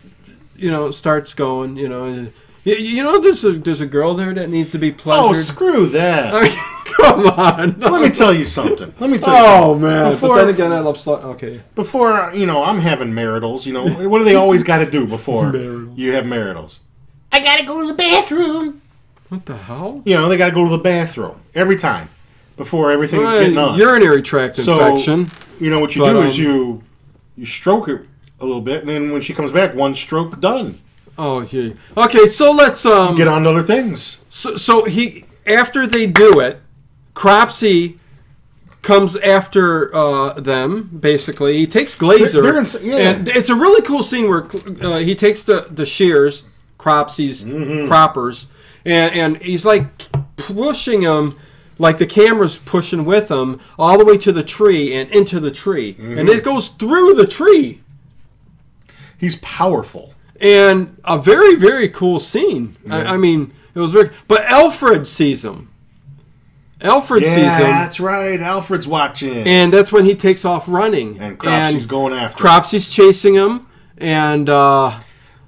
Speaker 6: you know, starts going, you know, and- you, you know, there's a there's a girl there that needs to be
Speaker 4: Oh,
Speaker 6: pleasured.
Speaker 4: screw that.
Speaker 6: [laughs] I mean, come
Speaker 4: [laughs]
Speaker 6: on.
Speaker 4: Let me tell you something. Let me tell you
Speaker 6: oh
Speaker 4: something.
Speaker 6: man!
Speaker 4: Before,
Speaker 6: but then again, I love slot. Okay.
Speaker 4: before you know, I'm having maritals. You know, what do they always got to do
Speaker 6: [laughs]
Speaker 4: before you have maritals? I gotta go to the bathroom.
Speaker 6: What the hell?
Speaker 4: You know, they gotta go to the bathroom every time before everything's getting
Speaker 6: Well,
Speaker 4: on.
Speaker 6: Urinary tract
Speaker 4: So,
Speaker 6: infection.
Speaker 4: You know what you
Speaker 6: But,
Speaker 4: do is
Speaker 6: um,
Speaker 4: you you stroke it a little bit, and then when she comes back, one stroke done.
Speaker 6: Oh, yeah. Okay, so let's um.
Speaker 4: Get on to other things.
Speaker 6: So, so he after they do it, Cropsy comes after uh, them. Basically, he takes Glazer.
Speaker 4: They're- they're ins- yeah.
Speaker 6: and it's a really cool scene where uh, he takes the the shears, Cropsy's
Speaker 4: Mm-hmm.
Speaker 6: croppers, and and he's like pushing him. Like the camera's pushing with him all the way to the tree and into the tree,
Speaker 4: Mm-hmm.
Speaker 6: and it goes through the tree,
Speaker 4: He's powerful.
Speaker 6: and a very very cool scene. I, I mean, it was very. But Alfred sees him. Alfred
Speaker 4: Yeah,
Speaker 6: sees him,
Speaker 4: that's right. Alfred's watching,
Speaker 6: and that's when he takes off running.
Speaker 4: and Cropsy's going after. him.
Speaker 6: Cropsy's chasing him, and uh,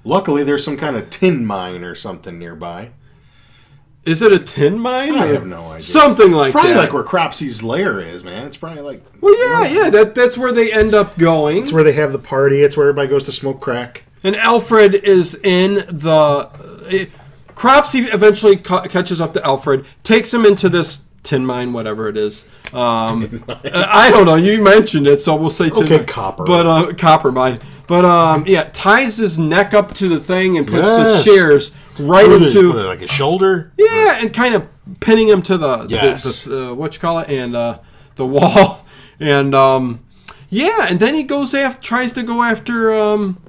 Speaker 4: Luckily, there's some kind of tin mine or something nearby.
Speaker 6: Is it a tin mine?
Speaker 4: I
Speaker 6: or
Speaker 4: have no idea.
Speaker 6: Something like
Speaker 4: it's probably
Speaker 6: that.
Speaker 4: like where Cropsy's lair is, man. It's probably like
Speaker 6: well, yeah, yeah. That that's where they end up going.
Speaker 4: It's where they have the party. It's where everybody goes to smoke crack.
Speaker 6: And Alfred is in the. It, Cropsy eventually ca- catches up to Alfred, takes him into this tin mine, whatever it is. [laughs] Um, I don't know. You mentioned it, so we'll say tin
Speaker 4: Okay,
Speaker 6: mine.
Speaker 4: copper.
Speaker 6: but uh, copper mine. But um, yeah, ties his neck up to the thing and puts
Speaker 4: Yes.
Speaker 6: the chairs right
Speaker 4: What is it,
Speaker 6: into.
Speaker 4: what is it, like a shoulder.
Speaker 6: Yeah, and kind of pinning him to the, the-
Speaker 4: Yes.
Speaker 6: the, uh, what you call it and uh, the wall, [laughs] and um, yeah, and then he goes after tries to go after um,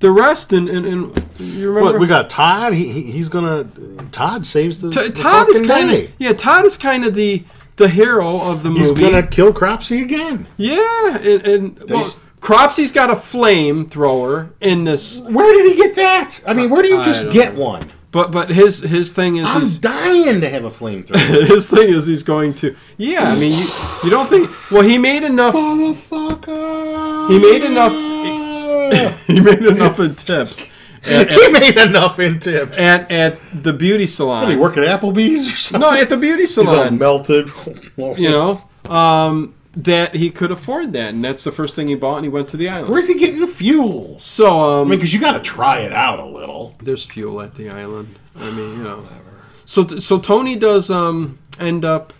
Speaker 6: the rest, and, and, and you remember
Speaker 4: What we got? Todd. He, he he's gonna. Todd saves the.
Speaker 6: T-
Speaker 4: the
Speaker 6: Todd is
Speaker 4: fucking
Speaker 6: kind
Speaker 4: day.
Speaker 6: of yeah, Todd is kind of the the hero of the
Speaker 4: He's
Speaker 6: movie.
Speaker 4: gonna kill Cropsy again.
Speaker 6: Yeah, and, and well,
Speaker 4: s-
Speaker 6: Cropsy's got a flamethrower in this,
Speaker 4: Where did he get that? I mean, where do you
Speaker 6: I
Speaker 4: just
Speaker 6: don't
Speaker 4: get one?
Speaker 6: but but his his thing is
Speaker 4: I'm
Speaker 6: is-
Speaker 4: dying to have a flamethrower.
Speaker 6: [laughs] his thing is he's going to yeah. I mean you you don't think well he made enough.
Speaker 4: Motherfucker.
Speaker 6: He made enough-
Speaker 4: [laughs] he
Speaker 6: he made enough in tips at,
Speaker 4: made enough in tips. And
Speaker 6: at, at the beauty
Speaker 4: he
Speaker 6: salon.
Speaker 4: work at Applebee's or something.
Speaker 6: No, at the beauty
Speaker 4: He's all
Speaker 6: salon.
Speaker 4: melted.
Speaker 6: You know, um, that he could afford that, and that's the first thing he bought, and he went to the island.
Speaker 4: Where's he getting fuels?
Speaker 6: So um,
Speaker 4: I mean, because you got to try it out a little.
Speaker 6: there's fuel at the island. I mean, you know. So so Tony does um end [laughs] up.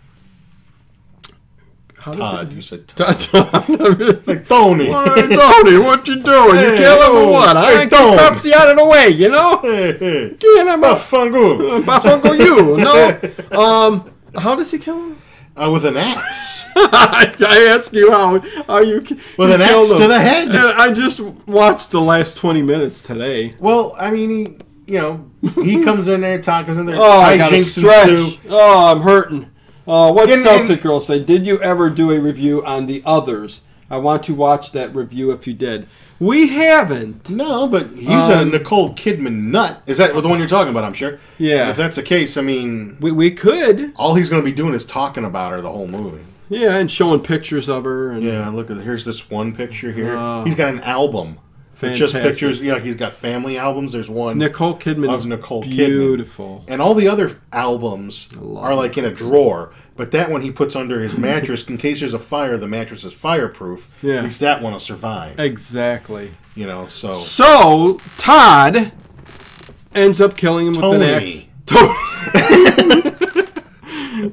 Speaker 6: How does
Speaker 4: Todd,
Speaker 6: it-
Speaker 4: you said Todd.
Speaker 6: Todd- Todd, it's like,
Speaker 4: Tony. [laughs]
Speaker 6: Hey, Tony, what you doing?
Speaker 4: Hey,
Speaker 6: you killing or what?
Speaker 4: hey,
Speaker 6: I ain't
Speaker 4: Tony.
Speaker 6: keep Pepsi out of the way, you know?
Speaker 4: Hey, hey.
Speaker 6: Get him [laughs]
Speaker 4: A
Speaker 6: a
Speaker 4: fungo.
Speaker 6: Bafungo you, [laughs] no? Um, how does he kill him?
Speaker 4: Uh, with an axe.
Speaker 6: I, [laughs] I ask you how how you ki-
Speaker 4: With
Speaker 6: you
Speaker 4: an
Speaker 6: killed
Speaker 4: axe to
Speaker 6: him.
Speaker 4: the head.
Speaker 6: And I just watched the last twenty minutes today.
Speaker 4: Well, I mean, he, you know,
Speaker 6: [laughs]
Speaker 4: he comes in there, Todd comes in there.
Speaker 6: Oh, I got to
Speaker 4: hijinks
Speaker 6: stretch.
Speaker 4: ensue.
Speaker 6: Oh, I'm hurting. Uh, what
Speaker 4: And-
Speaker 6: Celtic
Speaker 4: and-
Speaker 6: girl say? Did you ever do a review on the others? I want to watch that review if you did. We haven't.
Speaker 4: No, but he's
Speaker 6: Um,
Speaker 4: a Nicole Kidman nut. Is that the one you're talking about? I'm sure.
Speaker 6: Yeah.
Speaker 4: And if that's the case, I mean,
Speaker 6: We, we could.
Speaker 4: all he's going to be doing is talking about her the whole movie.
Speaker 6: Yeah, and showing pictures of her and
Speaker 4: Yeah, look at here's this one picture here.
Speaker 6: Oh.
Speaker 4: he's got an album. It's just
Speaker 6: Fantastic.
Speaker 4: pictures. Yeah, he's got family albums. There's one.
Speaker 6: Nicole Kidman
Speaker 4: Of
Speaker 6: is
Speaker 4: Nicole Kidman.
Speaker 6: beautiful.
Speaker 4: and all the other albums
Speaker 6: love
Speaker 4: are like in a drawer, but that one he puts under his mattress in case there's a fire. The mattress is fireproof.
Speaker 6: Yeah.
Speaker 4: At least that one will survive.
Speaker 6: Exactly.
Speaker 4: You know, so
Speaker 6: So Todd ends up killing him with an
Speaker 4: Tony.
Speaker 6: axe. Tony. [laughs]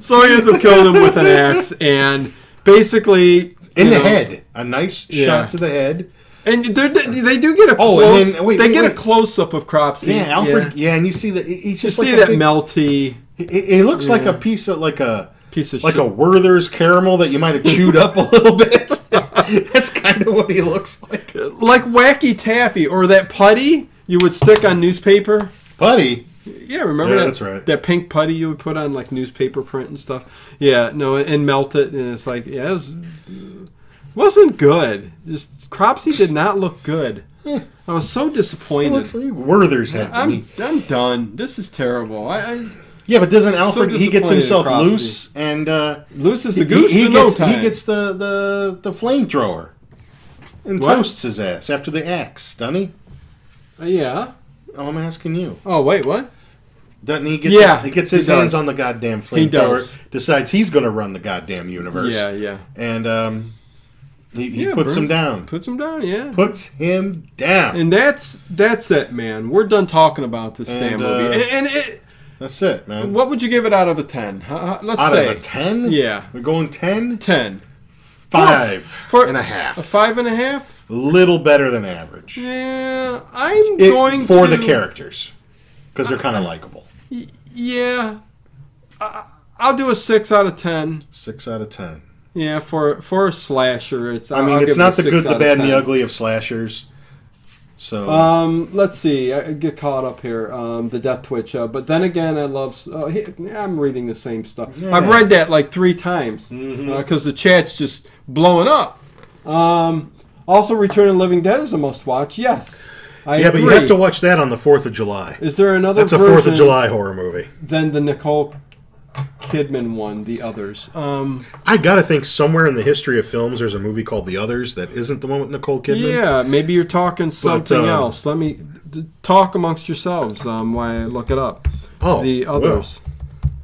Speaker 6: so he ends up killing him with an axe, and basically
Speaker 4: in the
Speaker 6: you know-
Speaker 4: head, a nice
Speaker 6: Yeah.
Speaker 4: shot to the head.
Speaker 6: And they're- they they do get a
Speaker 4: Oh,
Speaker 6: close.
Speaker 4: and then- wait,
Speaker 6: they
Speaker 4: wait,
Speaker 6: get a
Speaker 4: wait.
Speaker 6: close up of Cropsy.
Speaker 4: Yeah, Alfred. Yeah, and you see that he- he's
Speaker 6: You
Speaker 4: just
Speaker 6: see
Speaker 4: like a
Speaker 6: that
Speaker 4: big-
Speaker 6: melty
Speaker 4: It, it looks like a piece of like a
Speaker 6: piece of
Speaker 4: like
Speaker 6: shit.
Speaker 4: a Werther's caramel that you might have chewed up a little bit. [laughs] That's kind of what he looks like.
Speaker 6: like wacky taffy or that putty you would stick on newspaper.
Speaker 4: Buddy,
Speaker 6: Yeah, remember
Speaker 4: Yeah,
Speaker 6: that?
Speaker 4: that's right.
Speaker 6: That pink putty you would put on like newspaper print and stuff. Yeah, no, and melt it, and it's like yeah, it was, wasn't good. Just Cropsy did not look good. I was so
Speaker 4: he
Speaker 6: disappointed.
Speaker 4: Eh. looks like Werther's head. to me.
Speaker 6: I'm I'm done. This is terrible. I, I
Speaker 4: Yeah, but doesn't Alfred? he gets
Speaker 6: disappointed in
Speaker 4: himself
Speaker 6: Cropsey.
Speaker 4: loose and uh,
Speaker 6: loses
Speaker 4: he,
Speaker 6: the goose.
Speaker 4: he
Speaker 6: in no
Speaker 4: gets
Speaker 6: time.
Speaker 4: he gets the the the flamethrower and
Speaker 6: What?
Speaker 4: toasts his ass after the axe, doesn't he?
Speaker 6: Uh, yeah.
Speaker 4: Oh, I'm asking you.
Speaker 6: Oh wait, what?
Speaker 4: Doesn't he get?
Speaker 6: Yeah,
Speaker 4: the- he gets
Speaker 6: he
Speaker 4: his hands
Speaker 6: does.
Speaker 4: on the goddamn
Speaker 6: He does.
Speaker 4: flamethrower. Decides he's going to run the goddamn universe.
Speaker 6: Yeah, yeah.
Speaker 4: and um, he, he
Speaker 6: Yeah,
Speaker 4: puts
Speaker 6: Bert.
Speaker 4: him down.
Speaker 6: Puts him down, yeah.
Speaker 4: Puts him down.
Speaker 6: and that's that's it, man. We're done talking about this damn
Speaker 4: And, uh,
Speaker 6: movie. And, and it,
Speaker 4: That's it, man.
Speaker 6: what would you give it out of a ten? How- how- Let's
Speaker 4: Out
Speaker 6: say
Speaker 4: of a ten?
Speaker 6: Yeah.
Speaker 4: We're going ten?
Speaker 6: ten.
Speaker 4: Five
Speaker 6: For-
Speaker 4: and a half.
Speaker 6: A five and a half?
Speaker 4: Little better than average.
Speaker 6: Yeah, I'm
Speaker 4: It-
Speaker 6: going
Speaker 4: for
Speaker 6: to,
Speaker 4: the characters. Because they're kind of likable.
Speaker 6: Yeah, I, I'll do a six out of ten.
Speaker 4: Six out of ten.
Speaker 6: Yeah, for for a slasher, it's.
Speaker 4: I mean,
Speaker 6: I'll give
Speaker 4: it's
Speaker 6: it a
Speaker 4: not the
Speaker 6: six
Speaker 4: good,
Speaker 6: out
Speaker 4: the
Speaker 6: of
Speaker 4: bad, and the
Speaker 6: 10.
Speaker 4: ugly of slashers. So,
Speaker 6: Um, let's see. I I get caught up here. Um, the Death Twitch. Uh, but then again, I love. Uh, he, I'm reading the same stuff. I've
Speaker 4: Yeah. Mm-hmm.
Speaker 6: read that like three times because the chat's just blowing up. Um, also, Return of the Living Dead is a must-watch. Yes, I
Speaker 4: yeah, but
Speaker 6: agree.
Speaker 4: you have to watch that on the 4th of July.
Speaker 6: Is there another
Speaker 4: That's a 4th
Speaker 6: version
Speaker 4: of July horror movie.
Speaker 6: than the Nicole Kidman one? The others. Um,
Speaker 4: I gotta think somewhere in the history of films there's a movie called The Others that isn't the one with Nicole Kidman.
Speaker 6: yeah, maybe you're talking something
Speaker 4: uh,
Speaker 6: else. Let me d- talk amongst yourselves. Um, why I look it up.
Speaker 4: Oh,
Speaker 6: the
Speaker 4: well.
Speaker 6: others.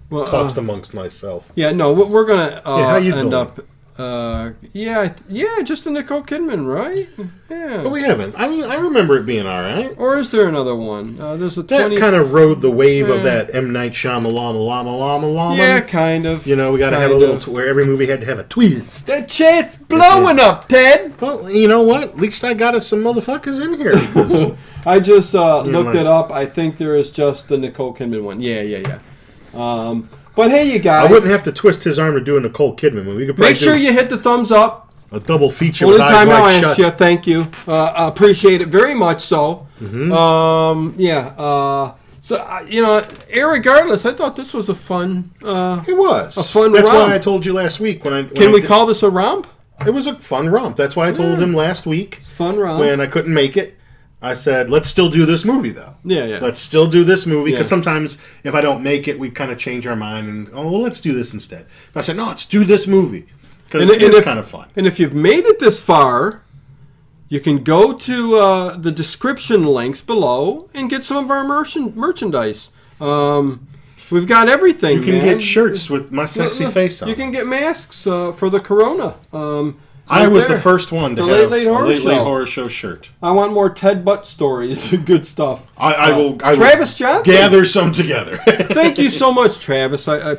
Speaker 6: Well, uh,
Speaker 4: Talks amongst myself.
Speaker 6: yeah, no, we- we're gonna uh,
Speaker 4: Yeah, how you
Speaker 6: end
Speaker 4: doing?
Speaker 6: up. Uh, yeah, I th- yeah, just the Nicole Kidman, right?
Speaker 4: But
Speaker 6: Yeah.
Speaker 4: we haven't. I mean, I remember it being all right.
Speaker 6: Or is there another one? Uh, there's a
Speaker 4: That
Speaker 6: twenty.
Speaker 4: kind of rode the wave
Speaker 6: Yeah.
Speaker 4: of that M Night Shyamalan, Lama Lama Lama.
Speaker 6: yeah, kind of.
Speaker 4: You know, we got to have a
Speaker 6: kind
Speaker 4: little
Speaker 6: of.
Speaker 4: t- where every movie had to have a twist.
Speaker 6: The shit's blowing up, Ted.
Speaker 4: Well, you know what? At least I got us some motherfuckers in here. Because
Speaker 6: [laughs] I just uh, looked
Speaker 4: right.
Speaker 6: it up. I think there is just the Nicole Kidman one. Yeah, yeah, yeah. Um, but hey, you
Speaker 4: I
Speaker 6: guys,
Speaker 4: wouldn't have to twist his arm to do a Nicole Kidman movie. We could probably
Speaker 6: make sure
Speaker 4: do
Speaker 6: you hit the thumbs up.
Speaker 4: a double feature
Speaker 6: Only
Speaker 4: with eyes
Speaker 6: time I
Speaker 4: wide
Speaker 6: asked
Speaker 4: shut.
Speaker 6: you, thank you. Uh, I appreciate it very much. So,
Speaker 4: Mm-hmm.
Speaker 6: um, yeah. Uh, so I you know, irregardless, I thought this was a fun. Uh,
Speaker 4: It was. A
Speaker 6: fun
Speaker 4: That's
Speaker 6: romp.
Speaker 4: why I told you last week when I. when
Speaker 6: can
Speaker 4: I
Speaker 6: we
Speaker 4: did-
Speaker 6: call this a romp?
Speaker 4: It was a fun romp. That's why I told him last week
Speaker 6: Fun romp.
Speaker 4: when I couldn't make it. I said, let's still do this movie, though.
Speaker 6: Yeah, yeah.
Speaker 4: Let's still do this movie because
Speaker 6: Yeah.
Speaker 4: sometimes if I don't make it, we kind of change our mind and, oh, well, let's do this instead. But I said, no, let's do this movie because
Speaker 6: And- and
Speaker 4: it's
Speaker 6: if-
Speaker 4: kind of fun.
Speaker 6: And if you've made it this far, you can go to uh, the description links below and get some of our merchan- merchandise. Um, we've got everything.
Speaker 4: You can
Speaker 6: man.
Speaker 4: get shirts with my sexy
Speaker 6: Look,
Speaker 4: face on.
Speaker 6: You can get masks uh, for the corona. Um,
Speaker 4: I
Speaker 6: right
Speaker 4: was
Speaker 6: there.
Speaker 4: the first one to
Speaker 6: The Late
Speaker 4: have
Speaker 6: Late
Speaker 4: a
Speaker 6: Horror
Speaker 4: Late Late
Speaker 6: Show.
Speaker 4: Horror Show shirt.
Speaker 6: I want more Ted Butt stories. [laughs] Good stuff.
Speaker 4: I, I
Speaker 6: Uh,
Speaker 4: will. I will
Speaker 6: Travis Johnson.
Speaker 4: gather some together. [laughs]
Speaker 6: Thank you so much, Travis. I, I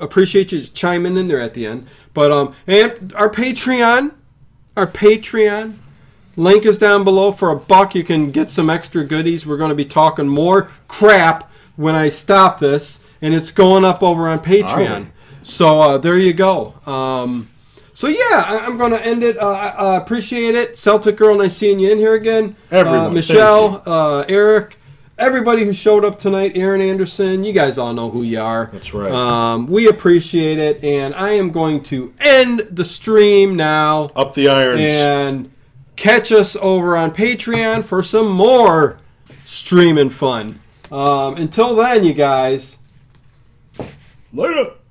Speaker 6: appreciate you chiming in there at the end. But um, and our Patreon, our Patreon link is down below. For a buck, you can get some extra goodies. We're going to be talking more crap when I stop this, and it's going up over on Patreon.
Speaker 4: right.
Speaker 6: So uh, there you go. Um, so yeah, I, I'm going to end it. Uh, I, I appreciate it, Celtic girl. Nice seeing you in here again, Uh,
Speaker 4: Everyone, thank
Speaker 6: Michelle,
Speaker 4: you.
Speaker 6: uh, Eric, everybody who showed up tonight, Aaron Anderson, you guys all know who you are.
Speaker 4: That's right.
Speaker 6: Um, we appreciate it, and I am going to end the stream now
Speaker 4: Up the irons.
Speaker 6: and catch us over on Patreon for some more streaming fun. Um, until then, you guys.
Speaker 4: Later.